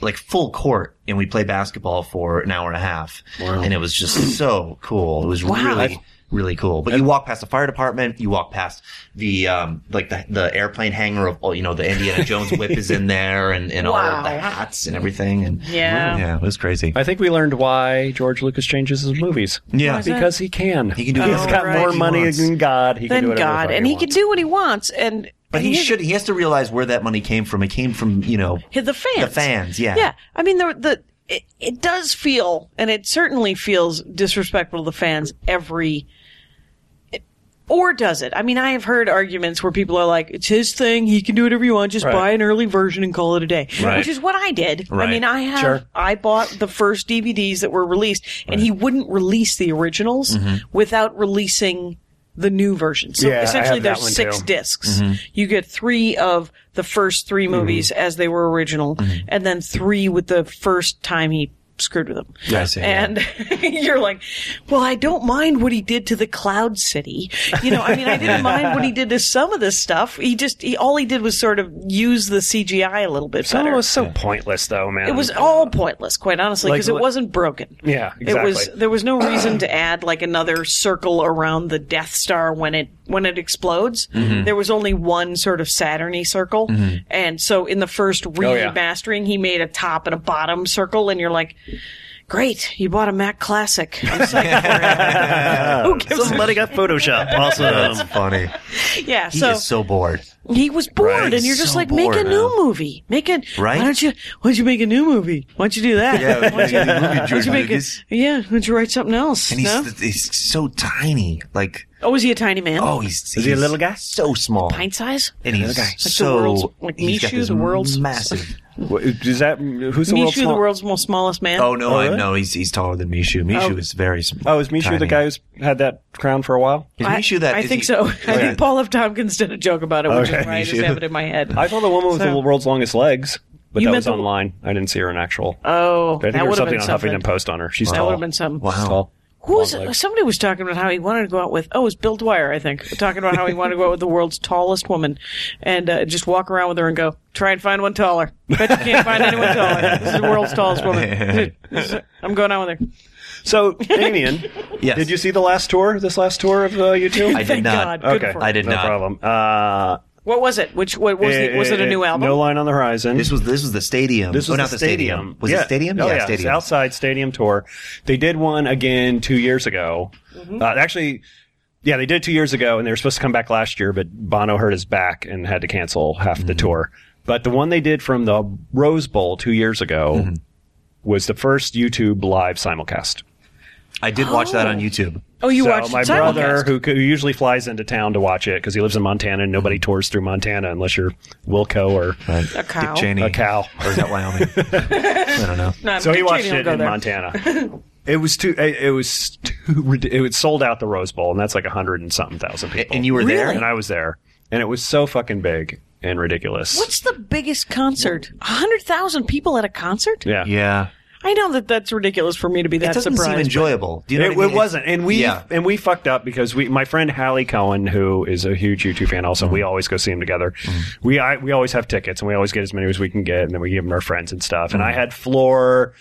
[SPEAKER 4] Like full court, and we play basketball for an hour and a half, and it was just so cool. It was really, really cool. But you walk past the fire department, you walk past the um, like the, the airplane hangar of all you know the Indiana Jones whip is in there and, and all
[SPEAKER 3] Wow.
[SPEAKER 4] of the hats and everything and
[SPEAKER 3] Yeah.
[SPEAKER 4] yeah, it was crazy.
[SPEAKER 5] I think we learned why George Lucas changes his movies.
[SPEAKER 4] Yeah. Why is that?
[SPEAKER 5] because he can.
[SPEAKER 4] He can do
[SPEAKER 5] He's
[SPEAKER 4] whatever
[SPEAKER 5] got
[SPEAKER 4] the fuck
[SPEAKER 5] more
[SPEAKER 4] he
[SPEAKER 5] money
[SPEAKER 4] wants.
[SPEAKER 5] than God. He can do
[SPEAKER 3] Thank
[SPEAKER 5] whatever the
[SPEAKER 3] God.
[SPEAKER 5] fuck
[SPEAKER 3] And he can
[SPEAKER 5] wants.
[SPEAKER 3] do what he wants. And
[SPEAKER 4] But he
[SPEAKER 3] and-
[SPEAKER 4] should he has to realize where that money came from. It came from you know
[SPEAKER 3] Hit the fans.
[SPEAKER 4] The fans, yeah.
[SPEAKER 3] Yeah. I mean, the, the it, it does feel, and it certainly feels disrespectful to the fans every. Or does it? I mean, I have heard arguments where people are like, "It's his thing; he can do whatever you want. Just
[SPEAKER 5] Right.
[SPEAKER 3] buy an early version and call it a day,"
[SPEAKER 5] Right.
[SPEAKER 3] which is what I did.
[SPEAKER 4] Right.
[SPEAKER 3] I mean, I have
[SPEAKER 5] Sure.
[SPEAKER 3] I bought the first DVDs that were released, and he wouldn't release the originals without releasing the new version. So
[SPEAKER 5] Mm-hmm. Yeah, I
[SPEAKER 3] essentially,
[SPEAKER 5] have that
[SPEAKER 3] there's
[SPEAKER 5] one
[SPEAKER 3] six
[SPEAKER 5] too.
[SPEAKER 3] discs. You get three of the first three movies as they were original, and then three with the first time he screwed with them.
[SPEAKER 4] Yeah, I see, yeah.
[SPEAKER 3] and you're like, well, I don't mind what he did to the Cloud City. You know, I mean, I didn't mind what he did to some of this stuff. He just, he, all he did was sort of use the CGI a little bit
[SPEAKER 5] Some of
[SPEAKER 3] better.
[SPEAKER 5] it was so pointless, though, man.
[SPEAKER 3] It was all pointless, quite honestly,
[SPEAKER 5] Like
[SPEAKER 3] because
[SPEAKER 5] what-
[SPEAKER 3] it wasn't broken.
[SPEAKER 5] Yeah,
[SPEAKER 3] It was
[SPEAKER 5] exactly.
[SPEAKER 3] there was no reason to add like another circle around the Death Star when it when it explodes.
[SPEAKER 4] Mm-hmm.
[SPEAKER 3] There was only one sort of Saturny circle, and so in the first
[SPEAKER 4] Oh,
[SPEAKER 5] yeah.
[SPEAKER 3] remastering, he made a top and a bottom circle, and you're like. Great, you bought a Mac Classic. I'm psyched for you. Who gives a-
[SPEAKER 5] Somebody got Photoshop.
[SPEAKER 4] That's
[SPEAKER 5] Awesome.
[SPEAKER 4] funny.
[SPEAKER 3] Yeah,
[SPEAKER 4] He
[SPEAKER 3] so
[SPEAKER 4] is so bored.
[SPEAKER 3] he was bored,
[SPEAKER 5] Right.
[SPEAKER 3] and you're just
[SPEAKER 4] So
[SPEAKER 3] like, make
[SPEAKER 4] bored,
[SPEAKER 3] a new
[SPEAKER 4] huh?
[SPEAKER 3] movie. Make a
[SPEAKER 4] Right?
[SPEAKER 3] Why don't you? Why don't you make a new movie? Why don't you do that?
[SPEAKER 4] Yeah,
[SPEAKER 3] why don't you,
[SPEAKER 4] George
[SPEAKER 3] why don't you make
[SPEAKER 4] Lucas.
[SPEAKER 3] a, yeah? Why don't you write something else?
[SPEAKER 4] And he's
[SPEAKER 3] no?
[SPEAKER 4] he's so tiny. Like
[SPEAKER 3] oh, is he a tiny man?
[SPEAKER 4] oh, he's
[SPEAKER 5] Is he a
[SPEAKER 4] he's
[SPEAKER 5] little guy?
[SPEAKER 4] So small.
[SPEAKER 3] pint size?
[SPEAKER 4] And he's
[SPEAKER 5] guy. Like the
[SPEAKER 4] so
[SPEAKER 3] world's- like
[SPEAKER 4] he's got
[SPEAKER 3] Michu,
[SPEAKER 4] this
[SPEAKER 3] the world's-
[SPEAKER 4] massive.
[SPEAKER 5] What- Is that who's the world's
[SPEAKER 3] Mishu, the
[SPEAKER 5] small-
[SPEAKER 3] world's most smallest man.
[SPEAKER 4] Oh no,
[SPEAKER 5] Oh,
[SPEAKER 4] I
[SPEAKER 5] really?
[SPEAKER 4] know he's he's taller than Mishu. Mishu
[SPEAKER 3] Oh.
[SPEAKER 4] is very small.
[SPEAKER 5] Oh, is Mishu the guy who's had that crown for a while?
[SPEAKER 4] Is
[SPEAKER 3] I,
[SPEAKER 4] Mishu that?
[SPEAKER 3] I
[SPEAKER 4] is
[SPEAKER 3] think
[SPEAKER 4] he-
[SPEAKER 3] so. I
[SPEAKER 5] Okay.
[SPEAKER 3] think Paul F. Tompkins did a joke about it, which
[SPEAKER 5] Okay.
[SPEAKER 3] is why I just
[SPEAKER 4] Mishu.
[SPEAKER 3] have it in my head.
[SPEAKER 5] I saw the woman with
[SPEAKER 3] So-
[SPEAKER 5] the world's longest legs, but
[SPEAKER 3] You
[SPEAKER 5] that
[SPEAKER 3] meant
[SPEAKER 5] was
[SPEAKER 3] the-
[SPEAKER 5] online. I didn't see her in actual.
[SPEAKER 3] oh,
[SPEAKER 5] I think
[SPEAKER 3] that
[SPEAKER 5] there was
[SPEAKER 3] would have
[SPEAKER 5] something
[SPEAKER 3] been
[SPEAKER 5] on
[SPEAKER 3] something.
[SPEAKER 5] Huffington Post on her. She's
[SPEAKER 3] That
[SPEAKER 5] tall.
[SPEAKER 3] would have been something.
[SPEAKER 5] She's tall.
[SPEAKER 3] Who's
[SPEAKER 5] Long legs.
[SPEAKER 3] somebody was talking about how he wanted to go out with? Oh, it was Bill Dwyer, I think, talking about how he wanted to go out with the world's tallest woman and uh, just walk around with her and go try and find one taller. Bet you can't find anyone taller. This is the world's tallest woman. This is- I'm going out with her.
[SPEAKER 5] So, Damien,
[SPEAKER 4] Yes.
[SPEAKER 5] did you see the last tour, this last tour of uh, you two?
[SPEAKER 4] I did
[SPEAKER 3] Thank God.
[SPEAKER 4] not.
[SPEAKER 3] Good
[SPEAKER 5] okay.
[SPEAKER 3] for
[SPEAKER 4] I did
[SPEAKER 5] no
[SPEAKER 4] not.
[SPEAKER 5] problem. Uh,
[SPEAKER 3] What was it? Which what was it? Was it a new album?
[SPEAKER 5] No Line on the Horizon.
[SPEAKER 4] This was this was the stadium.
[SPEAKER 5] This
[SPEAKER 4] oh,
[SPEAKER 5] was
[SPEAKER 4] not the stadium. Was
[SPEAKER 5] yeah.
[SPEAKER 4] it stadium?
[SPEAKER 5] Oh,
[SPEAKER 4] yeah,
[SPEAKER 5] yeah, It's
[SPEAKER 4] stadium.
[SPEAKER 5] outside stadium tour. They did one again two years ago.
[SPEAKER 3] Mm-hmm.
[SPEAKER 5] Uh, actually, yeah, they did two years ago, and they were supposed to come back last year, but Bono hurt his back and had to cancel half the
[SPEAKER 4] Mm-hmm.
[SPEAKER 5] tour. But the one they did from the Rose Bowl two years ago
[SPEAKER 4] Mm-hmm.
[SPEAKER 5] was the first YouTube live simulcast.
[SPEAKER 4] I did watch that on YouTube.
[SPEAKER 3] oh, you
[SPEAKER 5] so
[SPEAKER 3] watched
[SPEAKER 5] my
[SPEAKER 3] the
[SPEAKER 5] brother,
[SPEAKER 3] simulcast.
[SPEAKER 5] who, who usually flies into town to watch it because he lives in Montana and
[SPEAKER 4] Mm-hmm.
[SPEAKER 5] nobody tours through Montana unless you're Wilco or
[SPEAKER 4] A
[SPEAKER 3] cow.
[SPEAKER 4] Dick Cheney.
[SPEAKER 5] a cow.
[SPEAKER 4] Or is that Wyoming? I don't know.
[SPEAKER 3] No,
[SPEAKER 5] So he
[SPEAKER 3] Dick
[SPEAKER 5] watched
[SPEAKER 3] Cheney will
[SPEAKER 5] it
[SPEAKER 3] go
[SPEAKER 5] in
[SPEAKER 3] there.
[SPEAKER 5] Montana. it was too. It, it was too. rid- It was sold out the Rose Bowl, and that's like a hundred and something thousand people.
[SPEAKER 4] And you were there?
[SPEAKER 5] and I was there, and it was so fucking big and ridiculous.
[SPEAKER 3] What's the biggest concert? hundred thousand people at a concert?
[SPEAKER 5] yeah,
[SPEAKER 4] Yeah.
[SPEAKER 3] I know that that's ridiculous for me to be that
[SPEAKER 4] It doesn't
[SPEAKER 3] surprised.
[SPEAKER 4] seem enjoyable. Do you know
[SPEAKER 5] It,
[SPEAKER 4] what I mean?
[SPEAKER 5] it wasn't, and we
[SPEAKER 4] Yeah.
[SPEAKER 5] and we fucked up because we. My friend Hallie Cohen, who is a huge YouTube fan, also
[SPEAKER 4] Mm-hmm.
[SPEAKER 5] we always go see him together. We I, we always have tickets, and we always get as many as we can get, and then we give them to our friends and stuff.
[SPEAKER 4] Mm-hmm.
[SPEAKER 5] And I had floor,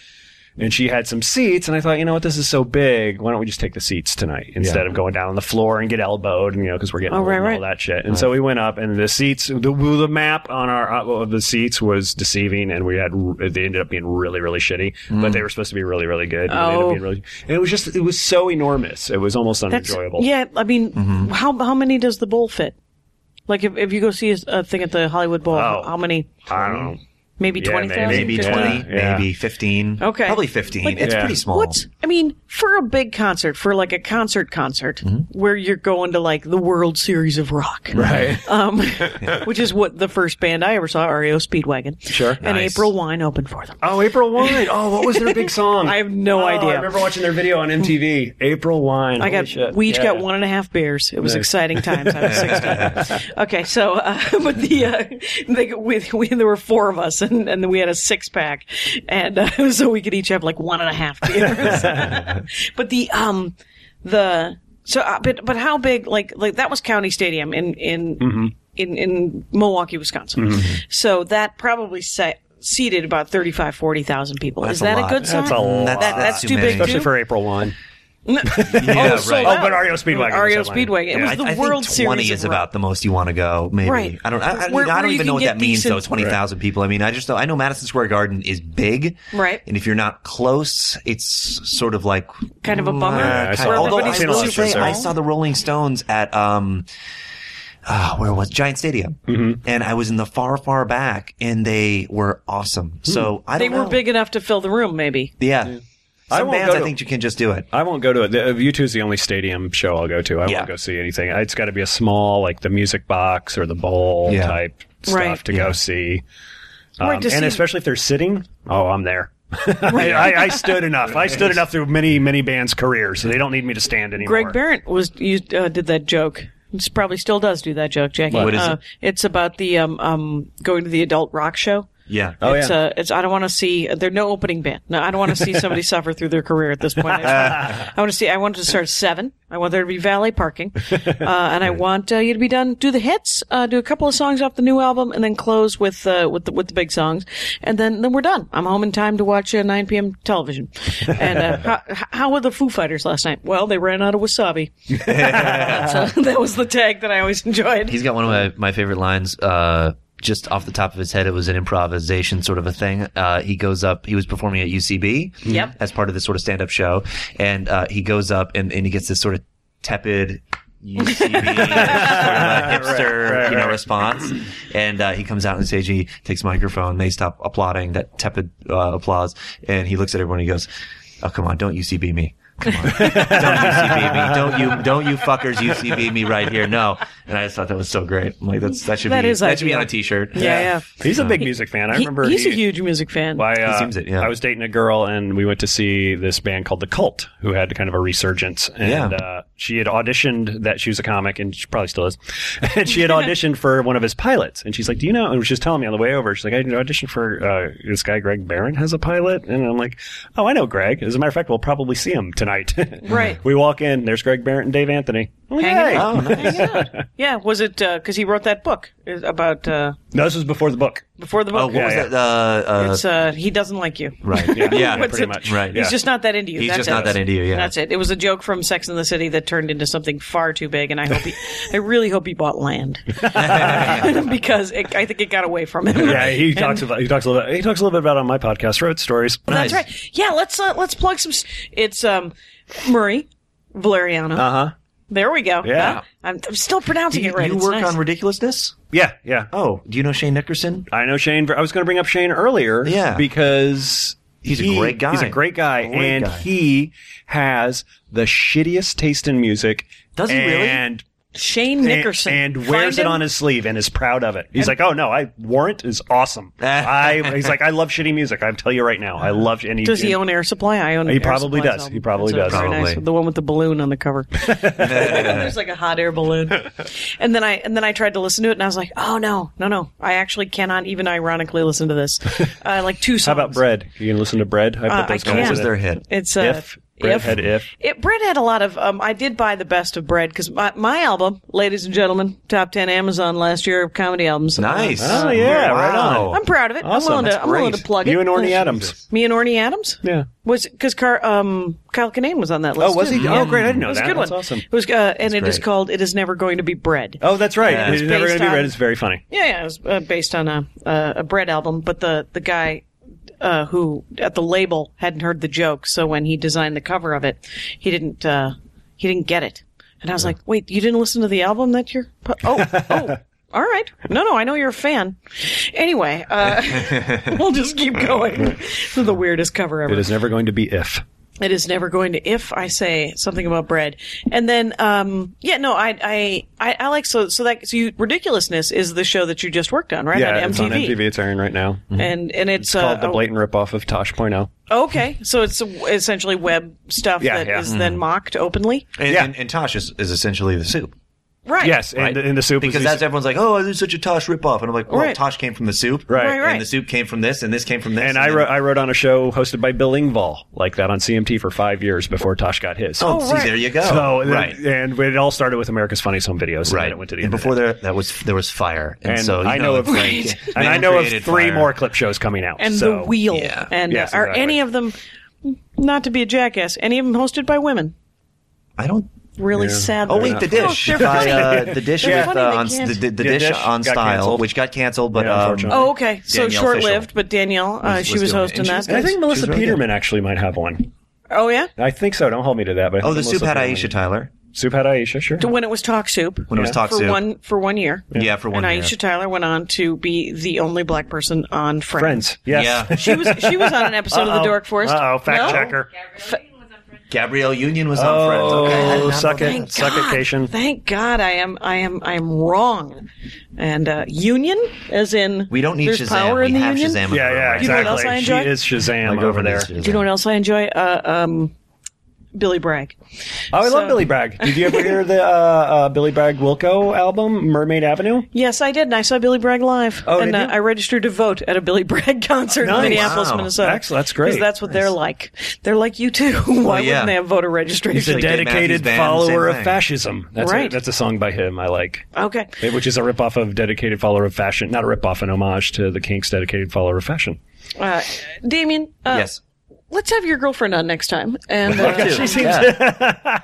[SPEAKER 5] and she had some seats, and I thought, you know what, this is so big. Why don't we just take the seats tonight instead of going down on the floor and get elbowed, and you know, because we're getting
[SPEAKER 3] Oh,
[SPEAKER 5] old
[SPEAKER 3] right,
[SPEAKER 5] and all
[SPEAKER 3] right.
[SPEAKER 5] that shit. And so we went up, and the seats, the, the map on our uh, of the seats was deceiving, and we had they ended up being really really shitty, but they were supposed to be really really good. and they ended up
[SPEAKER 3] Oh.
[SPEAKER 5] being really- and it was just it was so enormous, it was almost
[SPEAKER 3] That's
[SPEAKER 5] unenjoyable.
[SPEAKER 3] yeah. I mean,
[SPEAKER 4] Mm-hmm.
[SPEAKER 3] how how many does the bowl fit? Like if, if you go see a, a thing at the Hollywood Bowl,
[SPEAKER 5] Oh.
[SPEAKER 3] how many?
[SPEAKER 5] I don't know.
[SPEAKER 3] Maybe
[SPEAKER 5] Yeah,
[SPEAKER 3] twenty thousand.
[SPEAKER 4] Maybe
[SPEAKER 5] Yeah,
[SPEAKER 4] 20,
[SPEAKER 5] yeah.
[SPEAKER 4] maybe 15.
[SPEAKER 3] Okay.
[SPEAKER 4] Probably 15.
[SPEAKER 3] Like,
[SPEAKER 4] it's
[SPEAKER 5] Yeah.
[SPEAKER 4] pretty small.
[SPEAKER 3] What's I mean for a big concert for like a concert concert
[SPEAKER 4] Mm-hmm.
[SPEAKER 3] where you're going to like the World Series of Rock,
[SPEAKER 5] Right.
[SPEAKER 3] um, which is what the first band I ever saw, REO Speedwagon,
[SPEAKER 5] Sure.
[SPEAKER 3] and
[SPEAKER 4] Nice.
[SPEAKER 3] April Wine opened for them.
[SPEAKER 5] Oh, April Wine. Oh, what was their big song?
[SPEAKER 3] I have no
[SPEAKER 5] Oh,
[SPEAKER 3] idea.
[SPEAKER 5] I remember watching their video on MTV. April Wine.
[SPEAKER 3] I
[SPEAKER 5] Holy
[SPEAKER 3] got
[SPEAKER 5] shit.
[SPEAKER 3] we each
[SPEAKER 5] Yeah.
[SPEAKER 3] got one and a half beers. It was exciting times. I was sixteen. okay, so uh, but the uh, they, we, we there were four of us, and, and we had a six pack, and uh, so we could each have like one and a half beers. but the um the so uh, but but how big like like that was County Stadium in in
[SPEAKER 5] Mm-hmm.
[SPEAKER 3] in, in Milwaukee, Wisconsin. So that probably set. Seated about 35, 40,000 people.
[SPEAKER 4] That's
[SPEAKER 3] Is that
[SPEAKER 4] a
[SPEAKER 3] a,
[SPEAKER 4] lot.
[SPEAKER 3] good sign?
[SPEAKER 5] That's a lot.
[SPEAKER 4] That's-
[SPEAKER 3] That-
[SPEAKER 4] that's
[SPEAKER 3] that's
[SPEAKER 4] too
[SPEAKER 3] too
[SPEAKER 4] many.
[SPEAKER 3] big.
[SPEAKER 5] Especially
[SPEAKER 3] too?
[SPEAKER 5] for April Wine.
[SPEAKER 4] Yeah,
[SPEAKER 3] oh, so
[SPEAKER 4] right.
[SPEAKER 5] Oh,
[SPEAKER 3] loud.
[SPEAKER 5] but REO Speedwagon was
[SPEAKER 3] REO
[SPEAKER 5] headlining.
[SPEAKER 3] Speedwagon. It
[SPEAKER 5] Yeah.
[SPEAKER 3] was the
[SPEAKER 4] I, I
[SPEAKER 3] World
[SPEAKER 4] think
[SPEAKER 3] Series.
[SPEAKER 4] 20
[SPEAKER 3] of
[SPEAKER 4] is
[SPEAKER 3] rock.
[SPEAKER 4] about the most you want to go, maybe.
[SPEAKER 3] Right.
[SPEAKER 4] I don't. I, I,
[SPEAKER 3] Where-
[SPEAKER 4] I
[SPEAKER 3] where
[SPEAKER 4] don't
[SPEAKER 3] you
[SPEAKER 4] even
[SPEAKER 3] can
[SPEAKER 4] know what
[SPEAKER 3] get
[SPEAKER 4] that means though.
[SPEAKER 3] decent-
[SPEAKER 4] Twenty thousand people. I mean, I just know. I know Madison Square Garden is big,
[SPEAKER 3] Right.
[SPEAKER 4] And if you're not close, it's sort of like
[SPEAKER 3] Kind of a bummer.
[SPEAKER 5] Yeah, I
[SPEAKER 4] Kind
[SPEAKER 5] saw
[SPEAKER 4] of-
[SPEAKER 5] that.
[SPEAKER 4] although I
[SPEAKER 5] Everybody's
[SPEAKER 4] will
[SPEAKER 5] seen a lot of
[SPEAKER 4] say,
[SPEAKER 5] shows
[SPEAKER 4] I
[SPEAKER 5] there.
[SPEAKER 4] saw the Rolling Stones at um, uh, where was Giant Stadium, mm-hmm. and I was in the far, far back, and they were awesome. So I
[SPEAKER 3] Hmm. They
[SPEAKER 4] don't
[SPEAKER 3] were
[SPEAKER 4] know.
[SPEAKER 3] big enough to fill the room, maybe.
[SPEAKER 4] Yeah.
[SPEAKER 5] I
[SPEAKER 4] Some
[SPEAKER 5] won't
[SPEAKER 4] bands,
[SPEAKER 5] go
[SPEAKER 4] I
[SPEAKER 5] to-
[SPEAKER 4] think you can just do it.
[SPEAKER 5] I won't go to it. The- U2 is the only stadium show I'll go to. I
[SPEAKER 4] Yeah.
[SPEAKER 5] won't go see anything. It's got to be a small, like the music box or the bowl
[SPEAKER 4] Yeah.
[SPEAKER 5] type stuff
[SPEAKER 3] Right.
[SPEAKER 5] to go see.
[SPEAKER 3] Right,
[SPEAKER 5] Um,
[SPEAKER 3] to
[SPEAKER 5] and
[SPEAKER 3] see-
[SPEAKER 5] especially if they're sitting, oh, I'm there. I, I, I stood enough. I stood enough through many, many bands' careers, so they don't need me to stand anymore.
[SPEAKER 3] Greg Barrett was used, uh, did that joke. It's probably still does do that joke, Jackie.
[SPEAKER 4] What is
[SPEAKER 3] uh,
[SPEAKER 4] it?
[SPEAKER 3] It's about the um, um, going to the adult rock show.
[SPEAKER 4] Yeah.
[SPEAKER 5] Oh,
[SPEAKER 3] it's,
[SPEAKER 5] yeah.
[SPEAKER 3] uh, it's, I don't want to see. There's no opening band. No, I don't want to see somebody suffer through their career at this point. I, just want, I want to see. I want it to start at seven. I want there to be valet parking, uh, and I want uh, you to be done. Do the hits. Uh, do a couple of songs off the new album, and then close with uh, with the, with the big songs, and then then we're done. I'm home in time to watch uh, 9 p.m. television. And uh, how, how were the Foo Fighters last night? Well, they ran out of wasabi. so that was the tag that I always enjoyed.
[SPEAKER 4] He's got one of my, my favorite lines. Uh, just off the top of his head, it was an improvisation sort of a thing. Uh, he goes up, he was performing at UCB
[SPEAKER 3] Yep.
[SPEAKER 4] as part of this sort of stand up show. And uh, he goes up and, and he gets this sort of tepid UCB sort of a hipster
[SPEAKER 5] right,
[SPEAKER 4] you know,
[SPEAKER 5] right.
[SPEAKER 4] response. And uh, he comes out on stage, he takes a microphone, they stop applauding, that tepid uh, applause. And he looks at everyone and he goes, Oh, come on, don't UCB me. Come on. don't UCB me. Don't you don't you fuckers UCB me right here. No. And I just thought that was so great. I'm like that's that should
[SPEAKER 3] That
[SPEAKER 4] be
[SPEAKER 3] is
[SPEAKER 4] that should be
[SPEAKER 3] ideal.
[SPEAKER 4] on a t shirt.
[SPEAKER 3] Yeah, yeah.
[SPEAKER 5] He's a big music fan. I
[SPEAKER 3] He-
[SPEAKER 5] remember
[SPEAKER 3] he's
[SPEAKER 5] he,
[SPEAKER 3] a huge music fan.
[SPEAKER 5] I, uh,
[SPEAKER 4] He seems it, yeah.
[SPEAKER 5] I was dating a girl, and we went to see this band called The Cult, who had kind of a resurgence. And
[SPEAKER 4] Yeah.
[SPEAKER 5] uh, she had auditioned that she was a comic and she probably still is. and she had auditioned for one of his pilots. And she's like, Do you know? And she was telling me on the way over, she's like, I auditioned for uh, this guy, Greg Barron, has a pilot. And I'm like, Oh, I know Greg. As a matter of fact, we'll probably see him tonight.
[SPEAKER 3] Right.
[SPEAKER 5] we walk in, there's Greg Barron and Dave Anthony. I'm like,
[SPEAKER 3] Hanging
[SPEAKER 5] "Hey."
[SPEAKER 3] out.
[SPEAKER 4] Oh,
[SPEAKER 3] Hanging out. Yeah, was it because he wrote that book is- about uh,
[SPEAKER 5] No, this was before the book.
[SPEAKER 3] before the
[SPEAKER 4] Oh,
[SPEAKER 3] book?
[SPEAKER 4] what was
[SPEAKER 5] yeah.
[SPEAKER 4] that? Uh, uh,
[SPEAKER 3] it's uh, he doesn't like you.
[SPEAKER 4] right. Yeah.
[SPEAKER 5] Yeah,
[SPEAKER 3] What's
[SPEAKER 5] pretty
[SPEAKER 3] it-
[SPEAKER 5] much.
[SPEAKER 4] Right.
[SPEAKER 5] Yeah.
[SPEAKER 4] He's
[SPEAKER 3] He's just not that into you.
[SPEAKER 4] He's
[SPEAKER 3] That's
[SPEAKER 4] just
[SPEAKER 3] it.
[SPEAKER 4] not that into you, yeah.
[SPEAKER 3] That's it. It was a joke from Sex and the City that turned into something far too big, and I hope he, I really hope he bought land because it, I think it got away from him.
[SPEAKER 5] Yeah, he talks about he talks a little bit, he talks a little bit about it on my podcast, Road Stories.
[SPEAKER 3] That's
[SPEAKER 4] Nice.
[SPEAKER 3] right. Yeah, let's uh, let's plug some. s- It's um, Murray Valeriano.
[SPEAKER 5] Uh huh.
[SPEAKER 3] There we go.
[SPEAKER 5] Yeah.
[SPEAKER 3] Huh? I'm, I'm still pronouncing
[SPEAKER 4] Uh-huh.
[SPEAKER 3] it
[SPEAKER 4] you,
[SPEAKER 3] right.
[SPEAKER 4] you
[SPEAKER 3] It's
[SPEAKER 4] work
[SPEAKER 3] nice.
[SPEAKER 4] on ridiculousness?
[SPEAKER 5] Yeah, yeah.
[SPEAKER 4] Oh, do you know Shane Nickerson?
[SPEAKER 5] I know Shane. I was going to bring up Shane earlier.
[SPEAKER 4] Yeah.
[SPEAKER 5] Because
[SPEAKER 4] He's a
[SPEAKER 5] he-
[SPEAKER 4] great guy.
[SPEAKER 5] He's a great guy,
[SPEAKER 4] Great
[SPEAKER 5] and
[SPEAKER 4] guy.
[SPEAKER 5] he has the shittiest taste in music.
[SPEAKER 4] Does he really?
[SPEAKER 5] And
[SPEAKER 3] Shane Nickerson
[SPEAKER 5] and, and wears
[SPEAKER 3] Find
[SPEAKER 5] it
[SPEAKER 3] him.
[SPEAKER 5] on his sleeve and is proud of it. He's like, "Oh no, I Warrant is awesome. I he's like, I love shitty music. I tell you right now, I love." And he,
[SPEAKER 3] Does he own Air Supply? I own. an
[SPEAKER 5] He
[SPEAKER 3] Air
[SPEAKER 5] probably
[SPEAKER 3] Supply's
[SPEAKER 5] does.
[SPEAKER 3] album.
[SPEAKER 5] He probably
[SPEAKER 3] That's a
[SPEAKER 5] does.
[SPEAKER 3] very nice-
[SPEAKER 4] Probably.
[SPEAKER 3] the one with the balloon on the cover. There's like a hot air balloon. And then I and then I tried to listen to it, and I was like, oh no, no, no! I actually cannot even ironically listen to this. Uh, like two songs.
[SPEAKER 5] How about Bread? You can listen to Bread. I put
[SPEAKER 3] Uh,
[SPEAKER 5] those
[SPEAKER 3] I
[SPEAKER 5] guys
[SPEAKER 3] can't.
[SPEAKER 5] in
[SPEAKER 4] Was
[SPEAKER 5] it.
[SPEAKER 4] their hit?
[SPEAKER 3] It's uh,
[SPEAKER 5] If. Bread had If.
[SPEAKER 3] It, Bread had a lot of. Um, I did buy the best of Bread because my, my album, ladies and gentlemen, top ten Amazon last year of comedy albums.
[SPEAKER 4] Nice.
[SPEAKER 5] Oh, yeah, right
[SPEAKER 4] Wow.
[SPEAKER 5] on.
[SPEAKER 3] I'm proud of it.
[SPEAKER 5] Awesome.
[SPEAKER 3] I'm willing to.
[SPEAKER 5] That's
[SPEAKER 3] I'm willing
[SPEAKER 5] great.
[SPEAKER 3] to plug it.
[SPEAKER 5] You and Orny
[SPEAKER 3] Uh,
[SPEAKER 5] Adams.
[SPEAKER 3] Me and Orny Adams.
[SPEAKER 5] Yeah.
[SPEAKER 3] Was because Car um Kyle Kinane was on that list.
[SPEAKER 5] Oh, was
[SPEAKER 3] too.
[SPEAKER 5] he?
[SPEAKER 3] Yeah.
[SPEAKER 5] Oh, great! I didn't know
[SPEAKER 3] It was
[SPEAKER 5] that.
[SPEAKER 3] a good
[SPEAKER 5] That's
[SPEAKER 3] one.
[SPEAKER 5] awesome.
[SPEAKER 3] It was, uh, and it is
[SPEAKER 4] great.
[SPEAKER 3] called "It Is Never Going to Be Bread."
[SPEAKER 5] Oh, that's right.
[SPEAKER 4] Yeah.
[SPEAKER 5] It's never
[SPEAKER 3] Based
[SPEAKER 5] going to be
[SPEAKER 3] on-
[SPEAKER 5] Bread. It's very funny.
[SPEAKER 3] Yeah, yeah, it was uh, based on a uh, a bread album, but the the guy uh, who at the label hadn't heard the joke, so when he designed the cover of it, he didn't uh, he didn't get it, and I was like, "Wait, you didn't listen to the album that you're pu- oh oh." All right. No, no, I know you're a fan. Anyway, uh, we'll just keep going. This is the weirdest cover ever.
[SPEAKER 5] It is never going to be if.
[SPEAKER 3] It is never going to if I say something about bread. And then um yeah, no, I I I, I like so so that so you ridiculousness is the show that you just worked on, right? on
[SPEAKER 5] it's on MTV. It's airing right now.
[SPEAKER 3] And and it's, uh,
[SPEAKER 5] Called the blatant ripoff of Tosh.0.
[SPEAKER 3] oh, okay. So it's essentially web stuff that
[SPEAKER 5] Yeah,
[SPEAKER 3] is
[SPEAKER 5] yeah.
[SPEAKER 4] Mm-hmm.
[SPEAKER 3] then mocked openly.
[SPEAKER 4] And,
[SPEAKER 5] Yeah.
[SPEAKER 4] and, and Tosh is, is essentially the soup.
[SPEAKER 3] Right.
[SPEAKER 5] Yes, and, the- and the soup
[SPEAKER 4] Because
[SPEAKER 5] is
[SPEAKER 4] that's everyone's like, oh, there's such a Tosh ripoff. And I'm like, well,
[SPEAKER 3] Right.
[SPEAKER 4] Tosh came from the soup.
[SPEAKER 5] Right. Right,
[SPEAKER 3] right.
[SPEAKER 4] And the soup came from this, and this came from this.
[SPEAKER 5] And I
[SPEAKER 4] then-
[SPEAKER 5] wrote, I wrote on a show hosted by Bill Ingvall like that on CMT for five years before Tosh got his.
[SPEAKER 4] oh, see,
[SPEAKER 3] right.
[SPEAKER 4] there you go.
[SPEAKER 5] so
[SPEAKER 4] right.
[SPEAKER 5] and, and it all started with America's Funniest Home Videos. And
[SPEAKER 4] right.
[SPEAKER 5] then it went to the
[SPEAKER 4] and
[SPEAKER 5] internet.
[SPEAKER 4] before there, that was there was fire. And,
[SPEAKER 5] And
[SPEAKER 4] so you
[SPEAKER 5] I know of
[SPEAKER 4] it's like-
[SPEAKER 5] three,
[SPEAKER 4] they
[SPEAKER 5] and I know of
[SPEAKER 4] created
[SPEAKER 5] three
[SPEAKER 4] fire.
[SPEAKER 5] more clip shows coming out.
[SPEAKER 3] And
[SPEAKER 5] so.
[SPEAKER 3] the wheel.
[SPEAKER 4] Yeah.
[SPEAKER 3] And
[SPEAKER 5] Yes,
[SPEAKER 3] uh, are
[SPEAKER 5] exactly.
[SPEAKER 3] any of them not to be a jackass, any of them hosted by women?
[SPEAKER 4] I don't.
[SPEAKER 3] Really sad.
[SPEAKER 4] Oh wait,
[SPEAKER 3] ones.
[SPEAKER 4] the dish.
[SPEAKER 3] Oh, they're
[SPEAKER 4] By,
[SPEAKER 3] funny.
[SPEAKER 4] uh, the dish
[SPEAKER 3] They're
[SPEAKER 4] with
[SPEAKER 3] funny,
[SPEAKER 4] uh,
[SPEAKER 3] they
[SPEAKER 4] on,
[SPEAKER 3] can't.
[SPEAKER 4] the, the, the
[SPEAKER 5] Yeah,
[SPEAKER 4] dish
[SPEAKER 5] Dish
[SPEAKER 4] on
[SPEAKER 5] got
[SPEAKER 4] style,
[SPEAKER 5] canceled.
[SPEAKER 4] which got canceled, but
[SPEAKER 5] Yeah,
[SPEAKER 4] um,
[SPEAKER 5] unfortunately.
[SPEAKER 3] Oh, okay. So
[SPEAKER 4] Danielle
[SPEAKER 3] short
[SPEAKER 4] Fishel.
[SPEAKER 3] lived, but Danielle, uh,
[SPEAKER 4] Was-
[SPEAKER 3] she
[SPEAKER 4] was
[SPEAKER 3] was
[SPEAKER 4] doing
[SPEAKER 3] hosting
[SPEAKER 4] it. And she
[SPEAKER 3] that.
[SPEAKER 4] was
[SPEAKER 5] And I think Melissa
[SPEAKER 4] really good.
[SPEAKER 5] Peterman actually might have one.
[SPEAKER 3] Oh yeah,
[SPEAKER 5] I think so. Don't hold me to that. But I
[SPEAKER 4] oh,
[SPEAKER 5] think
[SPEAKER 4] the soup
[SPEAKER 5] Melissa
[SPEAKER 4] had
[SPEAKER 5] Peterman-
[SPEAKER 4] Aisha Tyler
[SPEAKER 5] Soup had Aisha. Sure.
[SPEAKER 3] when it was talk soup
[SPEAKER 4] when it was talk
[SPEAKER 3] for
[SPEAKER 4] soup.
[SPEAKER 3] one for one year.
[SPEAKER 4] yeah, for one.
[SPEAKER 3] and
[SPEAKER 4] year.
[SPEAKER 3] Aisha Tyler went on to be the only black person on Friends.
[SPEAKER 5] Friends. Yes.
[SPEAKER 4] Yeah,
[SPEAKER 3] She was she was on an episode of the Dork Forest.
[SPEAKER 5] Uh oh. Fact
[SPEAKER 3] No?
[SPEAKER 5] checker.
[SPEAKER 4] Gabrielle Union was on Friends. Okay, I did
[SPEAKER 5] Oh,
[SPEAKER 4] not know
[SPEAKER 5] suck
[SPEAKER 4] that.
[SPEAKER 5] it. Suck it, Cation.
[SPEAKER 3] Thank God I am I am I am wrong. And uh, union, as in
[SPEAKER 4] We don't need
[SPEAKER 3] there's
[SPEAKER 4] Shazam.
[SPEAKER 3] power
[SPEAKER 4] We
[SPEAKER 3] in the
[SPEAKER 4] have
[SPEAKER 3] union.
[SPEAKER 4] Shazam. in
[SPEAKER 5] Yeah,
[SPEAKER 4] the
[SPEAKER 5] yeah,
[SPEAKER 4] room.
[SPEAKER 3] you know what
[SPEAKER 5] exactly.
[SPEAKER 3] else I
[SPEAKER 5] she
[SPEAKER 3] enjoy?
[SPEAKER 5] is Shazam
[SPEAKER 4] My
[SPEAKER 5] over
[SPEAKER 4] girlfriend
[SPEAKER 5] there.
[SPEAKER 4] is Shazam.
[SPEAKER 3] Do you know what else I enjoy? Uh, um, Billy Bragg.
[SPEAKER 5] Oh, I
[SPEAKER 3] So-
[SPEAKER 5] love Billy Bragg. Did you ever hear the uh, uh, Billy Bragg Wilco album, Mermaid Avenue?
[SPEAKER 3] Yes, I did, and I saw Billy Bragg live.
[SPEAKER 5] Oh,
[SPEAKER 3] and
[SPEAKER 5] did
[SPEAKER 3] uh,
[SPEAKER 5] you?
[SPEAKER 3] I registered to vote at a Billy Bragg concert
[SPEAKER 5] Nice.
[SPEAKER 3] in Minneapolis,
[SPEAKER 4] Wow.
[SPEAKER 3] Minnesota.
[SPEAKER 5] Excellent. That's great.
[SPEAKER 3] Because that's what they're like. They're like you too. Why
[SPEAKER 4] yeah.
[SPEAKER 3] wouldn't they have voter registration?
[SPEAKER 4] He's a dead- Matthews Band, same thing.
[SPEAKER 5] fascism. That's
[SPEAKER 3] Right.
[SPEAKER 5] A, that's a song by him I like,
[SPEAKER 3] okay.
[SPEAKER 5] It- which is a ripoff of Dedicated Follower of Fashion. Not a ripoff, an homage to the Kinks' Dedicated Follower of Fashion.
[SPEAKER 3] Uh, Damien, uh,
[SPEAKER 4] Yes.
[SPEAKER 3] let's have your girlfriend on next time. And
[SPEAKER 5] Oh,
[SPEAKER 3] uh,
[SPEAKER 4] She
[SPEAKER 3] she's,
[SPEAKER 4] seems. Yeah.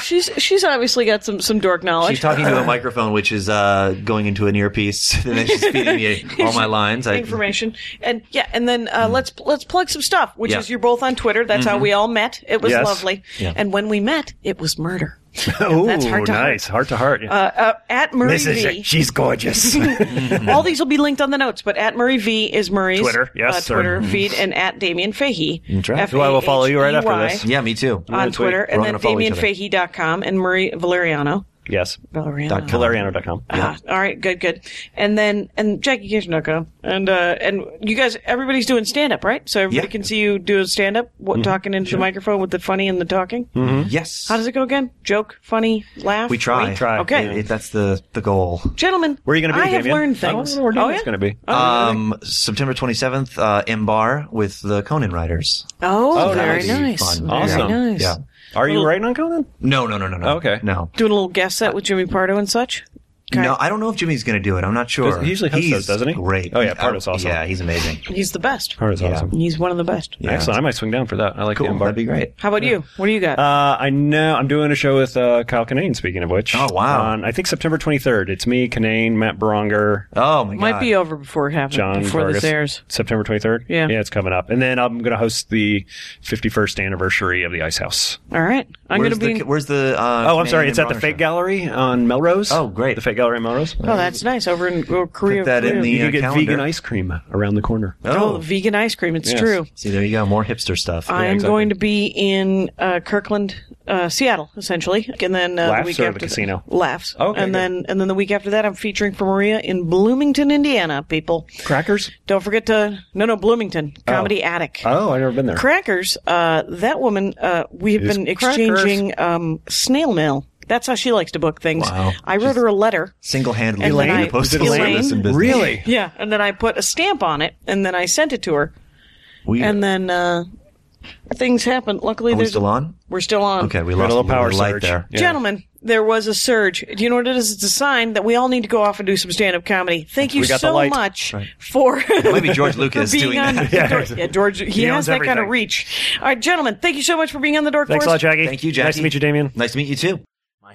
[SPEAKER 3] she's she's obviously got some, some dork knowledge.
[SPEAKER 4] She's talking to a microphone, which is uh, going into an earpiece, and then she's feeding me all my lines. I,
[SPEAKER 3] information and yeah and then
[SPEAKER 5] Mm.
[SPEAKER 3] uh, let's let's plug some stuff which
[SPEAKER 4] Yeah.
[SPEAKER 3] is you're both on twitter that's how we all met it was
[SPEAKER 5] Mm-hmm. Yes.
[SPEAKER 3] lovely
[SPEAKER 4] Yeah.
[SPEAKER 3] and when we met it was murder
[SPEAKER 5] Oh,
[SPEAKER 3] that's hard to heart.
[SPEAKER 5] nice. Heart to heart.
[SPEAKER 3] uh, uh, at murray v
[SPEAKER 5] she's gorgeous.
[SPEAKER 3] All these will be linked on the notes, but at Murray V is Murray's
[SPEAKER 5] Twitter, yes,
[SPEAKER 3] uh,
[SPEAKER 5] sir. Mm-hmm.
[SPEAKER 3] Twitter feed, and at Damien Fahey.
[SPEAKER 4] right.
[SPEAKER 5] Who I will follow you right after this.
[SPEAKER 3] F A H E Y,
[SPEAKER 4] Yeah, me too.
[SPEAKER 3] On
[SPEAKER 5] tweet.
[SPEAKER 3] Twitter,
[SPEAKER 4] We're
[SPEAKER 3] and
[SPEAKER 4] all
[SPEAKER 3] then
[SPEAKER 4] gonna follow each other.
[SPEAKER 3] DamienFahey.com and Murray Valeriano.
[SPEAKER 5] Yes.
[SPEAKER 3] Valeriano.
[SPEAKER 4] com.
[SPEAKER 5] Valeriano.com.
[SPEAKER 3] Ah, all right, good, good. And then and JackieCation.com. And uh and you guys everybody's doing stand up, right? So everybody
[SPEAKER 4] Yeah. Mm-hmm.
[SPEAKER 3] can see you do stand up, what talking into the microphone with the funny and the talking.
[SPEAKER 4] Yes.
[SPEAKER 3] How does it go again? Joke, funny, laugh.
[SPEAKER 4] Mm-hmm. we try.
[SPEAKER 3] wait?
[SPEAKER 5] try.
[SPEAKER 3] Okay.
[SPEAKER 4] It- it- that's the, the goal.
[SPEAKER 3] Gentlemen,
[SPEAKER 5] Where are you going to be?
[SPEAKER 3] I have
[SPEAKER 5] Damien?
[SPEAKER 3] learned
[SPEAKER 5] I
[SPEAKER 3] things. Oh,
[SPEAKER 5] don't know where Damien's
[SPEAKER 3] yeah?
[SPEAKER 5] going to be.
[SPEAKER 4] Um, September 27th, uh, M Bar with the Conan Writers.
[SPEAKER 3] Oh,
[SPEAKER 5] Oh,
[SPEAKER 3] very
[SPEAKER 5] that'll be
[SPEAKER 3] nice.
[SPEAKER 4] fun.
[SPEAKER 3] Very
[SPEAKER 5] Awesome.
[SPEAKER 3] nice.
[SPEAKER 4] Yeah.
[SPEAKER 5] Are you
[SPEAKER 3] Well-
[SPEAKER 5] writing on Conan?
[SPEAKER 4] No, no, no, no, no.
[SPEAKER 5] Okay.
[SPEAKER 4] No.
[SPEAKER 3] Doing a little guest set with Jimmy Pardo and such.
[SPEAKER 4] No, I don't know if Jimmy's going to do it. I'm not sure.
[SPEAKER 5] Does- he usually hosts
[SPEAKER 4] he's
[SPEAKER 5] those, doesn't he?
[SPEAKER 4] Great.
[SPEAKER 5] Oh, yeah, Pardo's
[SPEAKER 4] Uh,
[SPEAKER 5] awesome.
[SPEAKER 4] Yeah, he's amazing.
[SPEAKER 3] He's the best.
[SPEAKER 5] Part is
[SPEAKER 4] Yeah.
[SPEAKER 5] awesome.
[SPEAKER 3] He's one of the best.
[SPEAKER 4] Yeah.
[SPEAKER 5] Excellent. I might swing down for that. I like the
[SPEAKER 4] Cool.
[SPEAKER 5] Embar.
[SPEAKER 4] That'd be great.
[SPEAKER 3] How about you? What do you got?
[SPEAKER 5] Uh, I know I'm doing a show with uh, Kyle Kinane, speaking of which.
[SPEAKER 4] Oh, wow.
[SPEAKER 5] On, I think September 23rd. It's me, Kinane, Matt Bronger,
[SPEAKER 4] Oh, my God.
[SPEAKER 3] Might be over before it happens.
[SPEAKER 5] uh, John
[SPEAKER 3] before
[SPEAKER 5] Vargas.
[SPEAKER 3] this airs.
[SPEAKER 5] September 23rd?
[SPEAKER 3] Yeah.
[SPEAKER 5] Yeah, it's coming up. And then I'm going to host the 51st anniversary of the Ice House.
[SPEAKER 3] All right. I'm going
[SPEAKER 4] Where's
[SPEAKER 3] to be.
[SPEAKER 4] the, where's the, uh,
[SPEAKER 5] Oh, I'm sorry.
[SPEAKER 4] Canadian
[SPEAKER 5] It's at the
[SPEAKER 4] Bronger
[SPEAKER 5] Fake
[SPEAKER 4] show?
[SPEAKER 5] Gallery on Melrose.
[SPEAKER 4] Oh, great.
[SPEAKER 5] The Fake Gallery on Melrose.
[SPEAKER 3] oh, that's nice. Over in oh, Korea.
[SPEAKER 4] Put that in
[SPEAKER 3] Korea.
[SPEAKER 4] the,
[SPEAKER 5] You
[SPEAKER 4] uh,
[SPEAKER 5] can get
[SPEAKER 4] calendar.
[SPEAKER 5] vegan ice cream around the corner.
[SPEAKER 3] Oh,
[SPEAKER 4] Oh,
[SPEAKER 3] vegan ice cream. It's
[SPEAKER 5] Yes.
[SPEAKER 3] true.
[SPEAKER 4] see, there you go. More hipster stuff.
[SPEAKER 3] I'm
[SPEAKER 5] exactly.
[SPEAKER 3] going to be in uh, Kirkland, uh, Seattle, essentially, and then uh,
[SPEAKER 5] Laughs
[SPEAKER 3] the week
[SPEAKER 5] or the
[SPEAKER 3] after
[SPEAKER 5] casino? Oh,
[SPEAKER 3] laughs.
[SPEAKER 5] Okay,
[SPEAKER 3] and
[SPEAKER 5] good.
[SPEAKER 3] then and then the week after that, I'm featuring for Maria in Bloomington, Indiana. People,
[SPEAKER 5] Crackers?
[SPEAKER 3] don't forget to no no Bloomington Comedy Attic.
[SPEAKER 5] Oh, I've never been there.
[SPEAKER 3] Crackers. Uh, that woman. Uh, we have
[SPEAKER 5] Is
[SPEAKER 3] been
[SPEAKER 5] Crackers.
[SPEAKER 3] exchanging um, snail mail. That's how she likes to book things.
[SPEAKER 4] Wow.
[SPEAKER 3] I wrote her a letter.
[SPEAKER 4] Single-handedly
[SPEAKER 3] And then
[SPEAKER 4] putting
[SPEAKER 3] I-
[SPEAKER 4] the postal
[SPEAKER 3] Elaine?
[SPEAKER 4] service in business.
[SPEAKER 5] Really?
[SPEAKER 3] Yeah, and then I put a stamp on it, and then I sent it to her,
[SPEAKER 4] Weird.
[SPEAKER 3] and then uh, things happened. Luckily,
[SPEAKER 4] Are we
[SPEAKER 3] there's
[SPEAKER 4] still on?
[SPEAKER 3] We're still on.
[SPEAKER 4] Okay, we
[SPEAKER 5] Got
[SPEAKER 4] lost
[SPEAKER 5] a little power
[SPEAKER 4] bit of light
[SPEAKER 5] surge.
[SPEAKER 4] there.
[SPEAKER 5] Yeah.
[SPEAKER 3] Gentlemen, there was a surge. Do you know what it is? It's a sign that we all need to go off and do some stand up comedy. Thank you
[SPEAKER 5] We got the
[SPEAKER 3] so
[SPEAKER 5] light.
[SPEAKER 3] much for.
[SPEAKER 4] Maybe George
[SPEAKER 3] For
[SPEAKER 4] Lucas
[SPEAKER 3] being
[SPEAKER 4] doing
[SPEAKER 3] on
[SPEAKER 4] that.
[SPEAKER 3] the Dork- yeah, George, he, has
[SPEAKER 5] owns
[SPEAKER 3] that kind of
[SPEAKER 5] everything.
[SPEAKER 3] reach. All right, gentlemen, thank you so much for being on the Dork
[SPEAKER 5] Thanks a lot,
[SPEAKER 3] Force.
[SPEAKER 5] Jackie.
[SPEAKER 4] Thank you, Jackie.
[SPEAKER 5] Nice to meet you, Damien.
[SPEAKER 4] Nice to meet you too.
[SPEAKER 2] My